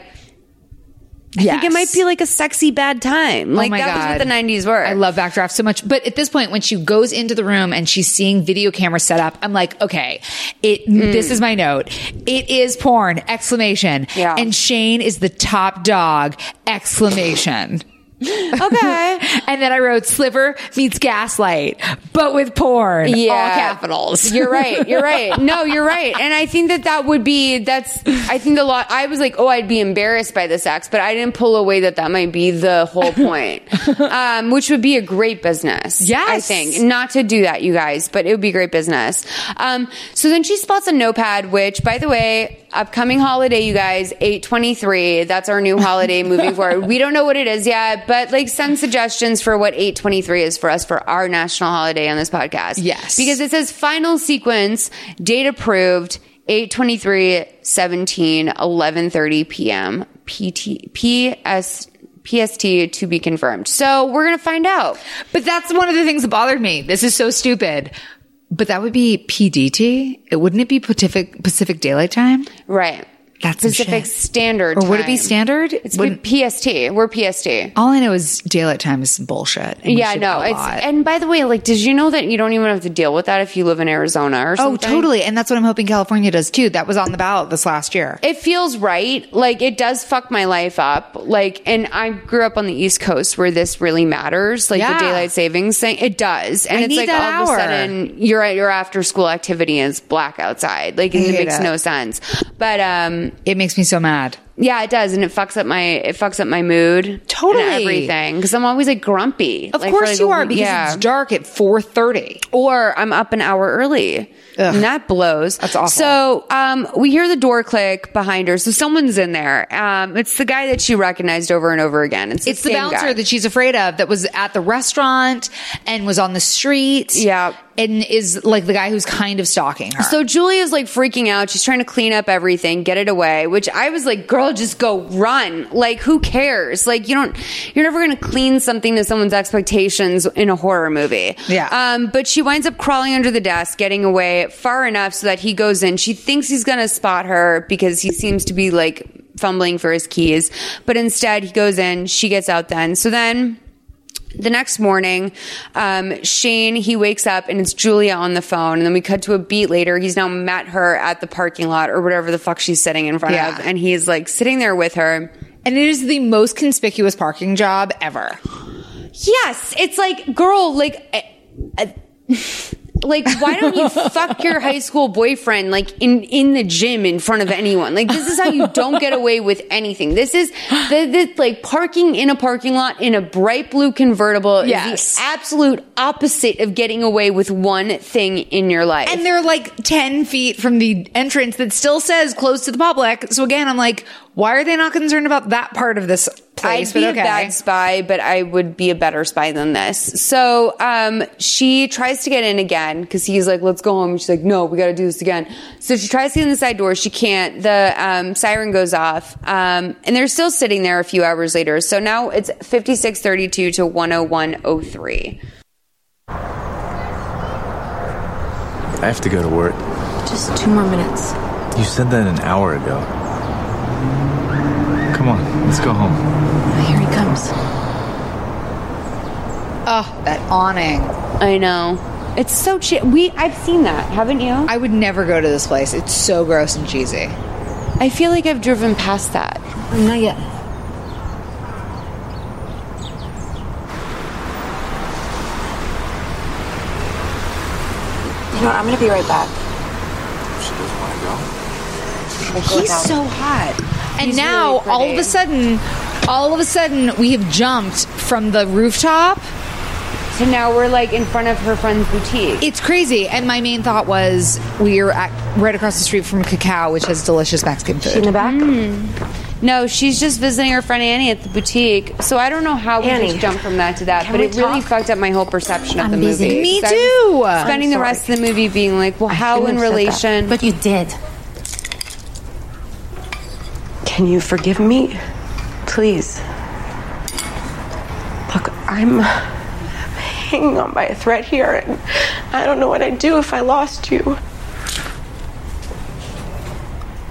S1: I
S2: Yes.
S1: think it might be like a sexy bad time.
S2: oh
S1: Like
S2: my
S1: that
S2: God.
S1: was what the '90s were.
S2: I love Backdraft so much. But at this point, when she goes into the room and she's seeing video camera set up, I'm like, okay, it.
S1: Mm.
S2: This is my note. It is porn! Exclamation. Yeah. And Shane is the top dog! Exclamation.
S1: okay.
S2: and then I wrote Sliver meets Gaslight, but with porn.
S1: Yeah.
S2: All capitals.
S1: You're right. You're right. No, you're right. And I think that that would be that's. I think the lot. I was like, oh, I'd be embarrassed by the sex, but I didn't pull away that that might be the whole point, um, which would be a great business. Yes, I think not to do that, you guys, but it would be great business. Um, so then she spots a notepad, which, by the way. Upcoming holiday, you guys, 823. That's our new holiday moving forward. We don't know what it is yet, but like send suggestions for what 823 is for us for our national holiday on this podcast.
S2: Yes.
S1: Because it says final sequence, date approved, 823 17 1130 p.m. PT, PS, PST to be confirmed. So we're going to find out.
S2: But that's one of the things that bothered me. This is so stupid. But that would be PDT. It wouldn't it be Pacific Pacific Daylight Time?
S1: Right.
S2: That's some
S1: Pacific
S2: shit.
S1: Standard
S2: Or would it be
S1: Time.
S2: standard?
S1: It's PST. We're PST.
S2: All I know is daylight time is some bullshit. and we
S1: yeah,
S2: should
S1: no.
S2: a
S1: It's
S2: lot.
S1: and by the way, like, did you know that you don't even have to deal with that if you live in Arizona or
S2: oh,
S1: something?
S2: totally. And that's what I'm hoping California does too. That was on the ballot this last year.
S1: It feels right. Like it does fuck my life up. Like, and I grew up on the East Coast where this really matters. Like
S2: Yeah.
S1: the daylight savings thing, it does. And
S2: I
S1: it's
S2: need
S1: like
S2: that
S1: all
S2: hour.
S1: of a sudden your your after school activity is black outside. Like
S2: I
S1: it
S2: hate
S1: makes
S2: it.
S1: no sense. But um,
S2: It makes me so mad.
S1: yeah, it does, and it fucks up my it fucks up my mood
S2: Totally.
S1: and everything because I'm always like grumpy.
S2: Of
S1: Like, for,
S2: course
S1: like,
S2: you
S1: a
S2: are
S1: week-
S2: because
S1: yeah.
S2: it's dark at 4:30.
S1: or I'm up an hour early. And that blows. That's awful. So um, we hear the door click behind her. So someone's in there. Um, it's the guy that she recognized over and over again. It's the,
S2: It's the
S1: same
S2: bouncer
S1: guy.
S2: that she's afraid of that was at the restaurant and was on the street. Yeah. And is like the guy who's kind of stalking her.
S1: So Julia's like freaking out. She's trying to clean up everything, get it away, which I was like, girl, just go run. Like, who cares? Like, you don't, you're never going to clean something to someone's expectations in a horror movie.
S2: Yeah.
S1: Um, but she winds up crawling under the desk, getting away far enough so that he goes in. She thinks he's going to spot her because he seems to be like, fumbling for his keys. But instead, he goes in, she gets out then. So then the next morning, um, Shane, he wakes up and it's Julia on the phone. And then we cut to a beat later. He's now met her at the parking lot or whatever the fuck she's sitting in front
S2: Yeah.
S1: of. And he's like sitting there with her.
S2: And it is the most conspicuous parking job ever.
S1: Yes. It's like, girl, like, eh, eh, like, why don't you fuck your high school boyfriend, like, in, in the gym in front of anyone? Like, this is how you don't get away with anything. This is the, the like, parking in a parking lot in a bright blue convertible is
S2: Yes.
S1: the absolute opposite of getting away with one thing in your life.
S2: And they're like 10 feet from the entrance that still says closed to the public. So again, I'm like, why are they not concerned about that part of this place?
S1: I'd be
S2: But
S1: a
S2: okay.
S1: bad spy, but I would be a better spy than this. So um, she tries to get in again because he's like, "Let's go home." And she's like, "No, we got to do this again." So she tries to get in the side door. She can't. The um, siren goes off, um, and they're still sitting there a few hours later. So now it's fifty six thirty two to one hundred one oh three.
S6: I have to go to work.
S5: Just two more minutes.
S6: You said that an hour ago. Come on, let's go home.
S5: Here he comes.
S2: Oh, that awning.
S1: I know. It's so che- we I've seen that, haven't you? I
S2: would never go to this place. It's so gross and cheesy.
S1: I feel like I've driven past that.
S5: Not yet.
S4: You know, I'm gonna be right back.
S18: She doesn't want to go.
S2: He's so hot. And now all of a sudden, all of a sudden we have jumped from the rooftop.
S1: So now we're like in front of her friend's boutique.
S2: It's crazy. And my main thought was we're at, right across the street from Cacao, which has delicious Mexican food. Mm.
S1: back? No, she's just visiting her friend Annie at the boutique. So I don't know how we
S2: Annie,
S1: just jumped from that to that,
S2: can
S1: but
S2: we
S1: it really fucked up my whole perception of
S2: I'm
S1: the
S2: busy.
S1: movie.
S2: Me
S1: So I
S2: too.
S1: was Spending
S2: I'm sorry.
S1: the rest of the movie being like, well, how in
S2: shouldn't have said
S1: relation? But
S11: you did.
S4: Can you forgive me? Please. Look, I'm hanging on by a thread here, and I don't know what I'd do if I lost you.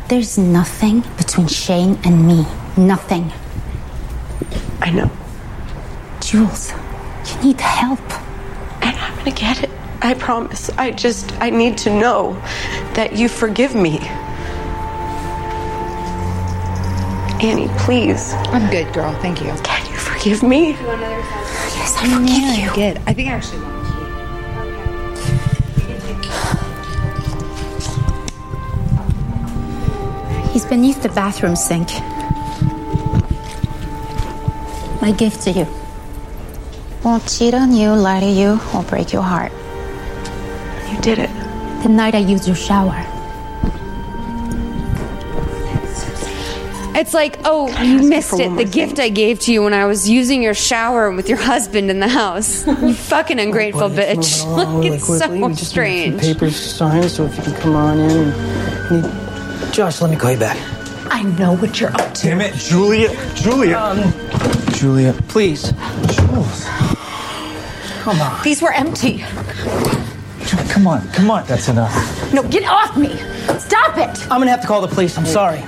S11: There's nothing between Shane and me. Nothing.
S4: I know.
S11: Jules, you need help.
S4: And I'm gonna get it. I promise. I just, I need to know that you forgive me. Annie, please.
S2: I'm good, girl. Thank you.
S4: Can you forgive me?
S11: Yes, I forgive you.
S2: Good. I think I actually want
S11: He's beneath the bathroom sink. My gift to you. Won't cheat on you, lie to you, or break your heart.
S4: You did it.
S11: The night I used your shower.
S1: It's like, oh, you missed it. The gift I gave to you when I was using your shower with your husband in the house. You fucking
S2: Oh,
S1: ungrateful bitch. Like, it's so strange.
S19: Papers signed, so if you can come on in. And, and- Josh, let me call you back.
S11: I know what you're up to.
S19: Damn it, Julia. Julia. Julia. Please. Jules. Come on.
S16: These were empty.
S19: Julia, come on. Come on. That's enough.
S16: No, get off me! Stop it!
S19: I'm gonna have to call the police. I'm sorry.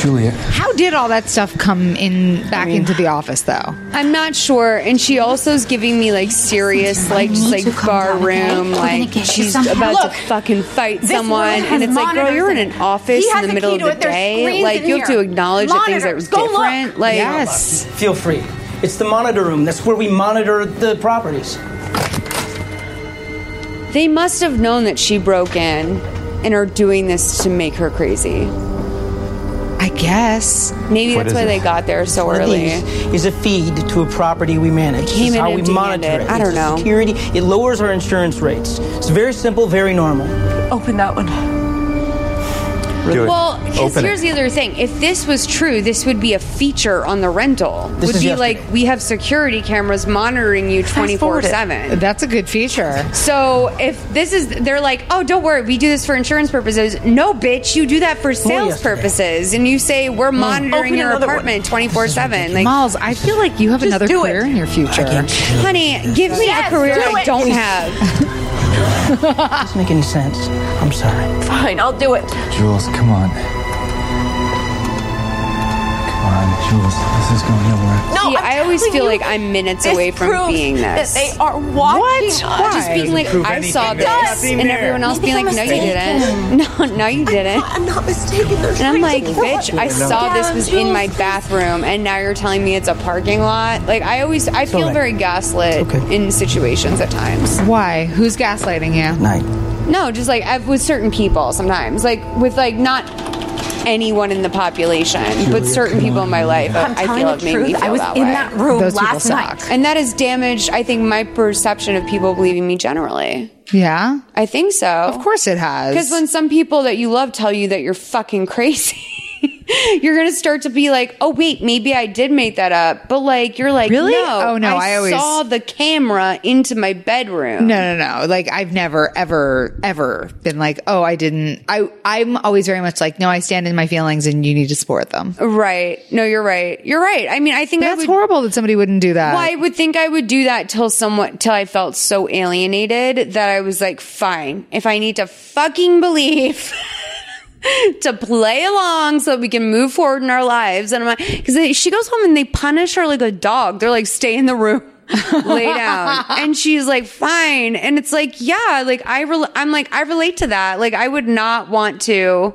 S19: Julia.
S2: How did all that stuff come in back into the office though?
S1: I'm not sure. And she also is giving me like serious, like just like bar room, like she's
S16: somehow.
S1: about
S16: Look,
S1: to fucking fight
S16: this
S1: someone.
S16: woman has
S1: And it's like, girl,
S16: monitors
S1: you're in an office in the middle of the day. Like you have to acknowledge that things are different. Like
S19: Feel free. It's the monitor room. That's where we monitor the properties.
S1: they must have known that she broke in and are doing this to make her crazy.
S2: I guess.
S1: Maybe
S19: What
S1: that's
S19: is
S1: why
S19: it?
S1: they got there so
S19: One of
S1: early.
S19: these is a feed to a property we manage. This
S1: came
S19: is
S1: in
S19: how we
S1: empty-handed.
S19: monitor it.
S1: I
S19: It's
S1: don't
S19: a
S1: know.
S19: Security. It lowers our insurance rates. It's very simple, very normal.
S4: Open that one.
S19: Do it.
S1: Well, because
S19: Open it.
S1: here's the other thing. If this was true, this would be a feature on the rental.
S2: This
S1: would
S2: is
S1: be
S2: yesterday.
S1: like we have security cameras monitoring you 24 7.
S2: That's a good feature.
S1: So if this is, they're like, oh, don't worry, we do this for insurance purposes. No, bitch, you do that for sales
S2: yesterday. Hmm.
S1: purposes, and you say we're monitoring
S2: Open
S1: your
S2: another one.
S1: apartment 24 seven. Like,
S2: Malls, I feel like you have another career in your future.
S1: honey, give me a career I don't have.
S19: Doesn't make any sense. I'm sorry.
S16: Fine, I'll do it.
S6: Jules, come on. Come on, Jules. This is going nowhere.
S1: No, See, I always feel like I'm minutes away from
S16: proves
S1: being
S16: that
S1: this.
S16: they are watching us. Why?
S1: Just being like,
S16: Doesn't prove
S1: I saw
S16: anything.
S1: this,
S16: They're not being
S1: and
S16: there.
S1: everyone else
S16: Maybe
S1: being like,
S16: I'm
S1: no, you didn't. No,
S16: mistaken.
S1: no, you didn't.
S16: I'm not mistaken. They're
S1: And I'm
S16: trying
S1: like,
S16: to
S1: bitch, I
S16: watch us.
S1: saw this was in my bathroom, and now you're telling me it's a parking lot. Like, I always, I feel
S2: alright.
S1: very gaslit in situations at times.
S2: Why? Who's gaslighting you?
S1: No, just like I've, with certain people sometimes, like with like not anyone in the population, but certain people in my life,
S12: I'm
S1: I
S12: telling
S1: feel
S12: the
S1: have made me
S12: truth.
S1: feel
S12: I was
S1: that
S12: in
S1: way.
S12: that room Those people last suck. night.
S1: and that has damaged, I think, my perception of people believing me generally.
S2: Yeah.
S1: I think so. Of
S2: course, it has.
S1: Because when some people that you love tell you that you're fucking crazy. You're gonna start to be like, oh wait, maybe I did make that up, but like you're like,
S2: Really?
S1: No,
S2: Oh, no, I always-
S1: saw the camera into my bedroom.
S2: No, no, no. Like I've never, ever, ever been like, oh, I didn't. I, I'm always very much like, no, I stand in my feelings, and you need to support them.
S1: Right? No, you're right. You're right. I mean, I think I
S2: That's
S1: would
S2: horrible that somebody wouldn't do that.
S1: Well, I would think I would do that till someone till I felt so alienated that I was like, fine, if I need to fucking believe to play along so that we can move forward in our lives, and I'm like, because she goes home and they punish her like a dog. They're like, stay in the room. lay down and she's like fine and it's like yeah like i rel- i'm like i relate to that like i would not want to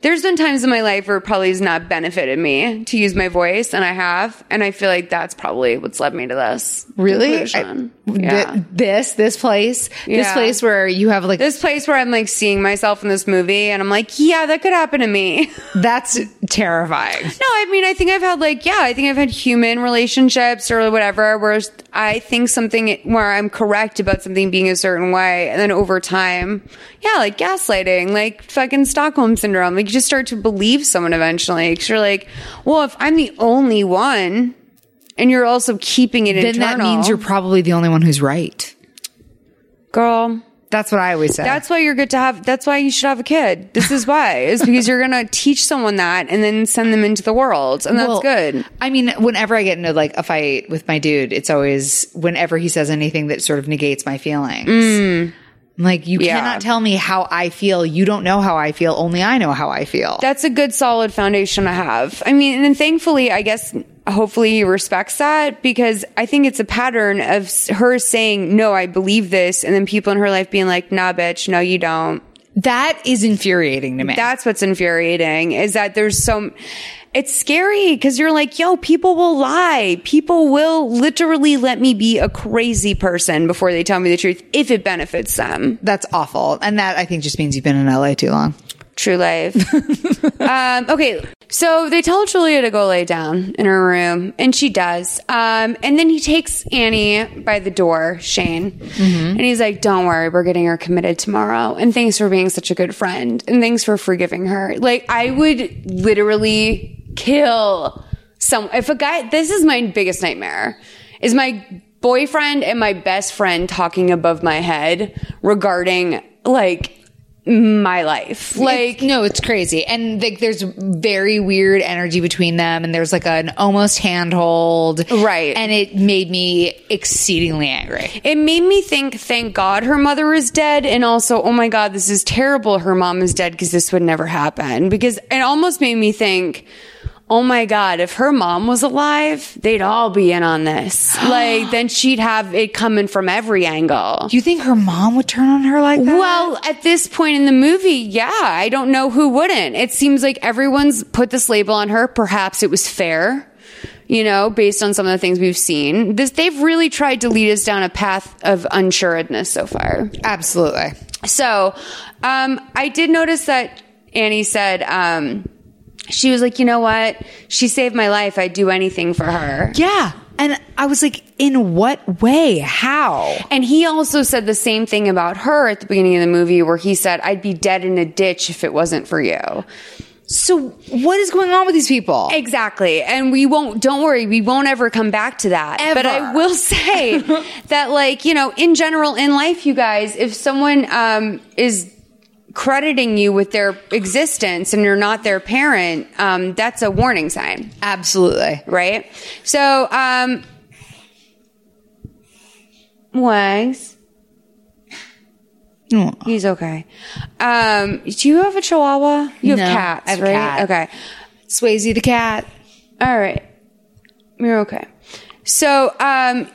S1: there's been times in my life where it probably has not benefited me to use my voice, and I have, and I feel like that's probably what's led me to this.
S2: Really?
S1: conclusion.
S2: I- th-
S1: yeah.
S2: this, this place, this
S1: Yeah.
S2: place where you have like
S1: this place where I'm like seeing myself in this movie, and I'm like, yeah, that could happen to me.
S2: That's terrifying.
S1: No, I mean, I think I've had like, yeah, I think I've had human relationships or whatever, where I think something where I'm correct about something being a certain way. And then over time, yeah, like gaslighting, like fucking Stockholm syndrome. Like you just start to believe someone eventually because you're like, well, if I'm the only one and you're also keeping it
S2: Then
S1: internal.
S2: that means you're probably the only one who's right.
S1: Girl.
S2: That's what I always say.
S1: That's why you're good to have. That's why you should have a kid. This is why is because you're gonna teach someone that and then send them into the world, and that's
S2: Well,
S1: good.
S2: I mean, whenever I get into like a fight with my dude, it's always whenever he says anything that sort of negates my feelings. I'm like, you
S1: Mm. Yeah.
S2: cannot tell me how I feel. You don't know how I feel. Only I know how I feel.
S1: That's a good solid foundation to have. I mean, and thankfully, I guess hopefully he respects that because I think it's a pattern of s- her saying, "No, I believe this," and then people in her life being like, "Nah, bitch, no, you don't."
S2: That is infuriating to me.
S1: That's what's infuriating is that there's so. It's scary because you're like, yo, people will lie. People will literally let me be a crazy person before they tell me the truth if it benefits them.
S2: That's awful. And that I think just means you've been in LA too long.
S1: True life. um, okay, so they tell Julia to go lay down in her room, and she does. Um, and then he takes Annie by the door, Shane, and he's like, "Don't worry, we're getting her committed tomorrow." And thanks for being such a good friend, and thanks for forgiving her. Like I would literally kill some if a guy. This is my biggest nightmare. Is my boyfriend and my best friend talking above my head regarding like my life.
S2: Like, no, it's crazy. And like, there's very weird energy between them, and there's like an almost handhold. Right. And it made me exceedingly angry.
S1: It made me think, thank God her mother is dead. And also, oh my God, this is terrible. Her mom is dead because this would never happen. Because it almost made me think, oh my God, if her mom was alive, they'd all be in on this. Like, then she'd have it coming from every angle.
S2: You think her mom would turn on her like that?
S1: Well, at this point in the movie, yeah, I don't know who wouldn't. It seems like everyone's put this label on her. Perhaps it was fair, you know, based on some of the things we've seen. This they've really tried to lead us down a path of unsuredness so far.
S2: Absolutely.
S1: So, um, I did notice that Annie said. Um, she was like, you know what? She saved my life. I'd do anything for her.
S2: Yeah. And I was like, in what way? How?
S1: And he also said the same thing about her at the beginning of the movie, where he said, I'd be dead in a ditch if it wasn't for you.
S2: So, what is going on with these people?
S1: Exactly. And we won't, don't worry, we won't ever come back to that. But I will say that, like, you know, in general, in life, you guys, if someone um, is crediting you with their existence and you're not their parent, um, that's a warning sign.
S2: Absolutely.
S1: Right? So, um, Wags. He's okay. Um, do you have a chihuahua? You have
S2: No,
S1: cats,
S2: I have a
S1: right?
S2: cat.
S1: Okay. Swayze the cat. All right. You're okay. So, um,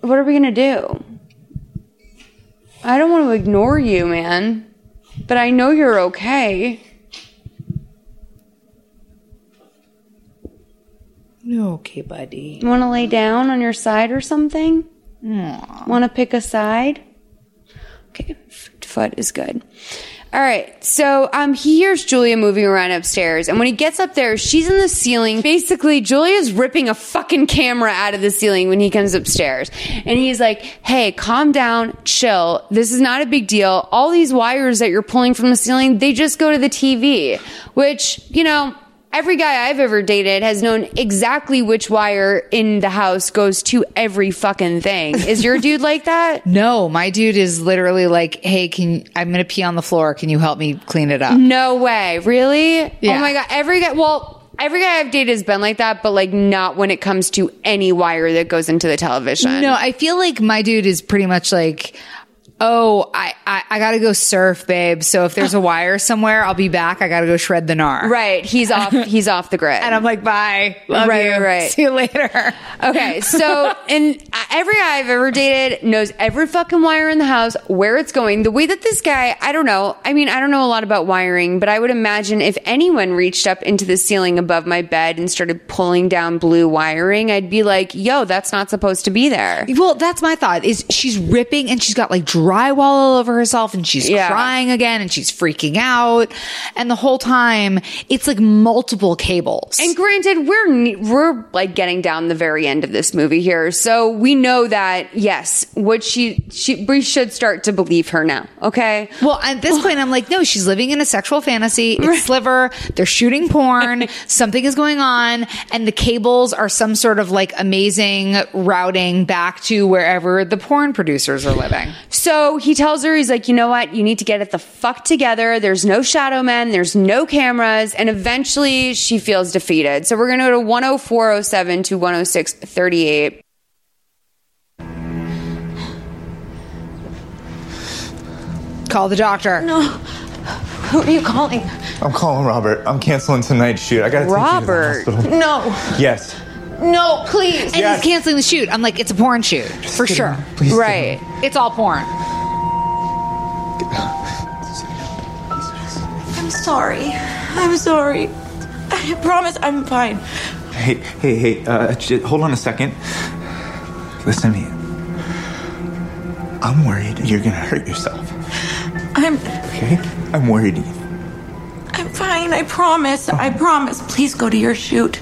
S1: what are we going to do? I don't want to ignore you, man, but I know you're okay.
S2: Okay, buddy.
S1: You want to lay down on your side or something? Want to pick a side? Okay, f- foot is good. All right, so um, he hears Julia moving around upstairs, and when he gets up there, she's in the ceiling. Basically, Julia's ripping a fucking camera out of the ceiling when he comes upstairs, and he's like, "Hey, calm down, chill. This is not a big deal. All these wires that you're pulling from the ceiling, they just go to the TV, which you know." Every guy I've ever dated has known exactly which wire in the house goes to every fucking thing. Is your dude like that?
S2: No, my dude is literally like, "Hey, can I'm going to pee on the floor? Can you help me clean it up?"
S1: No way. Really?
S2: Yeah.
S1: Oh my god. Every guy well, every guy I've dated has been like that, but like not when it comes to any wire that goes into the television.
S2: No, I feel like my dude is pretty much like, oh, I, I, I gotta go surf, babe. So if there's a wire somewhere, I'll be back. I gotta go shred the gnar.
S1: Right. He's off he's off the grid.
S2: And I'm like, bye. Love
S1: right,
S2: you.
S1: right, right.
S2: See you later.
S1: Okay, so and every guy I've ever dated knows every fucking wire in the house, where it's going. The way that this guy, I don't know. I mean, I don't know a lot about wiring, but I would imagine if anyone reached up into the ceiling above my bed and started pulling down blue wiring, I'd be like, "Yo, that's not supposed to be there."
S2: Well, that's my thought is she's ripping and she's got like drywall all over herself and she's
S1: Yeah.
S2: crying again and she's freaking out. And the whole time it's like multiple cables.
S1: And granted, we're ne- we're like getting down the very end of this movie here, so we know that yes, what she she we should start to believe her now. Okay.
S2: Well, at this point, I'm like, no, she's living in a sexual fantasy. It's Sliver. They're shooting porn. Something is going on. And the cables are some sort of like amazing routing back to wherever the porn producers are living.
S1: So he tells her, he's like, you know what? You need to get it the fuck together. There's no shadow men. There's no cameras. And eventually she feels defeated. So we're going to go to 10407 to 10638.
S2: Call the doctor.
S7: No. Who are you calling?
S10: I'm calling Robert. I'm canceling tonight's shoot. I gotta take you to the hospital.
S7: No.
S10: Yes.
S2: No, please. And
S10: Yes.
S2: he's canceling the shoot. I'm like, it's a porn shoot. for sure.
S10: Please
S2: right. It's all porn.
S16: I'm sorry. I'm sorry. I promise I'm fine.
S10: Hey, hey, hey. Uh, j- hold on a second. Listen to me. I'm worried you're gonna hurt yourself.
S16: I'm
S10: Okay. I'm worried.
S16: I'm fine. I promise. I promise. Please go to your shoot.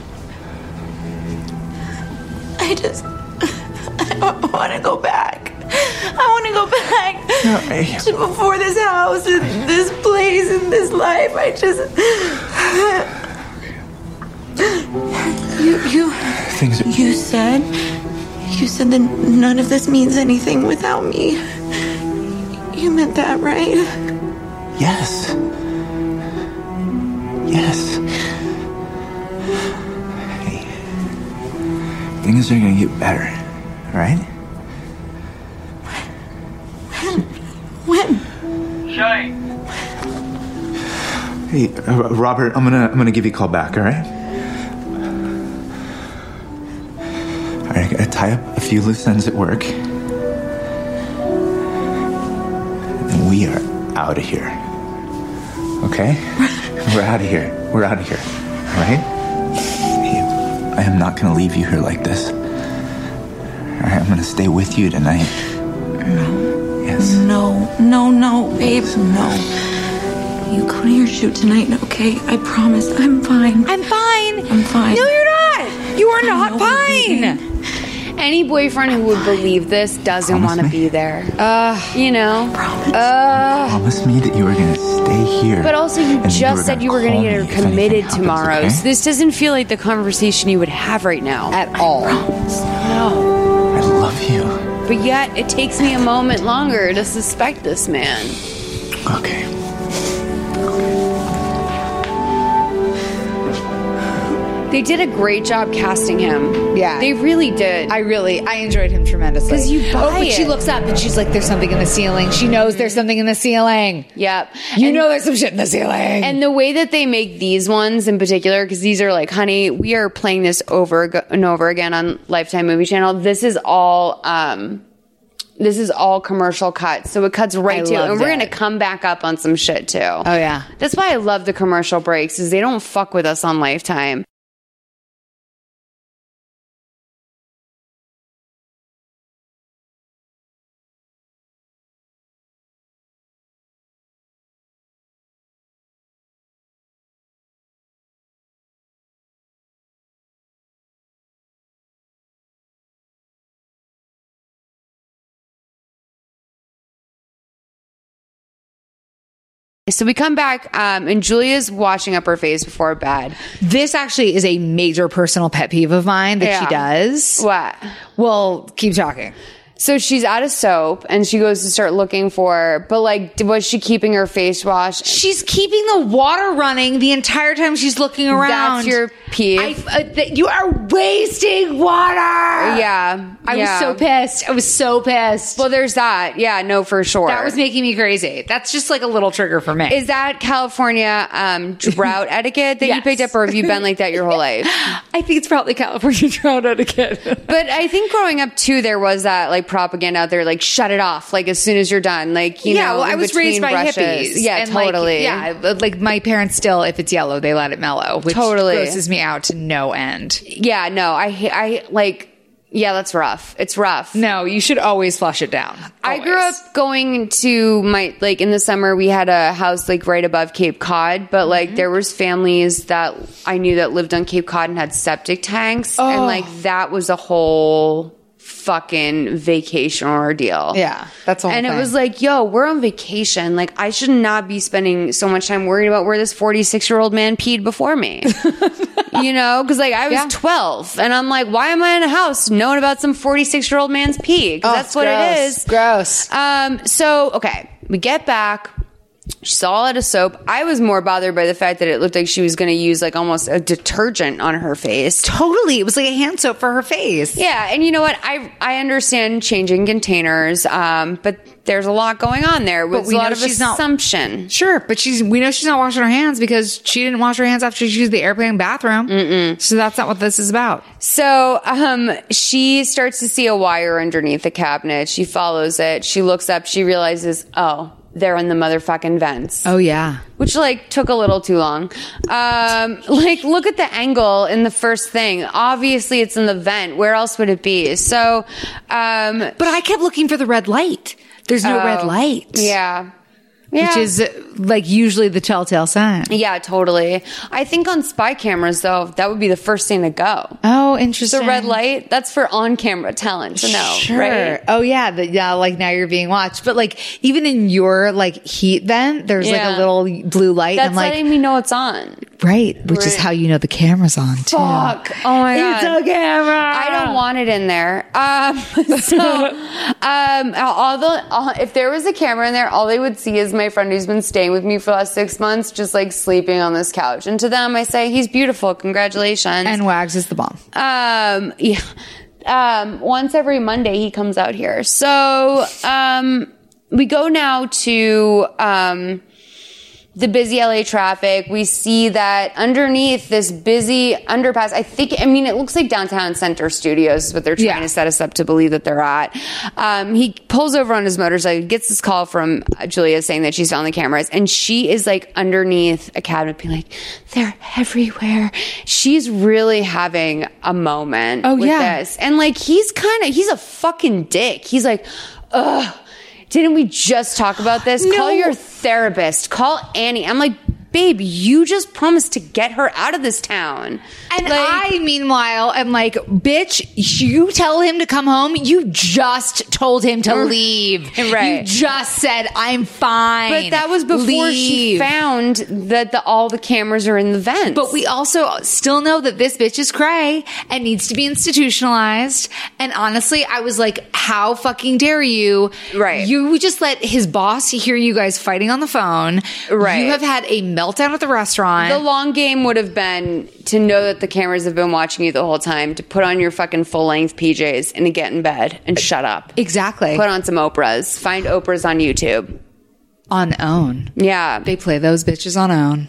S16: I just I don't want to go back. I want to go back to before this house and this place and this life. I just you you
S10: Things are-
S16: you said you said that none of this means anything without me. You meant that, right?
S10: Yes. Yes. Hey. Things are gonna get better, right?
S16: When?
S20: Shay.
S10: Hey, uh, Robert, I'm gonna I'm gonna give you a call back. All right. All right, I gotta tie up a few loose ends at work, and we are out of here. Okay, we're out of here. We're out of here. All right. Hey, I am not gonna leave you here like this. All right, I'm gonna stay with you tonight. Yes.
S16: No, no, no, babe, no. You go to your shoot tonight, okay? I promise, I'm fine. I'm fine. I'm fine.
S1: No,
S16: you're
S1: not. You are not fine. Any boyfriend who would believe this doesn't want to be there. Uh, you know? Uh,
S10: Promise me that you are gonna stay here.
S1: but also, you
S10: and that
S1: just
S10: were
S1: said
S10: gonna
S1: you were going
S10: call
S1: to get
S10: me
S1: her
S10: if anything
S1: committed
S10: happens,
S1: tomorrow.
S10: okay?
S1: So this doesn't feel like the conversation you would have right now at all. No.
S10: I love you.
S1: But yet, it takes me a moment longer to suspect this man.
S10: Okay.
S1: They They did a great job casting him.
S2: Yeah.
S1: They really did. I
S2: really, I enjoyed him tremendously.
S1: Because you buy
S2: Oh, but she
S1: it. Mm-hmm.
S2: looks up and she's like, "There's something in the ceiling." She knows there's something in the ceiling.
S1: Yep.
S2: You know there's some shit in the ceiling.
S1: And the way that they make these ones in particular, because these are like, honey, we are playing this over ag- and over again on Lifetime Movie Channel. This is all, um, this is all commercial cuts. So it cuts right
S2: I
S1: to,
S2: love
S1: and we're
S2: that.
S1: going to come back up on some shit too. Oh
S2: yeah.
S1: That's why I love the commercial breaks is they don't fuck with us on Lifetime. So we come back, um, and Julia's washing up her face before bed.
S2: This actually is a major personal pet peeve of mine that she
S1: Yeah.
S2: does.
S1: What?
S2: Well, keep talking.
S1: So she's out of soap and she goes to start looking for, but like, d- was she keeping her face wash?
S2: She's keeping the water running the entire time she's looking around.
S1: That's your peeve.
S2: I, uh, th- you are wasting water.
S1: yeah.
S2: I
S1: yeah.
S2: was so pissed. I was so pissed.
S1: Well, there's that. Yeah, no, for sure.
S2: That was making me crazy. That's just like a little trigger for me.
S1: Is that California um, drought etiquette that you picked up, or have you been like that your whole life?
S2: I think it's probably California drought etiquette.
S1: but I think growing up too, there was that like propaganda out there, like shut it off, like as soon as you're done, like you
S2: yeah,
S1: know.
S2: well, I
S1: in
S2: was
S1: between
S2: raised by
S1: brushes.
S2: hippies.
S1: Yeah,
S2: and, like,
S1: totally.
S2: yeah, like my parents still, if it's yellow, they let it mellow, which
S1: Totally.
S2: grosses me out to no end.
S1: yeah. No, I, ha- I like. Yeah, that's rough. It's rough.
S2: No, you should always flush it down.
S1: I grew up going to my like in the summer we had a house like right above Cape Cod, but
S2: Mm-hmm.
S1: like there was families that I knew that lived on Cape Cod and had septic tanks, and
S2: Oh.
S1: like that was a whole fucking vacation ordeal.
S2: Yeah, that's the whole
S1: And it
S2: thing.
S1: was like, yo, we're on vacation. Like I should not be spending so much time worried about where this forty six year old man peed before me. you know, because like I was twelve, and I'm like, why am I in a house knowing about some forty six year old man's pee? 'Cause
S2: Oh,
S1: that's what
S2: gross.
S1: it is.
S2: Gross.
S1: Um, so okay, we get back. She's all out of soap. I was more bothered by the fact that it looked like she was going to use like almost a detergent on her face.
S2: Totally, it was like a hand soap for her face.
S1: Yeah, and you know what? I I understand changing containers, um, but there's a lot going on there. With a lot of assumption.
S2: Sure, but she's we know she's not washing her hands because she didn't wash her hands after she used the airplane bathroom. Mm-mm. So that's not what this is about.
S1: So um, she starts to see a wire underneath the cabinet. She follows it. She looks up. She realizes, oh, they're in the motherfucking vents.
S2: Oh yeah.
S1: Which like took a little too long. Um, like look at the angle in the first thing. Obviously, it's in the vent. Where else would it be? So, um, but
S2: I kept looking for the red light. There's no red light.
S1: Yeah,
S2: Which
S1: Yeah.
S2: is uh, like usually the telltale sign.
S1: yeah, totally. I think on spy cameras though, that would be the first thing to go.
S2: Oh, interesting.
S1: The red light. That's for on-camera talent to know,
S2: Sure.
S1: right?
S2: Oh yeah, the, yeah. Like now you're being watched, but like even in your like heat vent, there's
S1: Yeah.
S2: like a little blue light.
S1: That's
S2: and I'm like,
S1: letting me know it's on.
S2: right, which is how you know the camera's on too.
S1: Fuck. Oh my god.
S2: It's a camera.
S1: I don't want it in there. Um, so, um, all the, all, if there was a camera in there, all they would see is my friend who's been staying with me for the last six months, just like sleeping on this couch. And to them, I say, he's beautiful. Congratulations.
S2: And Wags is the bomb.
S1: Um, yeah. Um, once every Monday he comes out here. So, um, we go now to, um, the busy LA traffic. We see that underneath this busy underpass, I think, I mean, it looks like downtown center studios is what they're trying to set us up to believe that they're at. Um, he pulls over on his motorcycle, gets this call from uh, Julia saying that she's on the cameras, and she is like underneath a cabinet being like, they're everywhere. She's really having a moment
S2: Oh,
S1: with
S2: yeah.
S1: this. And like, he's kind of, he's a fucking dick. He's like, ugh. Didn't we just talk about this? Call your therapist. Call Annie. I'm like, babe, you just promised to get her out of this town.
S2: And I, meanwhile, am like, bitch, you tell him to come home. You just told him to leave.
S1: Right.
S2: You just said, I'm fine.
S1: But that was before she
S2: Leave.
S1: found that the, all the cameras are in the vents.
S2: But we also still know that this bitch is cray and needs to be institutionalized. And honestly, I was like, how fucking dare you? Right. You just let his boss hear you guys fighting on the phone.
S1: Right.
S2: You have had a meltdown at the restaurant.
S1: The long game would have been to know that the cameras have been watching you the whole time, to put on your fucking full length PJs and to get in bed and shut up.
S2: Exactly.
S1: Put on some Oprahs. Find Oprahs on YouTube.
S2: on own.
S1: Yeah. They
S2: play those bitches on own.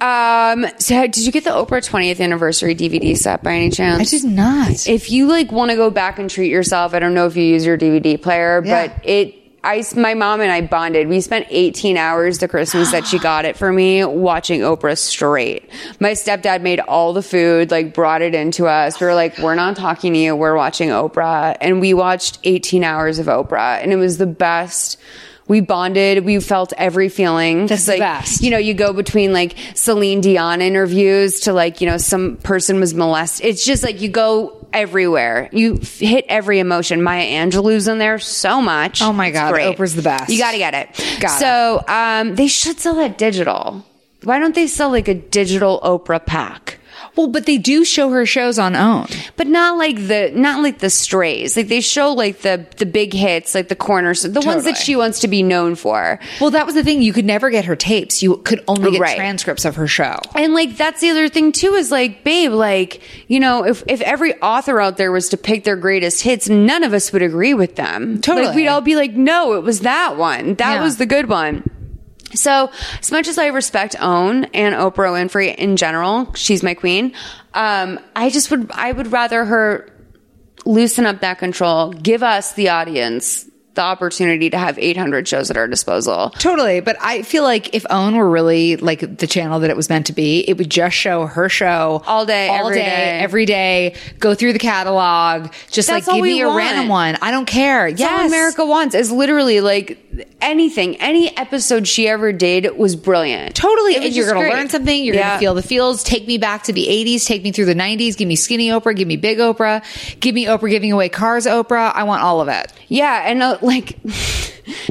S1: Um, so did you get the Oprah 20th anniversary DVD set by any chance?
S2: I did not.
S1: If you like want to go back and treat yourself, I don't know if you use your DVD player,
S2: Yeah.
S1: but it I s- my mom and I bonded. We spent 18 hours the Christmas that she got it for me watching Oprah straight. My stepdad made all the food, like brought it into us. We were like, "We're not talking to you. We're watching Oprah." And we watched 18 hours of Oprah, and it was the best. We bonded. We felt every feeling. That's like, You know, you go between like Celine Dion interviews to like, you know, some person was molested. It's just like you go everywhere. You f- hit every emotion. Maya Angelou's in there so much. Oh my
S2: God, Oprah's the best.
S1: You got to get it.
S2: Gotta.
S1: so um, they should sell that digital. Why don't they sell like a digital Oprah pack?
S2: Well, but they do show her shows on own,
S1: but not like the not like the strays. Like they show like the the big hits, like the corners, the ones that she wants to be known for.
S2: Well, that was the thing. You could never get her tapes. You could only get
S1: Right.
S2: transcripts of her show.
S1: And like that's the other thing too is like, babe, like you know, if if every author out there was to pick their greatest hits, none of us would agree with them.
S2: Totally.
S1: like, we'd all be like, no, it was that one. That
S2: Yeah.
S1: was the good one. So as much as I respect Own and Oprah Winfrey in general, she's my queen. Um, I just would I would rather her loosen up that control, give us the audience the opportunity to have 800 shows at our disposal.
S2: Totally. But I feel like if Own were really like the channel that it was meant to be, it would just show her show all
S1: day,
S2: all
S1: every day.
S2: every day. Go through the catalog. Just
S1: That's
S2: like
S1: all
S2: give
S1: we
S2: me a
S1: want.
S2: random one. I don't care.
S1: That's all
S2: yes,
S1: America wants is literally like anything. Any episode she ever did was brilliant.
S2: Totally.
S1: It was
S2: And you're
S1: just
S2: going to
S1: great.
S2: learn something. You're going
S1: Yeah.
S2: to feel the feels. Take me back to the 80s. Take me through the 90s. Give me skinny Oprah. Give me big Oprah. Give me Oprah giving away cars Oprah. I want all of it.
S1: Yeah, and uh, like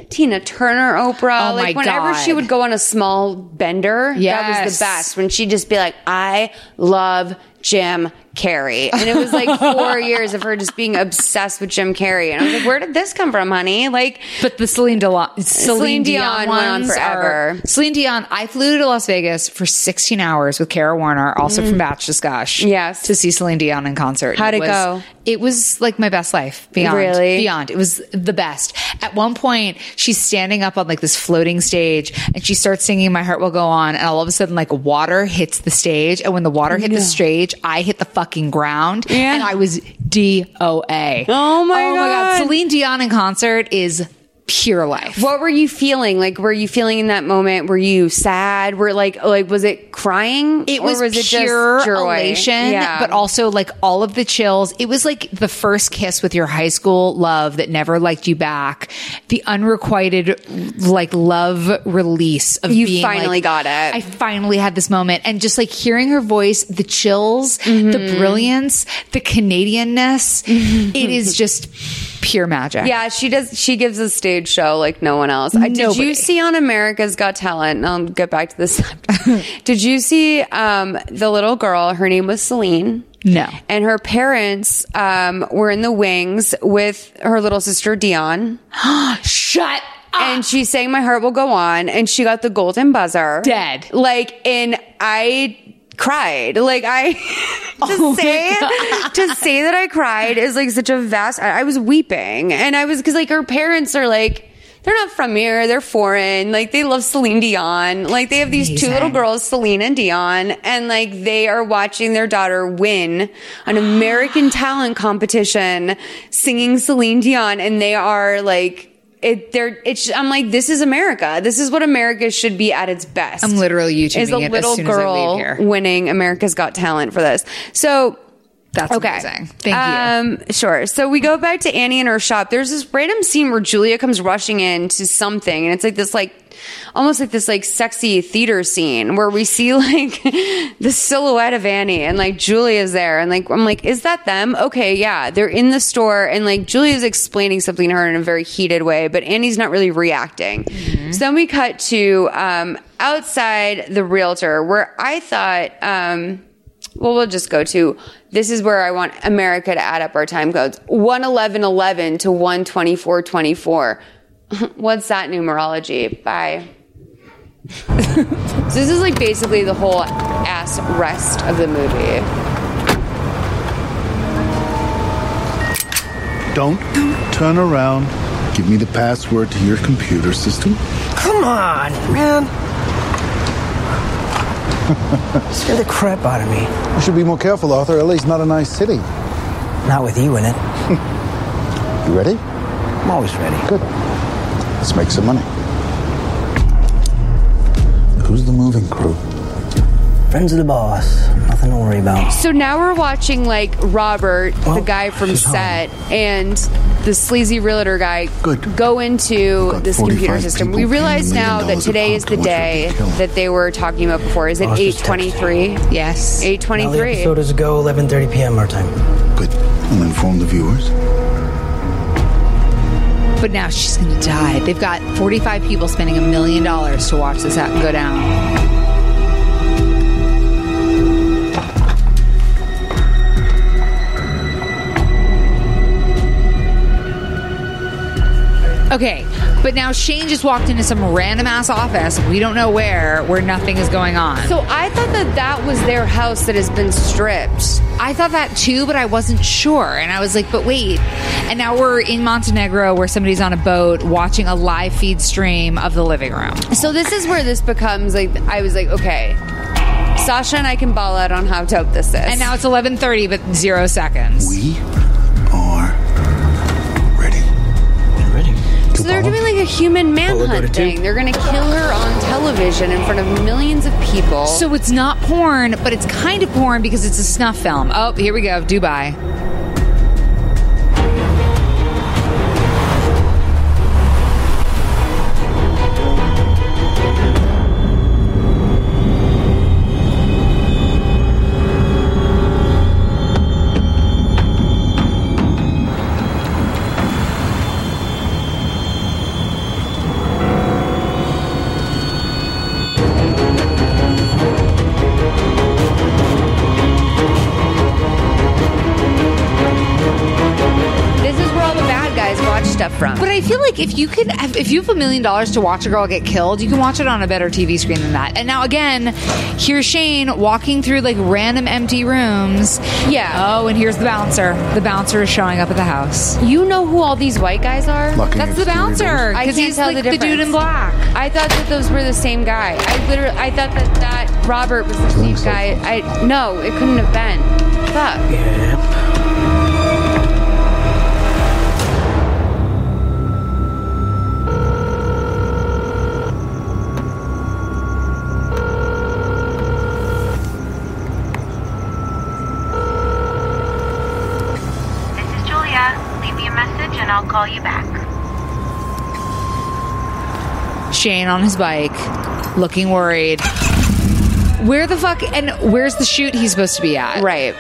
S1: Tina Turner, Oprah,
S2: Oh
S1: like
S2: my
S1: whenever she
S2: God.
S1: would go on a small bender, that was
S2: Yes.
S1: the best. When she'd just be like, "I love Jim Carrey," and it was like four years of her just being obsessed with Jim Carrey, and I was like, "Where did this come from, honey?" Like,
S2: but the Celine Dion,
S1: Celine Dion went on
S2: ones are-
S1: forever.
S2: Celine Dion, I flew to Las Vegas for 16 hours with Kara Warner, also
S1: Mm.
S2: from Batch Discush.
S1: Yes.
S2: To see Celine Dion in concert.
S1: How'd it
S2: was-
S1: go?
S2: It was like my best life. Beyond.
S1: Really?
S2: Beyond. It was the best. At one point, she's standing up on like this floating stage and she starts singing My Heart Will Go On. And all of a sudden, like water hits the stage. And when the water hit
S1: No.
S2: the stage, I hit the fucking ground.
S1: Yeah.
S2: And I was DOA.
S1: Oh my
S2: Oh my God.
S1: God.
S2: Celine Dion in concert is pure life.
S1: What were you feeling? Like, were you feeling in that moment? Were you sad? Were like, like, was it crying?
S2: It was, pure elation, but also like all of the chills. It was like the first kiss with your high school love that never liked you back. The unrequited like love release of
S1: You
S2: being,
S1: finally
S2: like,
S1: got it.
S2: I finally had this moment, and just like hearing her voice, the chills,
S1: Mm-hmm.
S2: the brilliance, the Canadianness. it is just pure magic.
S1: yeah, she does. She gives a stage show like no one else. I- Did you
S2: Nobody.
S1: see on America's Got Talent? And I'll get back to this. Did you see um, the little girl? Her name was Celine.
S2: No.
S1: And her parents um, were in the wings with her little sister Dion.
S2: Shut up.
S1: And she sang My Heart Will Go On and she got the golden buzzer.
S2: Dead.
S1: Like, and I cried. Like, I. To
S2: Oh
S1: say to say that I cried is like such a vast. I, I was weeping, and I was because like her parents are like they're not from here, they're foreign. Like they love Celine Dion. Like they have these two little girls, Celine and Dion, and like they are watching their daughter win an American talent competition singing Celine Dion, and they are like. It, they're, it's, I'm like, this is America. This is what America should be at its best.
S2: I'm literally YouTubing
S1: Is a
S2: it as
S1: little
S2: soon as I
S1: girl
S2: leave here.
S1: winning America's Got Talent for this. So
S2: that's
S1: okay.
S2: amazing. Thank
S1: you. Um, sure. So we go back to Annie and her shop. There's this random scene where Julia comes rushing into something, and it's like this, like almost like this, like sexy theater scene where we see like the silhouette of Annie, and like Julia's there, and like I'm like, is that them? Okay, yeah, they're in the store, and like Julia's explaining something to her in a very heated way, but Annie's not really reacting. So then we cut to um, outside the realtor, where I thought. Um, well, we'll just go to this is where I want America to add up our time codes 11111 to 12424. What's that numerology? Bye. So this is like basically the whole ass rest of the movie.
S9: Don't turn around. Give me the password to your computer system.
S19: Come on, man. Scare the crap out of me.
S9: You should be more careful, Arthur. LA's not a nice city.
S19: Not with you in it.
S9: you ready?
S19: I'm always ready.
S9: Good. Let's make some money. Who's the moving crew?
S19: Friends of the boss. Nothing to worry about.
S1: So now we're watching like Robert, the guy from set, and the sleazy realtor guy go into this computer
S16: 45
S1: system.
S16: people
S1: We
S16: paying
S1: realize
S16: a million
S1: now that
S16: dollars a
S1: today is the day that they were talking about before. Is it
S19: I was
S1: eight
S19: just
S1: twenty three? Yes, eight twenty
S19: Now the
S1: three.
S19: episode is go 11:30 p.m. our time.
S9: Good. I'll inform the viewers.
S2: But now she's going to die. They've got 45 people spending a million dollars to watch this out go down. Okay, but now Shane just walked into some random ass office. We don't know where, where nothing is going on.
S1: So I thought that that was their house that has been stripped.
S2: I thought that too, but I wasn't sure. And I was like, but wait. And now we're in Montenegro where somebody's on a boat watching a live feed stream of the living room.
S1: So this is where this becomes like I was like, okay, Sasha and I can ball out on how dope this is. And
S2: now it's eleven thirty, but zero seconds.
S9: We
S1: So they're doing like a human manhunt thing. They're gonna kill her on television in front of millions of people.
S2: So it's not porn, but it's kind of porn because it's a snuff film. Oh, here we go, Dubai.
S1: this is where all the bad guys watch stuff from.
S2: But I feel like if you could, if you have a million dollars to watch a girl get killed, you can watch it on a better TV screen than that. And now again, here's Shane walking through like random empty rooms.
S1: Yeah.
S2: Oh, and here's the bouncer. The bouncer is showing up at the house.
S1: You know who all these white guys are?
S2: Lucky That's the bouncer,
S1: I
S2: 'cause
S1: can't
S2: he's,
S1: tell
S2: like,
S1: the
S2: the
S1: difference.
S2: dude in black.
S1: I thought that those were the same guy. I literally, I thought that that Robert was the same guy. I no, it couldn't have been. Fuck.
S17: This is Julia. Leave me a message and I'll call you back.
S2: Shane on his bike, looking worried. Where the fuck and where's the shoot he's supposed to be at?
S1: Right.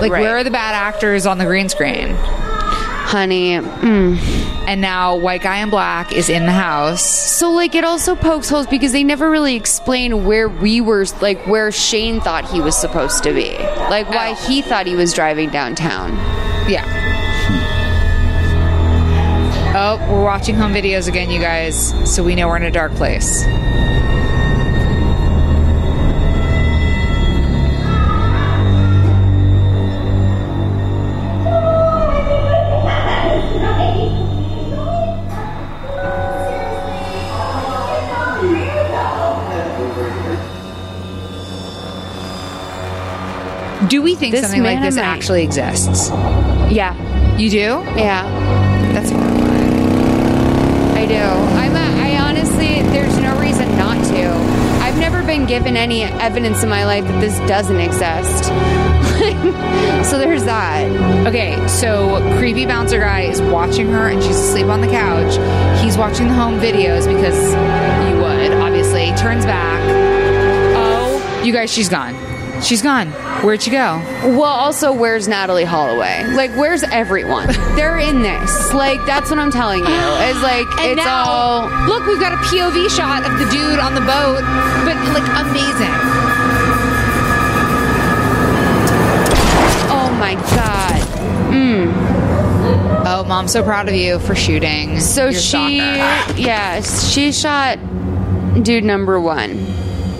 S2: Like where are the bad actors on the green screen?
S1: Honey. mm.
S2: And now white guy in black is in the house.
S1: So like it also pokes holes because they never really explain where we were like where Shane thought he was supposed to be. Like why he thought he was driving downtown.
S2: Yeah. Oh, we're watching home videos again, you guys, so we know we're in a dark place. Do we think
S1: This
S2: something like
S1: man
S2: this
S1: might-
S2: actually exists?
S1: Yeah.
S2: You do?
S1: Yeah.
S2: That's
S1: I do. I'm a, I honestly there's no reason not to. I've never been given any evidence in my life that this doesn't exist. so there's that.
S2: Okay, so creepy bouncer guy is watching her and she's asleep on the couch. He's watching the home videos because you would, obviously. Turns back. Oh, you guys, she's gone. She's gone. Where'd she go?
S1: Well, also, where's Natalie Holloway? Like, where's everyone? They're in this. Like, that's what I'm telling you. It's like,
S2: And
S1: it's
S2: now,
S1: all.
S2: Look, we've got a POV shot of the dude on the boat, but like amazing.
S1: Oh my god.
S2: Mm. Oh, mom, so proud of you for shooting.
S1: So
S2: your
S1: she,
S2: soccer.
S1: yeah, she shot Dude number one.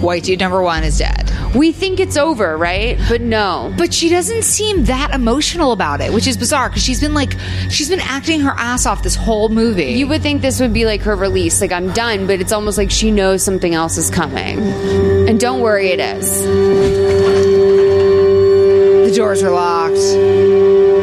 S2: White dude number one is dead.
S1: We think it's over, right? But no.
S2: But she doesn't seem that emotional about it, which is bizarre because she's been like, she's been acting her ass off this whole movie.
S1: You would think this would be like her release, like I'm done, but it's almost like she knows something else is coming. And don't worry, it is.
S2: The doors are locked.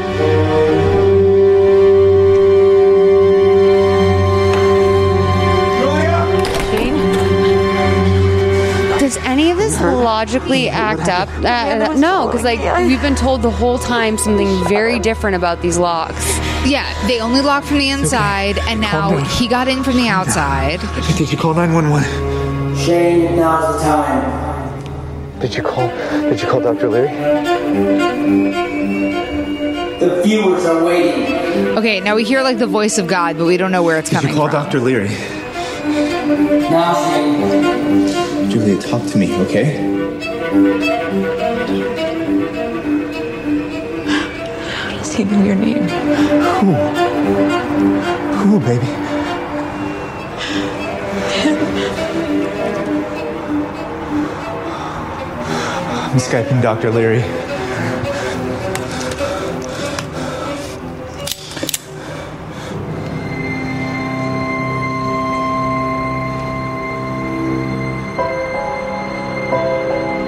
S1: Does any of this logically act up? Uh, no, because like we've been told the whole time something very different about these locks.
S2: Yeah, they only locked from the inside, and now
S6: down.
S2: he got in from the outside.
S6: Did you call 911?
S20: Shane, now's the time.
S6: Did you call? Did you call Dr. Leary?
S20: The viewers are waiting.
S2: Okay, now we hear like the voice of God, but we don't know where it's
S10: Did you
S2: coming
S10: call
S2: from.
S10: Dr. Leary?
S20: Now, Shane.
S10: Julia, talk to me, okay?
S16: How does he know your name?
S10: Cool. Cool, baby. I'm Skyping Dr. Leary.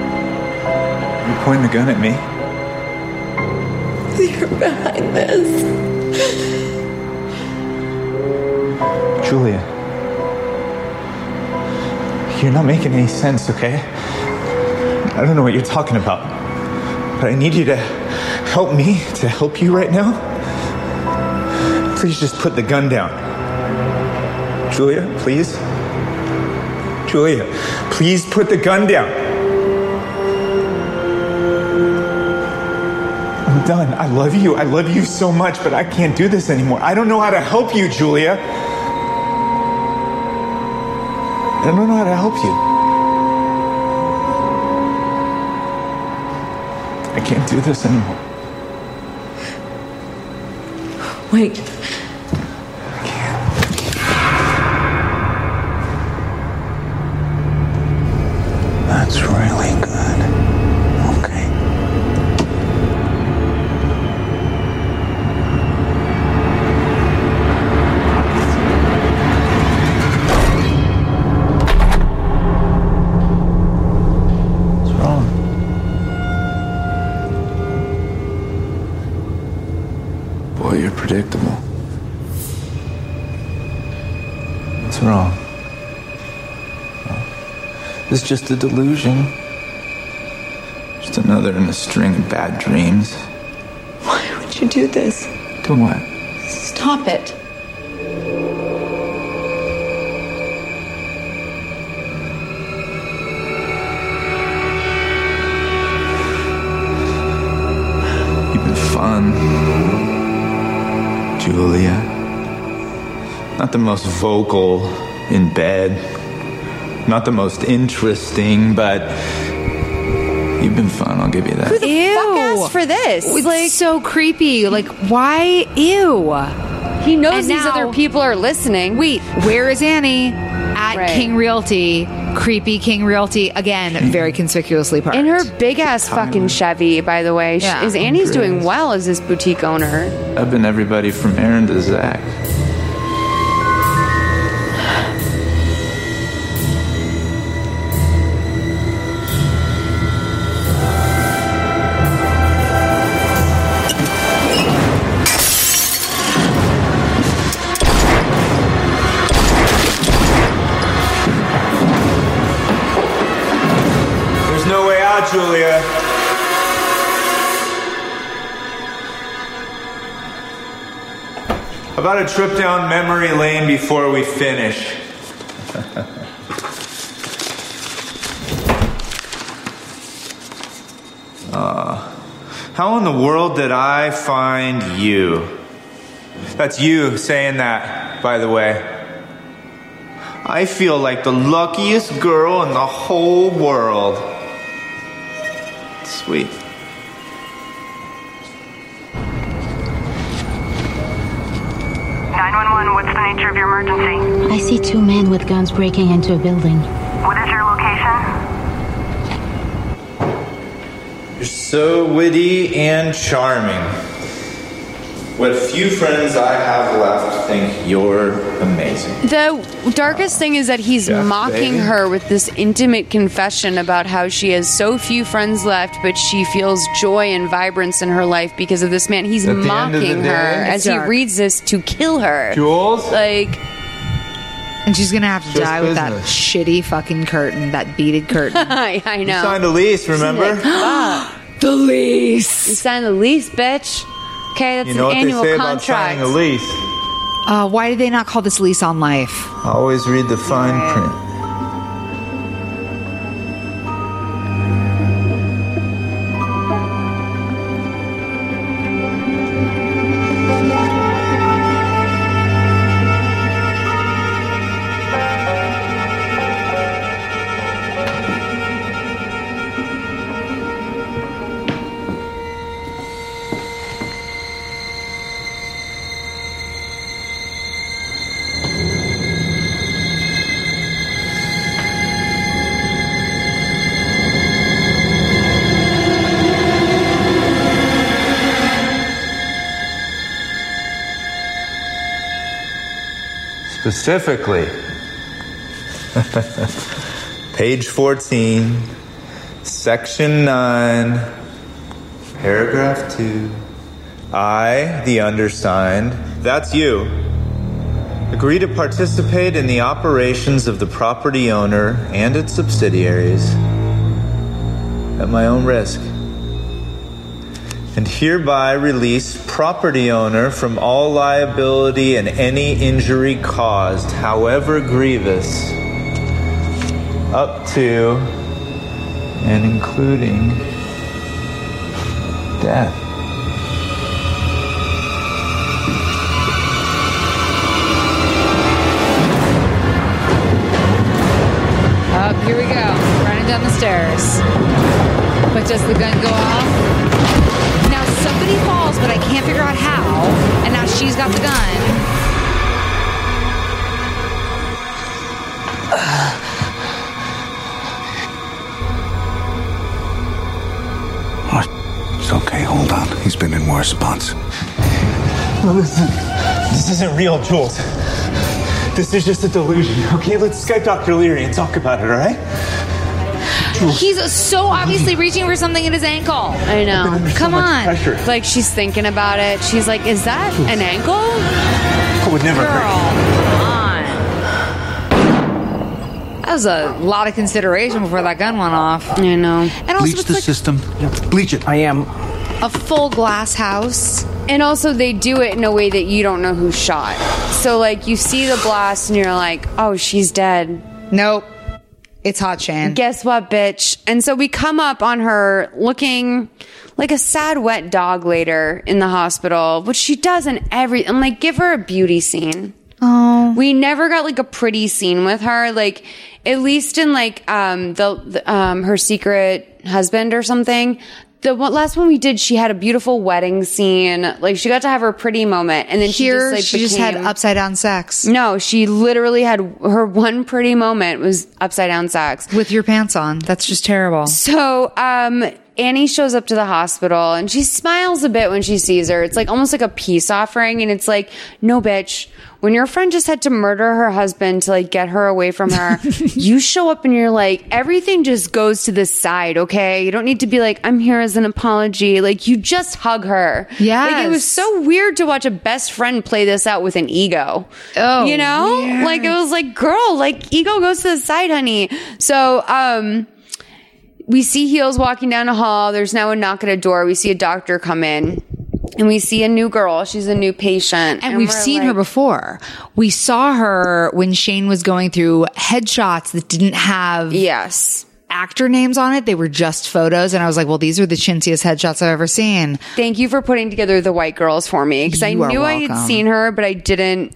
S10: You're pointing the gun at me.
S16: You're behind this.
S10: Julia. You're not making any sense, okay? I don't know what you're talking about. But I need you to help me to help you right now. Please just put the gun down. Julia, please. Julia, please put the gun down. I'm done. I love you. I love you so much, but I can't do this anymore. I don't know how to help you, Julia. I don't know how to help you. I can't do this anymore.
S16: Wait.
S6: That's really good. Okay.
S10: What's wrong?
S6: Boy, you're predictable.
S10: What's wrong? It's just a delusion.
S6: Just another in a string of bad dreams.
S16: Why would you do this?
S6: Do what?
S16: Stop it.
S6: You've been fun. Julia. Not the most vocal in bed. Not the most interesting, but you've been fun, I'll give you that.
S2: Who the fuck asked for this? It's like so creepy. Like why? Ew.
S1: He knows these other people are listening.
S2: Wait, where is Annie? At King Realty, creepy King Realty again, very conspicuously parked.
S1: In her big ass fucking Chevy, by the way, She-
S2: Yeah.
S1: is Annie's doing well as this boutique owner?
S6: I've been everybody from Aaron to Zach.
S10: There's no way out, Julia. How about a trip down memory lane before we finish? Uh, how in the world did I find you? That's you saying that, by the way. I feel like the luckiest girl in the whole world. Sweet.
S17: What's the nature of your emergency?
S11: I see two men with guns breaking into a building.
S21: What is your location?
S10: You're so witty and charming. What few friends I have left think you're amazing.
S1: The darkest thing is that he's
S10: Jeff,
S1: mocking
S10: baby.
S1: her with this intimate confession about how she has so few friends left, but she feels joy and vibrance in her life because of this man. He's
S10: At the end of the
S1: mocking
S10: day-
S1: her as
S10: It's
S1: he
S10: dark.
S1: reads this to kill her.
S10: Jules?
S1: Like,
S2: And she's gonna have to
S10: Just
S2: die with that
S10: business.
S2: shitty fucking curtain, that beaded curtain.
S1: I, I know.
S10: signed a lease, remember?
S1: the lease. You signed the lease, bitch. Okay, that's
S10: you know what
S1: an
S10: they
S1: annual
S10: say about
S1: contract.
S10: signing a lease?
S2: Uh, why did they not call this lease on life?
S10: Always read the fine print. Specifically, page 14, section 9, paragraph 2. I, the undersigned, that's you, agree to participate in the operations of the property owner and its subsidiaries at my own risk. and hereby release property owner from all liability and any injury caused, however grievous, up to and including death.
S2: Up, here we go. Running down the stairs. But does the gun go off? Now somebody falls, but I can't figure out how. And now she's got the gun.
S9: What? It's okay, hold on. He's been in worse spots.
S22: Listen, this isn't real, Jules. This is just a delusion, okay? Let's Skype Dr. Leary and talk about it, all right?
S2: He's so obviously reaching for something in his ankle.
S1: I know.
S2: Come on.
S22: pressure.
S1: Like she's thinking about it. She's like, "Is that an ankle?" I
S22: would never
S1: Girl, come on.
S2: That was a lot of consideration before that gun went off.
S1: I know.
S2: And also,
S9: Bleach
S2: it's
S9: the
S2: like
S9: system. Bleach it. I am.
S2: a full glass house.
S1: And also, they do it in a way that you don't know who shot. So, like, you see the blast and you're like, "Oh, she's dead."
S2: Nope. It's hot Shan.
S1: Guess what, bitch? And so we come up on her looking like a sad, wet dog later in the hospital, which she does in every. I'm like, give her a beauty scene.
S2: Oh.
S1: We never got like a pretty scene with her, like at least in like um the, the um her secret husband or something. The one, last one we did, she had a beautiful wedding scene. Like she got to have her pretty moment, and then
S2: Here,
S1: she just like
S2: she just had
S1: became-
S2: upside down sex.
S1: No, she literally had her one pretty moment was upside down sex.
S2: With your pants on. That's just terrible.
S1: So, um, Annie shows up to the hospital and she smiles a bit when she sees her. It's like almost like a peace offering. And it's like, no, bitch, when your friend just had to murder her husband to like get her away from her, you show up and you're like, everything just goes to the side. Okay. You don't need to be like, I'm here as an apology. Like you just hug her. Yeah. Like it was so weird to watch a best friend play this out with an ego. Oh, you know, like it was like, girl, like ego goes to the side, honey. So, um, we see heels walking down a hall. There's now a knock at a door. We see a doctor come in and we see a new girl. She's a new patient.
S2: And, we've
S1: we're
S2: seen
S1: like-
S2: her before. We saw her when Shane was going through headshots that didn't have
S1: yes
S2: actor names on it. They were just photos, and I was like, "Well, these are the chintziest headshots I've ever seen."
S1: Thank you for putting together the white girls for me because I
S2: You are
S1: knew I had
S2: welcome.
S1: seen her, but I didn't.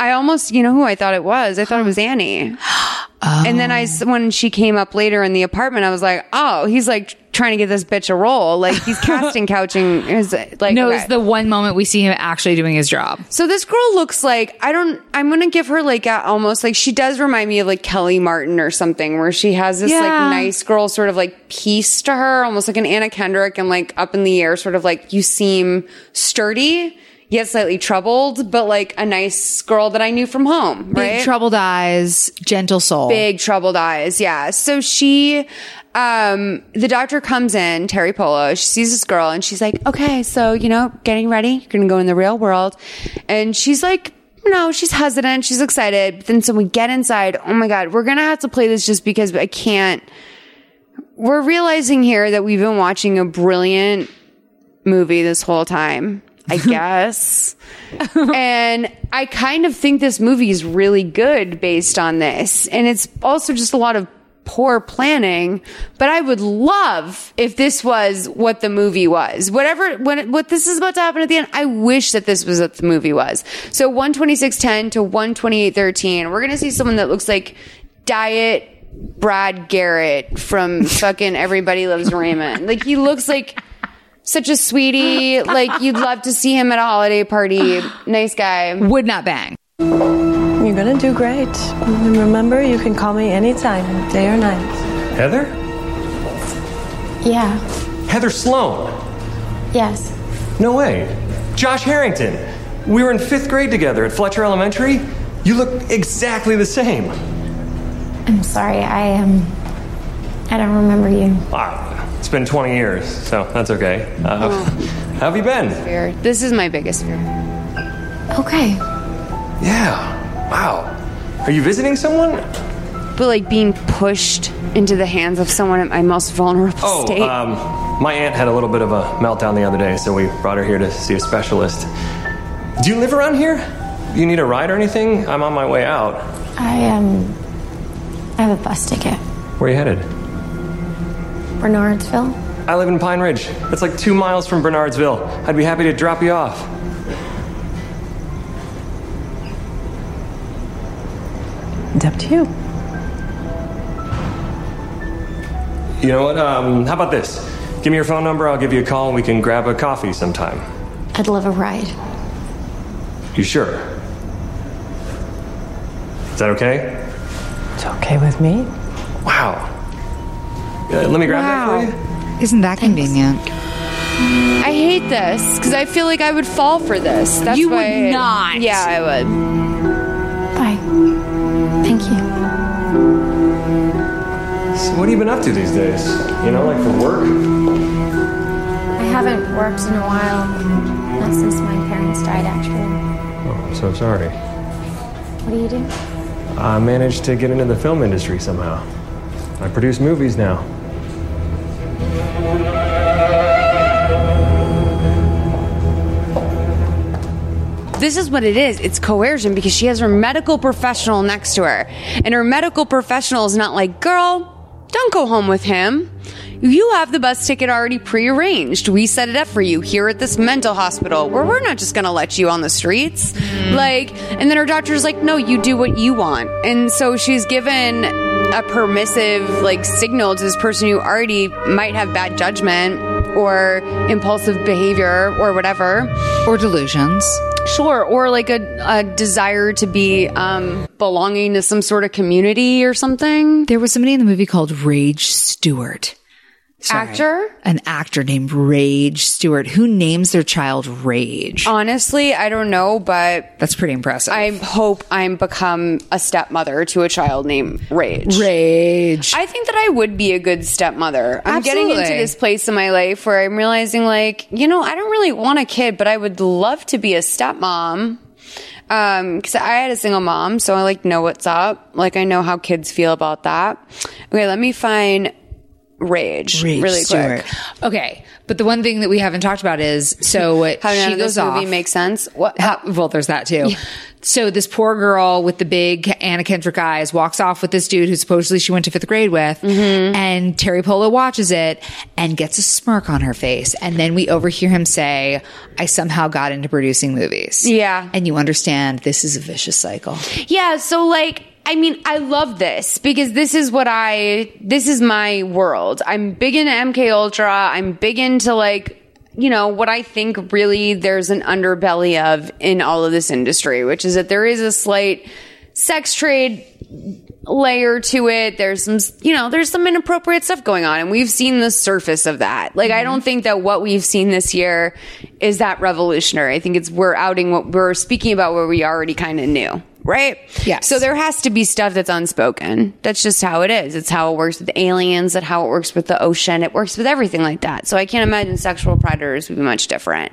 S1: I almost, you know who I thought it was? I thought it was Annie. And then I, s- when she came up later in the apartment, I was like, oh, he's like trying to get this bitch a role. Like he's casting couching is like
S2: no,
S1: okay.
S2: it's the one moment we see him actually doing his job.
S1: So this girl looks like I don't. I'm gonna give her like a, almost like she does remind me of like Kelly Martin or something, where she has this
S2: Yeah.
S1: like nice girl sort of like piece to her, almost like an Anna Kendrick and like up in the air, sort of like you seem sturdy yet slightly troubled, but like a nice girl that I knew from home, right?
S2: Big troubled eyes, gentle soul.
S1: Big troubled eyes. Yeah. So she, um, the doctor comes in, Terry Polo, she sees this girl and she's like, okay, so, you know, getting ready. You're going to go in the real world. And she's like, no, she's hesitant. She's excited. But then so we get inside. Oh my God, we're going to have to play this just because I can't. We're realizing here that we've been watching a brilliant movie this whole time. I guess. and I kind of think this movie is really good based on this. And it's also just a lot of poor planning. But I would love if this was what the movie was. Whatever, when, what this is about to happen at the end, I wish that this was what the movie was. So 126.10 to 128.13, we're going to see someone that looks like Diet Brad Garrett from fucking Everybody Loves Raymond. Like he looks like such a sweetie. Like you'd love to see him at a holiday party. Nice guy.
S2: Would not bang.
S23: You're gonna do great. And remember, you can call me anytime, day or night.
S24: Heather?
S13: Yeah.
S24: Heather Sloan.
S13: Yes.
S24: No way. Josh Harrington. We were in fifth grade together at Fletcher Elementary. You look exactly the same.
S13: I'm sorry. I um. I don't remember you.
S24: Ah, it's been 20 years, so that's okay. Uh, how have you been?
S1: Fear. This is my biggest fear.
S13: Okay.
S24: Yeah. Wow. Are you visiting someone?
S1: But like being pushed into the hands of someone at my most vulnerable
S24: Oh,
S1: state.
S2: uh.
S24: um, my aunt had a little bit of a meltdown the other day, so we brought her here to see a specialist. Do you live around here? You need a ride or anything? I'm on my way out.
S13: I um. I have a bus ticket.
S24: Where are you headed?
S13: Bernardsville.
S24: I live in Pine Ridge. It's like two miles from Bernardsville. I'd be happy to drop you off.
S23: It's up to you.
S24: You know what? Um, how about this? Give me your phone number, I'll give you a call, and we can grab a coffee sometime.
S13: I'd love a ride.
S24: You sure? Is that okay?
S23: It's okay with me.
S24: Wow. Uh, let me grab that for you.
S2: Isn't that convenient?
S1: I hate this because I feel like I would fall for this. That's
S2: You
S1: why
S2: would not.
S1: Yeah, I would.
S13: Bye. Thank you.
S24: So what have you been up to these days? You know, like for work?
S13: I haven't worked in a while. Not since my parents died, actually.
S24: Oh, I'm so sorry.
S13: What do you do?
S24: I managed to get into the film industry somehow. I produce movies now.
S1: This is what it is. It's coercion because she has her medical professional next to her. And her medical professional is not like, girl, don't go home with him. You have the bus ticket already prearranged. We set it up for you here at this mental hospital where we're not just going to let you on the streets. Like, and then her doctor's like, no, you do what you want. And so she's given a permissive, like, signal to this person who already might have bad judgment or impulsive behavior or whatever.
S2: Or delusions.
S1: Sure, or like a, a desire to be um, belonging to some sort of community or something.
S2: There was somebody in the movie called Rage Stewart.
S1: Actor?
S2: An actor named Rage Stewart who names their child Rage.
S1: Honestly, I don't know, but
S2: That's pretty impressive.
S1: I hope I'm become a stepmother to a child named Rage.
S2: Rage.
S1: I think that I would be a good stepmother. I'm getting into
S2: Absolutely.
S1: this place in my life where I'm realizing, like, you know, I don't really want a kid, but I would love to be a stepmom. Um, cause I had a single mom, so I like know what's up. Like I know how kids feel about that. Okay, let me find rage,
S2: Rage
S1: really
S2: Stewart.
S1: quick.
S2: Okay, but the one thing that we haven't talked about is so what
S1: How
S2: she
S1: none of
S2: goes
S1: this movie
S2: off.
S1: makes sense. What?
S2: How, well, there's that too. So this poor girl with the big Anna Kendrick eyes walks off with this dude who supposedly she went to fifth grade with,
S1: Mm-hmm.
S2: and Terry Polo watches it and gets a smirk on her face, and then we overhear him say, "I somehow got into producing movies."
S1: Yeah.
S2: and you understand this is a vicious cycle.
S1: Yeah, so like I mean, I love this because this is what I this is my world. I'm big into MK Ultra. I'm big into like you know what I think really there's an underbelly of in all of this industry, which is that there is a slight sex trade layer to it. There's some, you know, there's some inappropriate stuff going on, and we've seen the surface of that. Like, I don't think that what we've seen this year is that revolutionary. I think it's we're outing what we're speaking about where we already kind of knew. Right? Yeah. So there has to be stuff that's unspoken. That's just how it is. It's how it works with aliens, and how it works with the ocean. It works with everything like that. So I can't imagine sexual predators would be much different.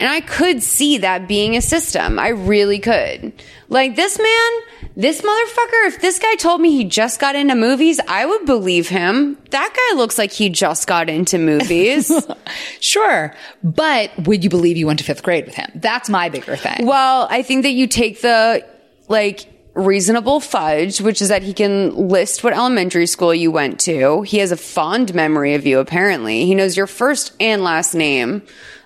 S1: And I could see that being a system. I really could. Like this man, this motherfucker, if this guy told me he just got into movies, I would believe him. That guy looks like he just got into movies.
S2: sure. But would you believe you went to fifth grade with him? That's my bigger thing.
S1: Well, I think that you take the like reasonable fudge, which is that he can list what elementary school you went to. He has a fond memory of you, apparently. He knows your first and last name.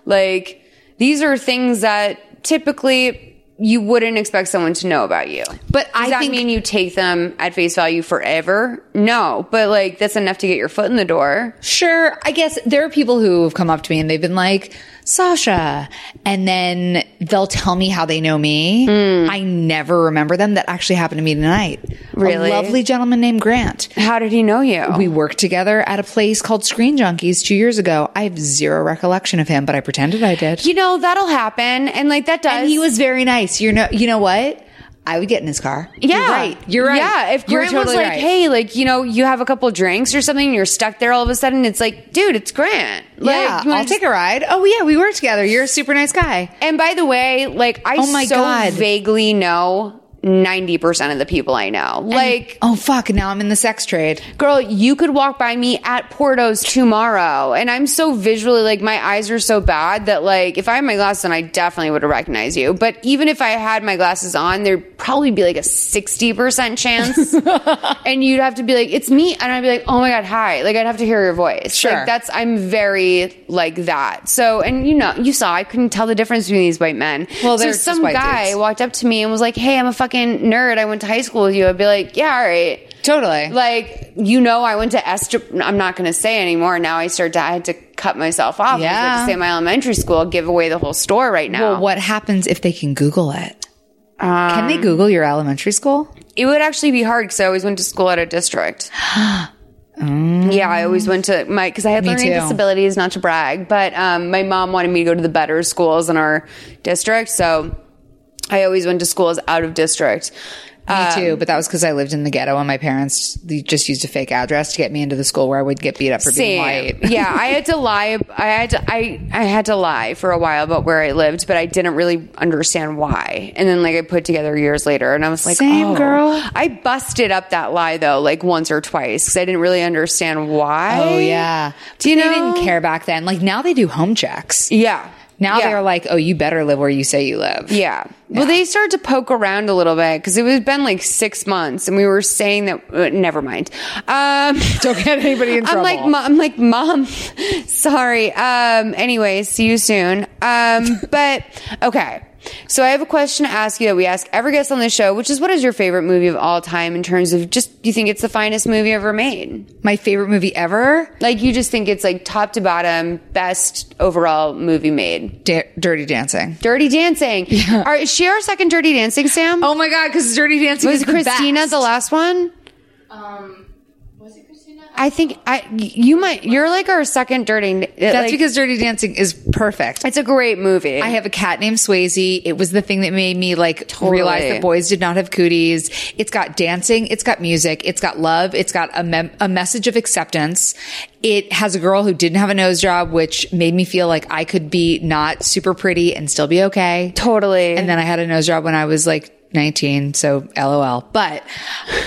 S1: Like, these are things that typically you wouldn't expect someone to know about you. But Does I that mean you take them at face value forever? No, but like that's enough to get your foot in the door.
S2: Sure. I guess there are people who have come up to me and they've been like, Sasha. And then they'll tell me how they know me.
S1: Mm.
S2: I never remember them. That actually happened to me tonight.
S1: Really?
S2: A lovely gentleman named Grant.
S1: How did he know you?
S2: We worked together at a place called Screen Junkies two years ago. I have zero recollection of him, but I pretended I did.
S1: You know, that'll happen. And like that does.
S2: And he was very nice. You know, you know what? I would get in his car.
S1: Yeah.
S2: You're right. You're right.
S1: Yeah. If
S2: You're
S1: Grant was
S2: totally
S1: like,
S2: right.
S1: hey, like, you know, you have a couple drinks or something, and you're stuck there all of a sudden, it's like, dude, it's Grant. Like,
S2: yeah,
S1: you wanna
S2: I'll
S1: just-
S2: take a ride. Oh yeah, we worked together. You're a super nice guy.
S1: And by the way, like I
S2: Oh my
S1: so
S2: God.
S1: vaguely know 90% of the people I know. Like
S2: Oh fuck, now I'm in the sex trade.
S1: girl, you could walk by me at Porto's tomorrow and I'm so visually like my eyes are so bad that like if I had my glasses on I definitely would have recognized you. But even if I had my glasses on, there'd probably be like a 60% chance and you'd have to be like it's me and I'd be like, "Oh my god, hi." Like I'd have to hear your voice.
S2: Sure.
S1: Like that's I'm very like that. So and you know, you saw I couldn't tell the difference between these white men.
S2: Well,
S1: so
S2: they're just
S1: some
S2: white
S1: guy
S2: dudes.
S1: walked up to me and was like, "Hey, I'm a fucking nerd. I went to high school with you." I'd be like, "Yeah, all right."
S2: Totally.
S1: Like, you know, I went to Esther. I'm not going to say anymore. Now I start to, I had to cut myself off. I was like,
S2: Yeah.
S1: say my elementary school, give away the whole store right now.
S2: Well, what happens if they can Google it? can
S1: Um,
S2: they Google your elementary school?
S1: It would actually be hard because I always went to school out of district.
S2: Mm,
S1: Yeah, I always went to my because I had
S2: Me
S1: learning
S2: too.
S1: disabilities, not to brag, but um, my mom wanted me to go to the better schools in our district, so I always went to schools out of district.
S2: Me too,
S1: Um,
S2: but that was because I lived in the ghetto and my parents they just used a fake address to get me into the school where I would get beat up for being
S1: Same.
S2: white.
S1: yeah, I had to lie. I had to, I I had to lie for a while about where I lived, but I didn't really understand why. And then like I put together years later, and I was like,
S2: Same,
S1: oh.
S2: girl.
S1: I busted up that lie though, like once or twice, because I didn't really understand why.
S2: Oh yeah.
S1: Do you
S2: But
S1: know?
S2: they didn't care back then? Like now they do home checks.
S1: Yeah.
S2: Now
S1: Yeah.
S2: they're like, oh, you better live where you say you live.
S1: Yeah. Well, they started to poke around a little bit because it was been like six months, and we were saying that. Uh, never mind. Um,
S2: Don't get anybody in trouble.
S1: I'm like, mom, I'm like, mom. Sorry. Um. Anyway, see you soon. Um. But okay. So I have a question to ask you that we ask every guest on the show, which is, what is your favorite movie of all time in terms of just? Do you think it's the finest movie ever made?
S2: my favorite movie ever,
S1: Like, you just think it's like top to bottom, best overall movie made.
S2: da- Dirty Dancing.
S1: Dirty Dancing. Are, is she our second Dirty Dancing, Sam?
S2: Oh my god, because Dirty Dancing
S1: was
S2: is the
S1: Christina
S2: best.
S1: the last one? I think I you might you're like our second dirty. uh,
S2: That's because Dirty Dancing is perfect.
S1: it's a great movie.
S2: I have a cat named Swayze. It was the thing that made me like realize that boys did not have cooties. It's got dancing. It's got music. It's got love. It's got a, mem- a message of acceptance. It has a girl who didn't have a nose job, which made me feel like I could be not super pretty and still be okay.
S1: totally.
S2: And then I had a nose job when I was like 19. So lol. But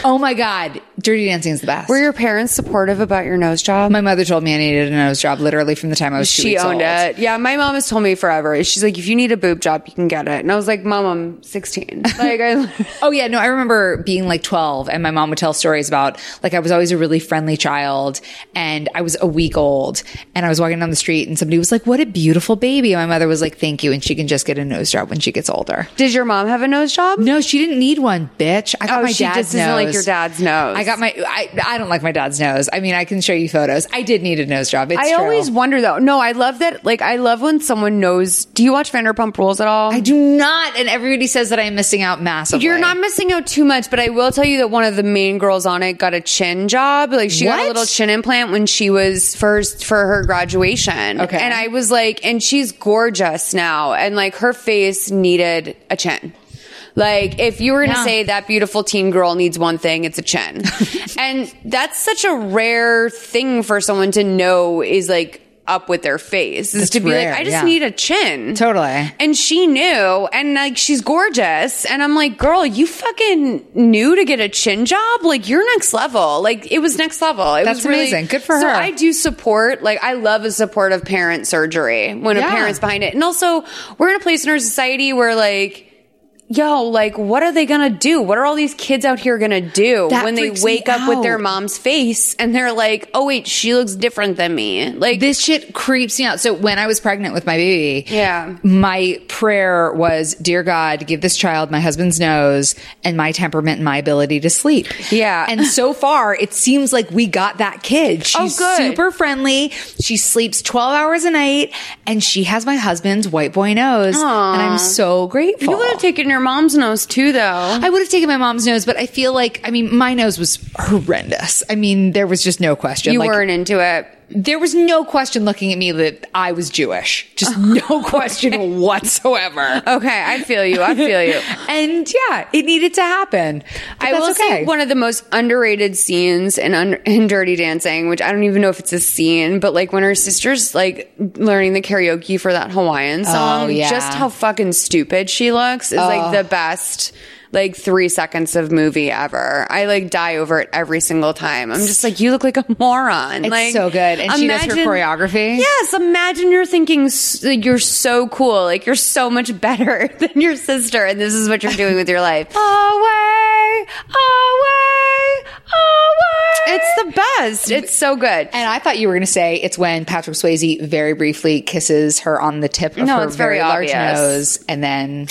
S2: oh my God, Dirty Dancing is the best.
S1: were your parents supportive about your nose job?
S2: my mother told me I needed a nose job literally from the time I was two
S1: she
S2: weeks
S1: owned
S2: old.
S1: it. Yeah, my mom has told me forever. She's like, if you need a boob job, you can get it. And I was like, Mom, I'm 16. Like, I,
S2: Oh yeah, no, I remember being like 12 and my mom would tell stories about like I was always a really friendly child and I was a week old and I was walking down the street and somebody was like, "What a beautiful baby." And my mother was like, "Thank you." And she can just get a nose job when she gets older.
S1: did your mom have a nose job?
S2: No, she didn't need one, bitch. I got
S1: Oh,
S2: my
S1: she
S2: dad's
S1: just
S2: nose.
S1: doesn't like your dad's nose.
S2: I got my. I, I don't like my dad's nose. I mean, I can show you photos. I did need a nose job. It's
S1: I
S2: true.
S1: always wonder though. No, I love that. Like, I love when someone knows. Do you watch Vanderpump Rules at all? I
S2: do not, and everybody says that I am missing out massively.
S1: You're not missing out too much, but I will tell you that one of the main girls on it got a chin job. Like, she got
S2: What?
S1: a little chin implant when she was first for her graduation. Okay, and I was like, and she's gorgeous now, and like her face needed a chin. Like, if you were to
S2: Yeah.
S1: say that beautiful teen girl needs one thing, it's a chin. and that's such a rare thing for someone to know is like up with their face is
S2: That's
S1: to be
S2: rare,
S1: like, I just
S2: yeah.
S1: need a chin.
S2: Totally.
S1: And she knew, and like she's gorgeous. And I'm like, girl, you fucking knew to get a chin job. Like you're next level. Like it was next level. It
S2: That's
S1: was really-
S2: amazing. Good for
S1: So
S2: her.
S1: I do support. Like I love a supportive parent surgery when
S2: Yeah.
S1: a parent's behind it. And also, we're in a place in our society where like. Yo, like, what are they gonna do? What are all these kids out here gonna do
S2: That
S1: when they
S2: freaks me
S1: wake up with their
S2: out.
S1: mom's face and they're like, oh, wait, she looks different than me? Like,
S2: this shit creeps me out. So when I was pregnant with my baby,
S1: yeah,
S2: my prayer was, "Dear God, give this child my husband's nose and my temperament and my ability to sleep."
S1: Yeah.
S2: And so far, it seems like we got that kid.
S1: Oh,
S2: She's
S1: good.
S2: super friendly. She sleeps 12 hours a night and she has my husband's white boy nose,
S1: Aw.
S2: and I'm so grateful.
S1: You would have taken your mom's nose too, though.
S2: I would have taken my mom's nose, but I feel like I mean my nose was horrendous. I mean there was just no question.
S1: You
S2: Like,
S1: weren't into it.
S2: There was no question looking at me that I was Jewish. Just no question whatsoever.
S1: Okay, I feel you. I feel you.
S2: and yeah, it needed to happen. But
S1: I
S2: that's
S1: will
S2: okay.
S1: say one of the most underrated scenes in, un- in Dirty Dancing, which I don't even know if it's a scene, but like when her sister's like learning the karaoke for that Hawaiian song,
S2: Oh, yeah.
S1: just how fucking stupid she looks is like
S2: Oh.
S1: the best like three seconds of movie ever. I like die over it every single time. I'm just like, you look like a moron.
S2: It's
S1: like
S2: so good. And she does her choreography.
S1: Yes. Imagine you're thinking s- like, you're so cool. Like you're so much better than your sister. And this is what you're doing with your life. away, away, away. It's the best. It's so good.
S2: And I thought you were going to say it's when Patrick Swayze very briefly kisses her on the tip of
S1: No,
S2: her
S1: it's very
S2: large
S1: obvious.
S2: nose, and then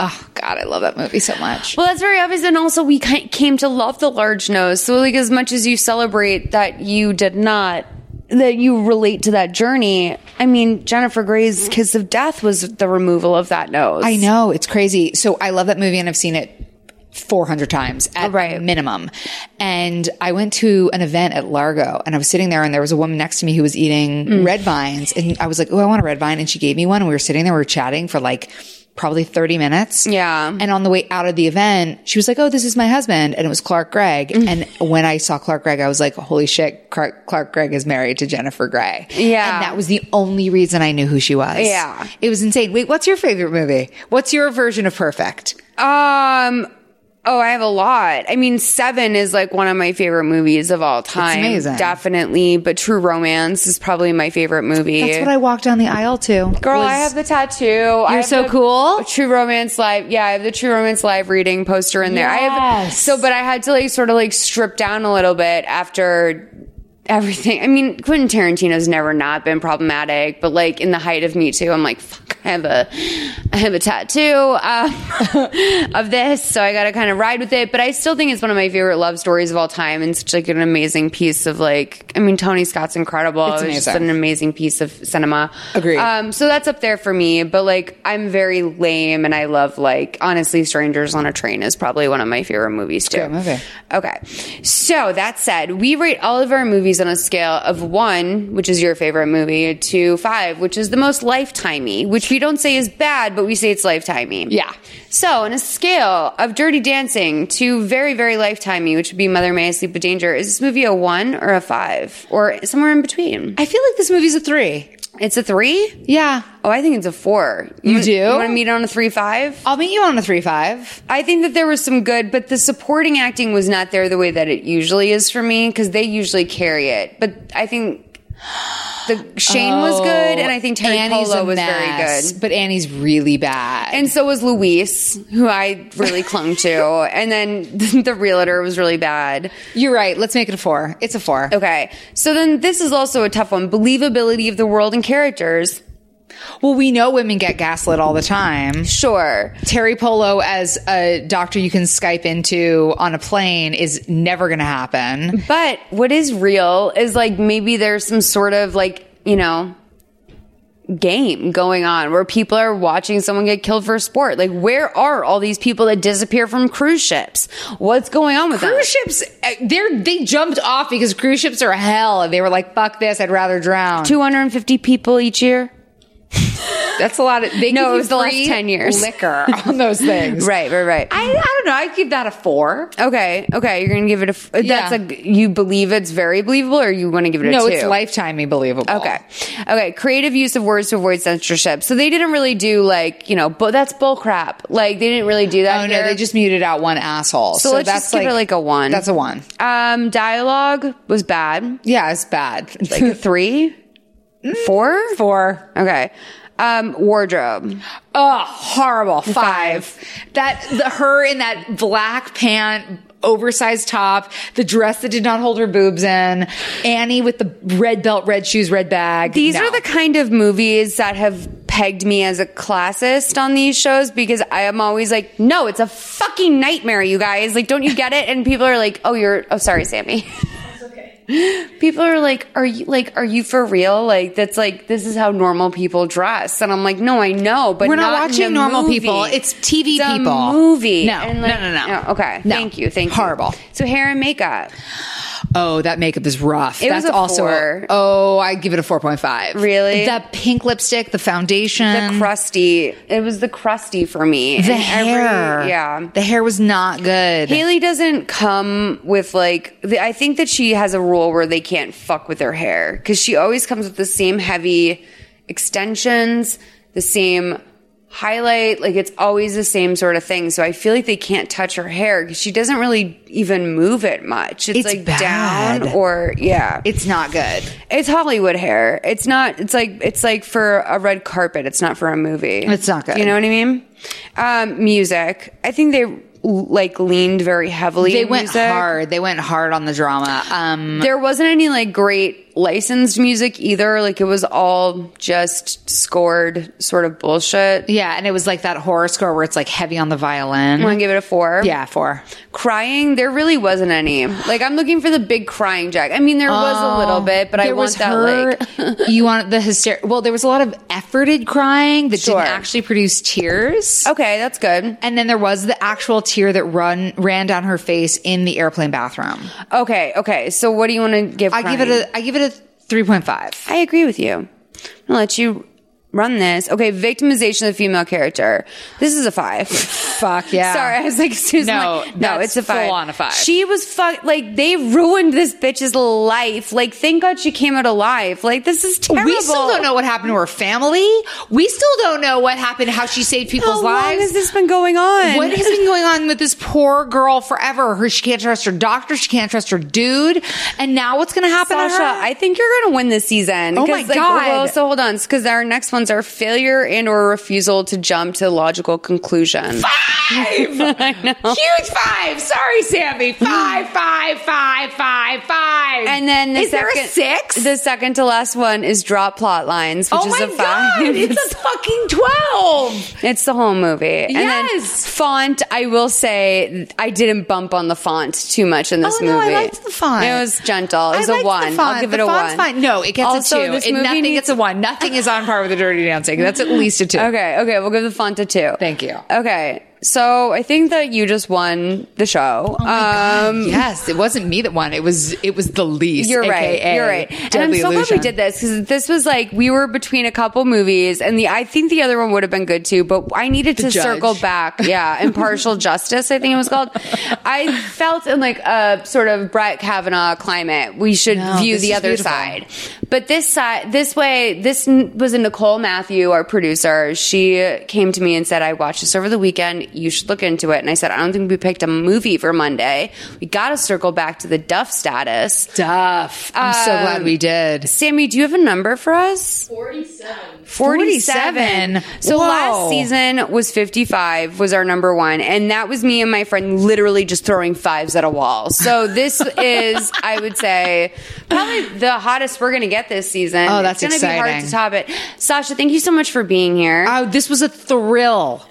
S2: oh god, I love that movie so much.
S1: Well, that's very obvious. And also, we ki- came to love the large nose. So, like, as much as you celebrate that you did not, that you relate to that journey, I mean, Jennifer Gray's kiss of death was the removal of that nose.
S2: I know it's crazy. So I love that movie, and I've seen it. 400 times at minimum. And I went to an event at Largo and I was sitting there and there was a woman next to me who was eating
S5: Mm.
S2: red vines. And I was like, Oh, I want a red vine. And she gave me one. And we were sitting there, we were chatting for like probably 30 minutes.
S1: Yeah.
S2: And on the way out of the event, she was like, Oh, this is my husband. And it was Clark Gregg.
S1: Mm.
S2: and when I saw Clark Gregg, I was like, Holy shit, Clark, Clark Gregg is married to Jennifer Gray.
S1: Yeah.
S2: And that was the only reason I knew who she was.
S1: Yeah.
S2: It was insane. Wait, what's your favorite movie? What's your version of perfect?
S1: Um. Oh, I have a lot. I mean, Seven is like one of my favorite movies of all time.
S2: amazing.
S1: Definitely. But True Romance is probably my favorite movie.
S2: That's what I walked down the aisle to.
S1: Girl, I have the tattoo. You're
S2: so
S1: cool. True Romance Live. Yeah, I have the True Romance Live reading poster in there. I have
S2: Yes.
S1: so but I had to like sort of like strip down a little bit after everything. I mean, Quentin Tarantino's never not been problematic, but like in the height of Me Too, I'm like, fuck, I have a I have a tattoo um, of this, so I gotta kind of ride with it. But I still think it's one of my favorite love stories of all time and such like an amazing piece of like I mean, Tony Scott's incredible.
S2: It's
S1: It was just
S2: amazing.
S1: an amazing piece of cinema.
S2: Agreed.
S1: Um, so that's up there for me, but like I'm very lame and I love like honestly, Strangers on a Train is probably one of my favorite movies too.
S2: Great movie.
S1: Okay. So that said, we rate all of our movies on a scale of one, which is your favorite movie, to five, which is the most lifetimey, which we don't say is bad, but we say it's lifetimey. Yeah. So on a scale of Dirty Dancing to very, very lifetimey, which would be Mother May I Sleep with Danger, is this movie a one or a five or somewhere in between?
S2: I feel like this movie's a three.
S1: It's a three?
S2: Yeah.
S1: Oh, I think it's a four.
S2: You do?
S1: You want to meet on a three five?
S2: I'll meet you on a three five.
S1: I think that there was some good, but the supporting acting was not there the way that it usually is for me because they usually carry it. But I think the Shane was good, and I think Terry
S2: Annie's
S1: Polo
S2: a
S1: was very
S2: mess,
S1: good.
S2: But Annie's really bad.
S1: And so was Luis, who I really clung to. And then the realtor was really bad.
S2: You're right. Let's make it a four. It's a four.
S1: Okay. So then this is also a tough one. Believability of the world and characters.
S2: Well, we know women get gaslit all the time.
S1: Sure.
S2: Terry Polo as a doctor you can Skype into on a plane is never going to happen.
S1: But what is real is like maybe there's some sort of like, you know, game going on where people are watching someone get killed for sport. Like, where are all these people that disappear from cruise ships? What's going on with them?
S2: Cruise ships, they they jumped off because cruise ships are hell, and they were like, "Fuck this! I'd rather drown."
S1: 250 people each year.
S2: That's a lot of. They
S1: No,
S2: give
S1: it
S2: you
S1: was the last
S2: free
S1: 10 years.
S2: Liquor on those things,
S1: Right, right, right.
S2: I, I don't know. I give that a four.
S1: Okay, okay, you're gonna give it a. f- uh, That's
S2: Yeah.
S1: a. g- You believe it's very believable, or you want to give it a
S2: no,
S1: two?
S2: it's lifetimey believable.
S1: Okay. Okay. Creative use of words to avoid censorship. So they didn't really do like, you know, but that's bull crap. Like they didn't really do that.
S2: Oh no,
S1: here.
S2: they just muted out one asshole.
S1: So
S2: So,
S1: let's
S2: that's
S1: just give it, like, a one.
S2: That's a one.
S1: Um, dialogue was bad.
S2: Yeah, it's bad. Mm.
S1: Like a three, four,
S2: four.
S1: Okay. Um, wardrobe.
S2: Oh, horrible. Five. That the her in that black pant, oversized top, the dress that did not hold her boobs in, Annie with the red belt, red shoes, red bag.
S1: These
S2: No.
S1: are the kind of movies that have pegged me as a classist on these shows because I am always like, no, it's a fucking nightmare, you guys. Like, don't you get it? And people are like, oh, you're, oh, sorry, Sammy. People are like, are you like, are you for real? Like, that's like, this is how normal people dress, and I'm like, no, I know, but
S2: We're not
S1: in
S2: watching
S1: a
S2: normal
S1: movie.
S2: people. It's TV
S1: It's a
S2: people.
S1: movie.
S2: No.
S1: And,
S2: No, no, no.
S1: okay, thank you, thank you. Horrible. So hair and makeup.
S2: Oh, that makeup is rough.
S1: It was
S2: That's
S1: a
S2: also
S1: four.
S2: oh, I give it a four point five.
S1: Really?
S2: the pink lipstick, the foundation,
S1: The crusty. It was the crusty for me.
S2: The
S1: And every-
S2: hair.
S1: yeah.
S2: The hair was not good.
S1: Haley doesn't come with like. The, I think that she has a rule where they can't fuck with her hair because she always comes with the same heavy extensions, the same highlight. Like it's always the same sort of thing. So I feel like they can't touch her hair because she doesn't really even move it much. It's,
S2: It's
S1: like
S2: bad.
S1: down or yeah.
S2: It's not good.
S1: It's Hollywood hair. It's not. It's like it's like for a red carpet. It's not for a movie.
S2: It's not good.
S1: You know what I mean? Um, music. I think they like leaned very heavily.
S2: They
S1: in
S2: went
S1: music.
S2: hard. They went hard on the drama. Um,
S1: There wasn't any like great licensed music either. Like it was all just scored sort of bullshit.
S2: yeah, and it was like that horror score where it's like heavy on the violin.
S1: Want to give it a four?
S2: yeah, four.
S1: Crying. There really wasn't any. Like I'm looking for the big crying jack. I mean, there was a little bit, but I
S2: Oh, There
S1: want
S2: was
S1: that
S2: her-
S1: like
S2: you want the hyster Well, there was a lot of efforted crying that
S1: Sure.
S2: didn't actually produce tears.
S1: Okay, that's good.
S2: And then there was the actual tear that run ran down her face in the airplane bathroom.
S1: Okay, okay. So what do you want to give?
S2: I give it
S1: crying?
S2: a I give it a three point five.
S1: I agree with you. I'm gonna let you run this. Okay, victimization of the female character. This is a five.
S2: Fuck yeah.
S1: Sorry, I was like, Susan,
S2: No,
S1: like, no,
S2: that's
S1: it's a five.
S2: full on a five.
S1: She was fuck like they ruined this bitch's life. Like, thank God she came out alive. Like, this is terrible.
S2: We still don't know what happened to her family. We still don't know what happened, how she saved people's
S1: How long
S2: lives.
S1: has this been going on?
S2: what has been going on with this poor girl forever? Her, she can't trust her doctor. She can't trust her dude. And now what's going to happen to
S1: Sasha,
S2: her?
S1: I think you're going to win this season.
S2: Oh
S1: 'Cause,
S2: my
S1: like,
S2: God.
S1: Well, so hold on, because our next ones are failure and or refusal to jump to logical conclusion.
S2: five.
S1: I know.
S2: Huge five. Sorry, Sammy. Five, five, five, five, five.
S1: And then the
S2: is
S1: second,
S2: there a six?
S1: The second to last one is drop plot lines, which
S2: oh my
S1: is a five.
S2: god! It's a fucking twelve.
S1: It's the whole movie. And then
S2: Yes.
S1: font, I will say, I didn't bump on the font too much in this
S2: Oh,
S1: movie.
S2: no, I liked the font.
S1: It was gentle. It was a
S2: liked the
S1: one. I'll
S2: font.
S1: give
S2: The
S1: it a
S2: font's
S1: one.
S2: Fine. No, it gets
S1: Also,
S2: a two.
S1: this
S2: It-
S1: movie
S2: nothing
S1: needs-
S2: gets a one. Nothing is on par with the dirty dancing. That's at least a two.
S1: Okay, okay, we'll give the font a two.
S2: Thank you.
S1: Okay, so I think that you just won the show.
S2: Oh my
S1: um,
S2: God, yes, it wasn't me that won. It was it was the least.
S1: You're right.
S2: AKA
S1: You're right. And I'm
S2: Deadly
S1: so glad we
S2: Illusion.
S1: did this because this was like we were between a couple movies, and the I think the other one would have been good too, but I needed to
S2: Judge.
S1: circle back. Yeah, impartial justice, I think it was called. I felt in like a sort of Brett Kavanaugh climate. We should
S2: No,
S1: view
S2: this
S1: the
S2: is
S1: other
S2: beautiful.
S1: side, but this side, this way, this n- was a Nicole Matthew, our producer. She came to me and said, "I watched this over the weekend. you should look into it. And I said, I don't think we picked a movie for Monday. We got to circle back to the Duff status. Um,
S2: Duff. I'm so glad we did.
S1: Sammy, do you have a number for us? 47. 47.
S2: 47.
S1: So
S2: Whoa.
S1: last season was 55 was our number one. And that was me and my friend literally just throwing fives at a wall. So this is, I would say, probably the hottest we're going to get this season.
S2: Oh, that's
S1: it's gonna be hard
S2: exciting.
S1: to top it. Sasha, thank you so much for being here. Oh,
S2: this was a thrill.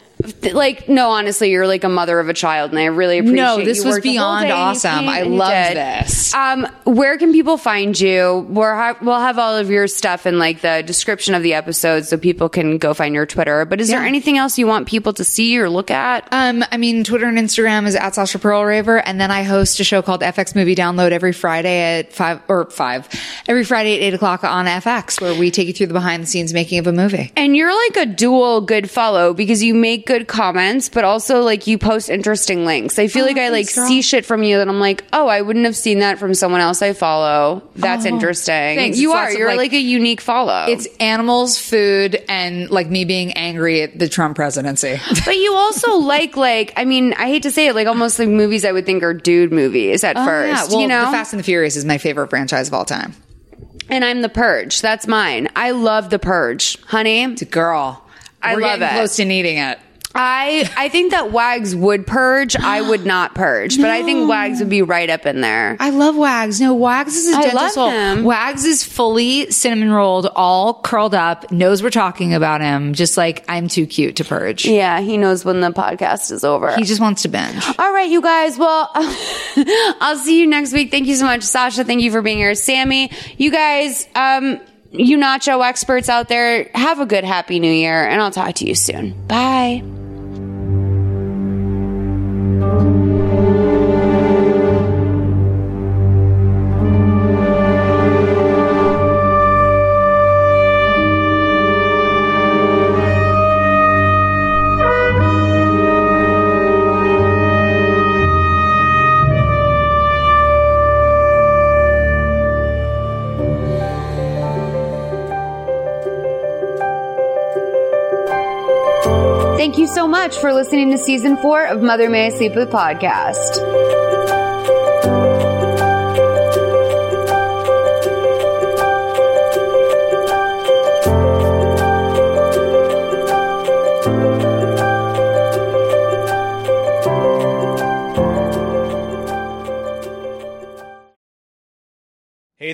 S1: Like, no, honestly, you're like a mother of a child, and I really appreciate.
S2: No, this
S1: you
S2: was
S1: worked the whole
S2: beyond
S1: day, you
S2: awesome.
S1: came
S2: I
S1: and you
S2: loved
S1: did.
S2: this.
S1: Um, where can people find you? We're ha- we'll have all of your stuff in like the description of the episode, so people can go find your Twitter. But is there
S2: Yeah.
S1: anything else you want people to see or look at?
S2: Um, I mean, Twitter and Instagram is at Sasha Pearl Raver, and then I host a show called FX Movie Download every Friday at five or five, every Friday at eight o'clock on FX, where we take you through the behind the scenes making of a movie.
S1: And you're like a dual good follow because you make good comments, but also like you post interesting links. I feel like I like
S2: Oh, thanks, girl.
S1: see shit from you that I'm like, oh, I wouldn't have seen that from someone else I follow. That's
S2: Oh,
S1: interesting.
S2: thanks.
S1: You
S2: It's
S1: are.
S2: lots of,
S1: You're like,
S2: like-
S1: a unique follow.
S2: It's animals, food, and like me being angry at the Trump presidency.
S1: but you also like like I mean I hate to say it like almost like movies I would think are dude movies at
S2: Oh, yeah.
S1: first.
S2: Well,
S1: you know,
S2: the Fast and the Furious is my favorite franchise of all time.
S1: and I'm the Purge. That's mine. I love the Purge, honey. It's
S2: a girl.
S1: I
S2: We're
S1: love
S2: getting
S1: it.
S2: Close to needing it.
S1: I I think that Wags would purge. I would not purge, but I think Wags would be right up in there.
S2: I love Wags. No, Wags is a
S1: I
S2: gentle
S1: love
S2: soul.
S1: him.
S2: Wags is fully cinnamon rolled, all curled up, knows we're talking about him, just like I'm too cute to purge.
S1: Yeah, he knows when the podcast is over.
S2: He just wants to binge.
S1: All right, you guys. Well, I'll see you next week. Thank you so much, Sasha. Thank you for being here, Sammy. You guys, um, you nacho experts out there, have a good, happy new year, and I'll talk to you soon. Bye. Thank you so much for listening to season four of Mother May I Sleep With podcast.
S3: Hey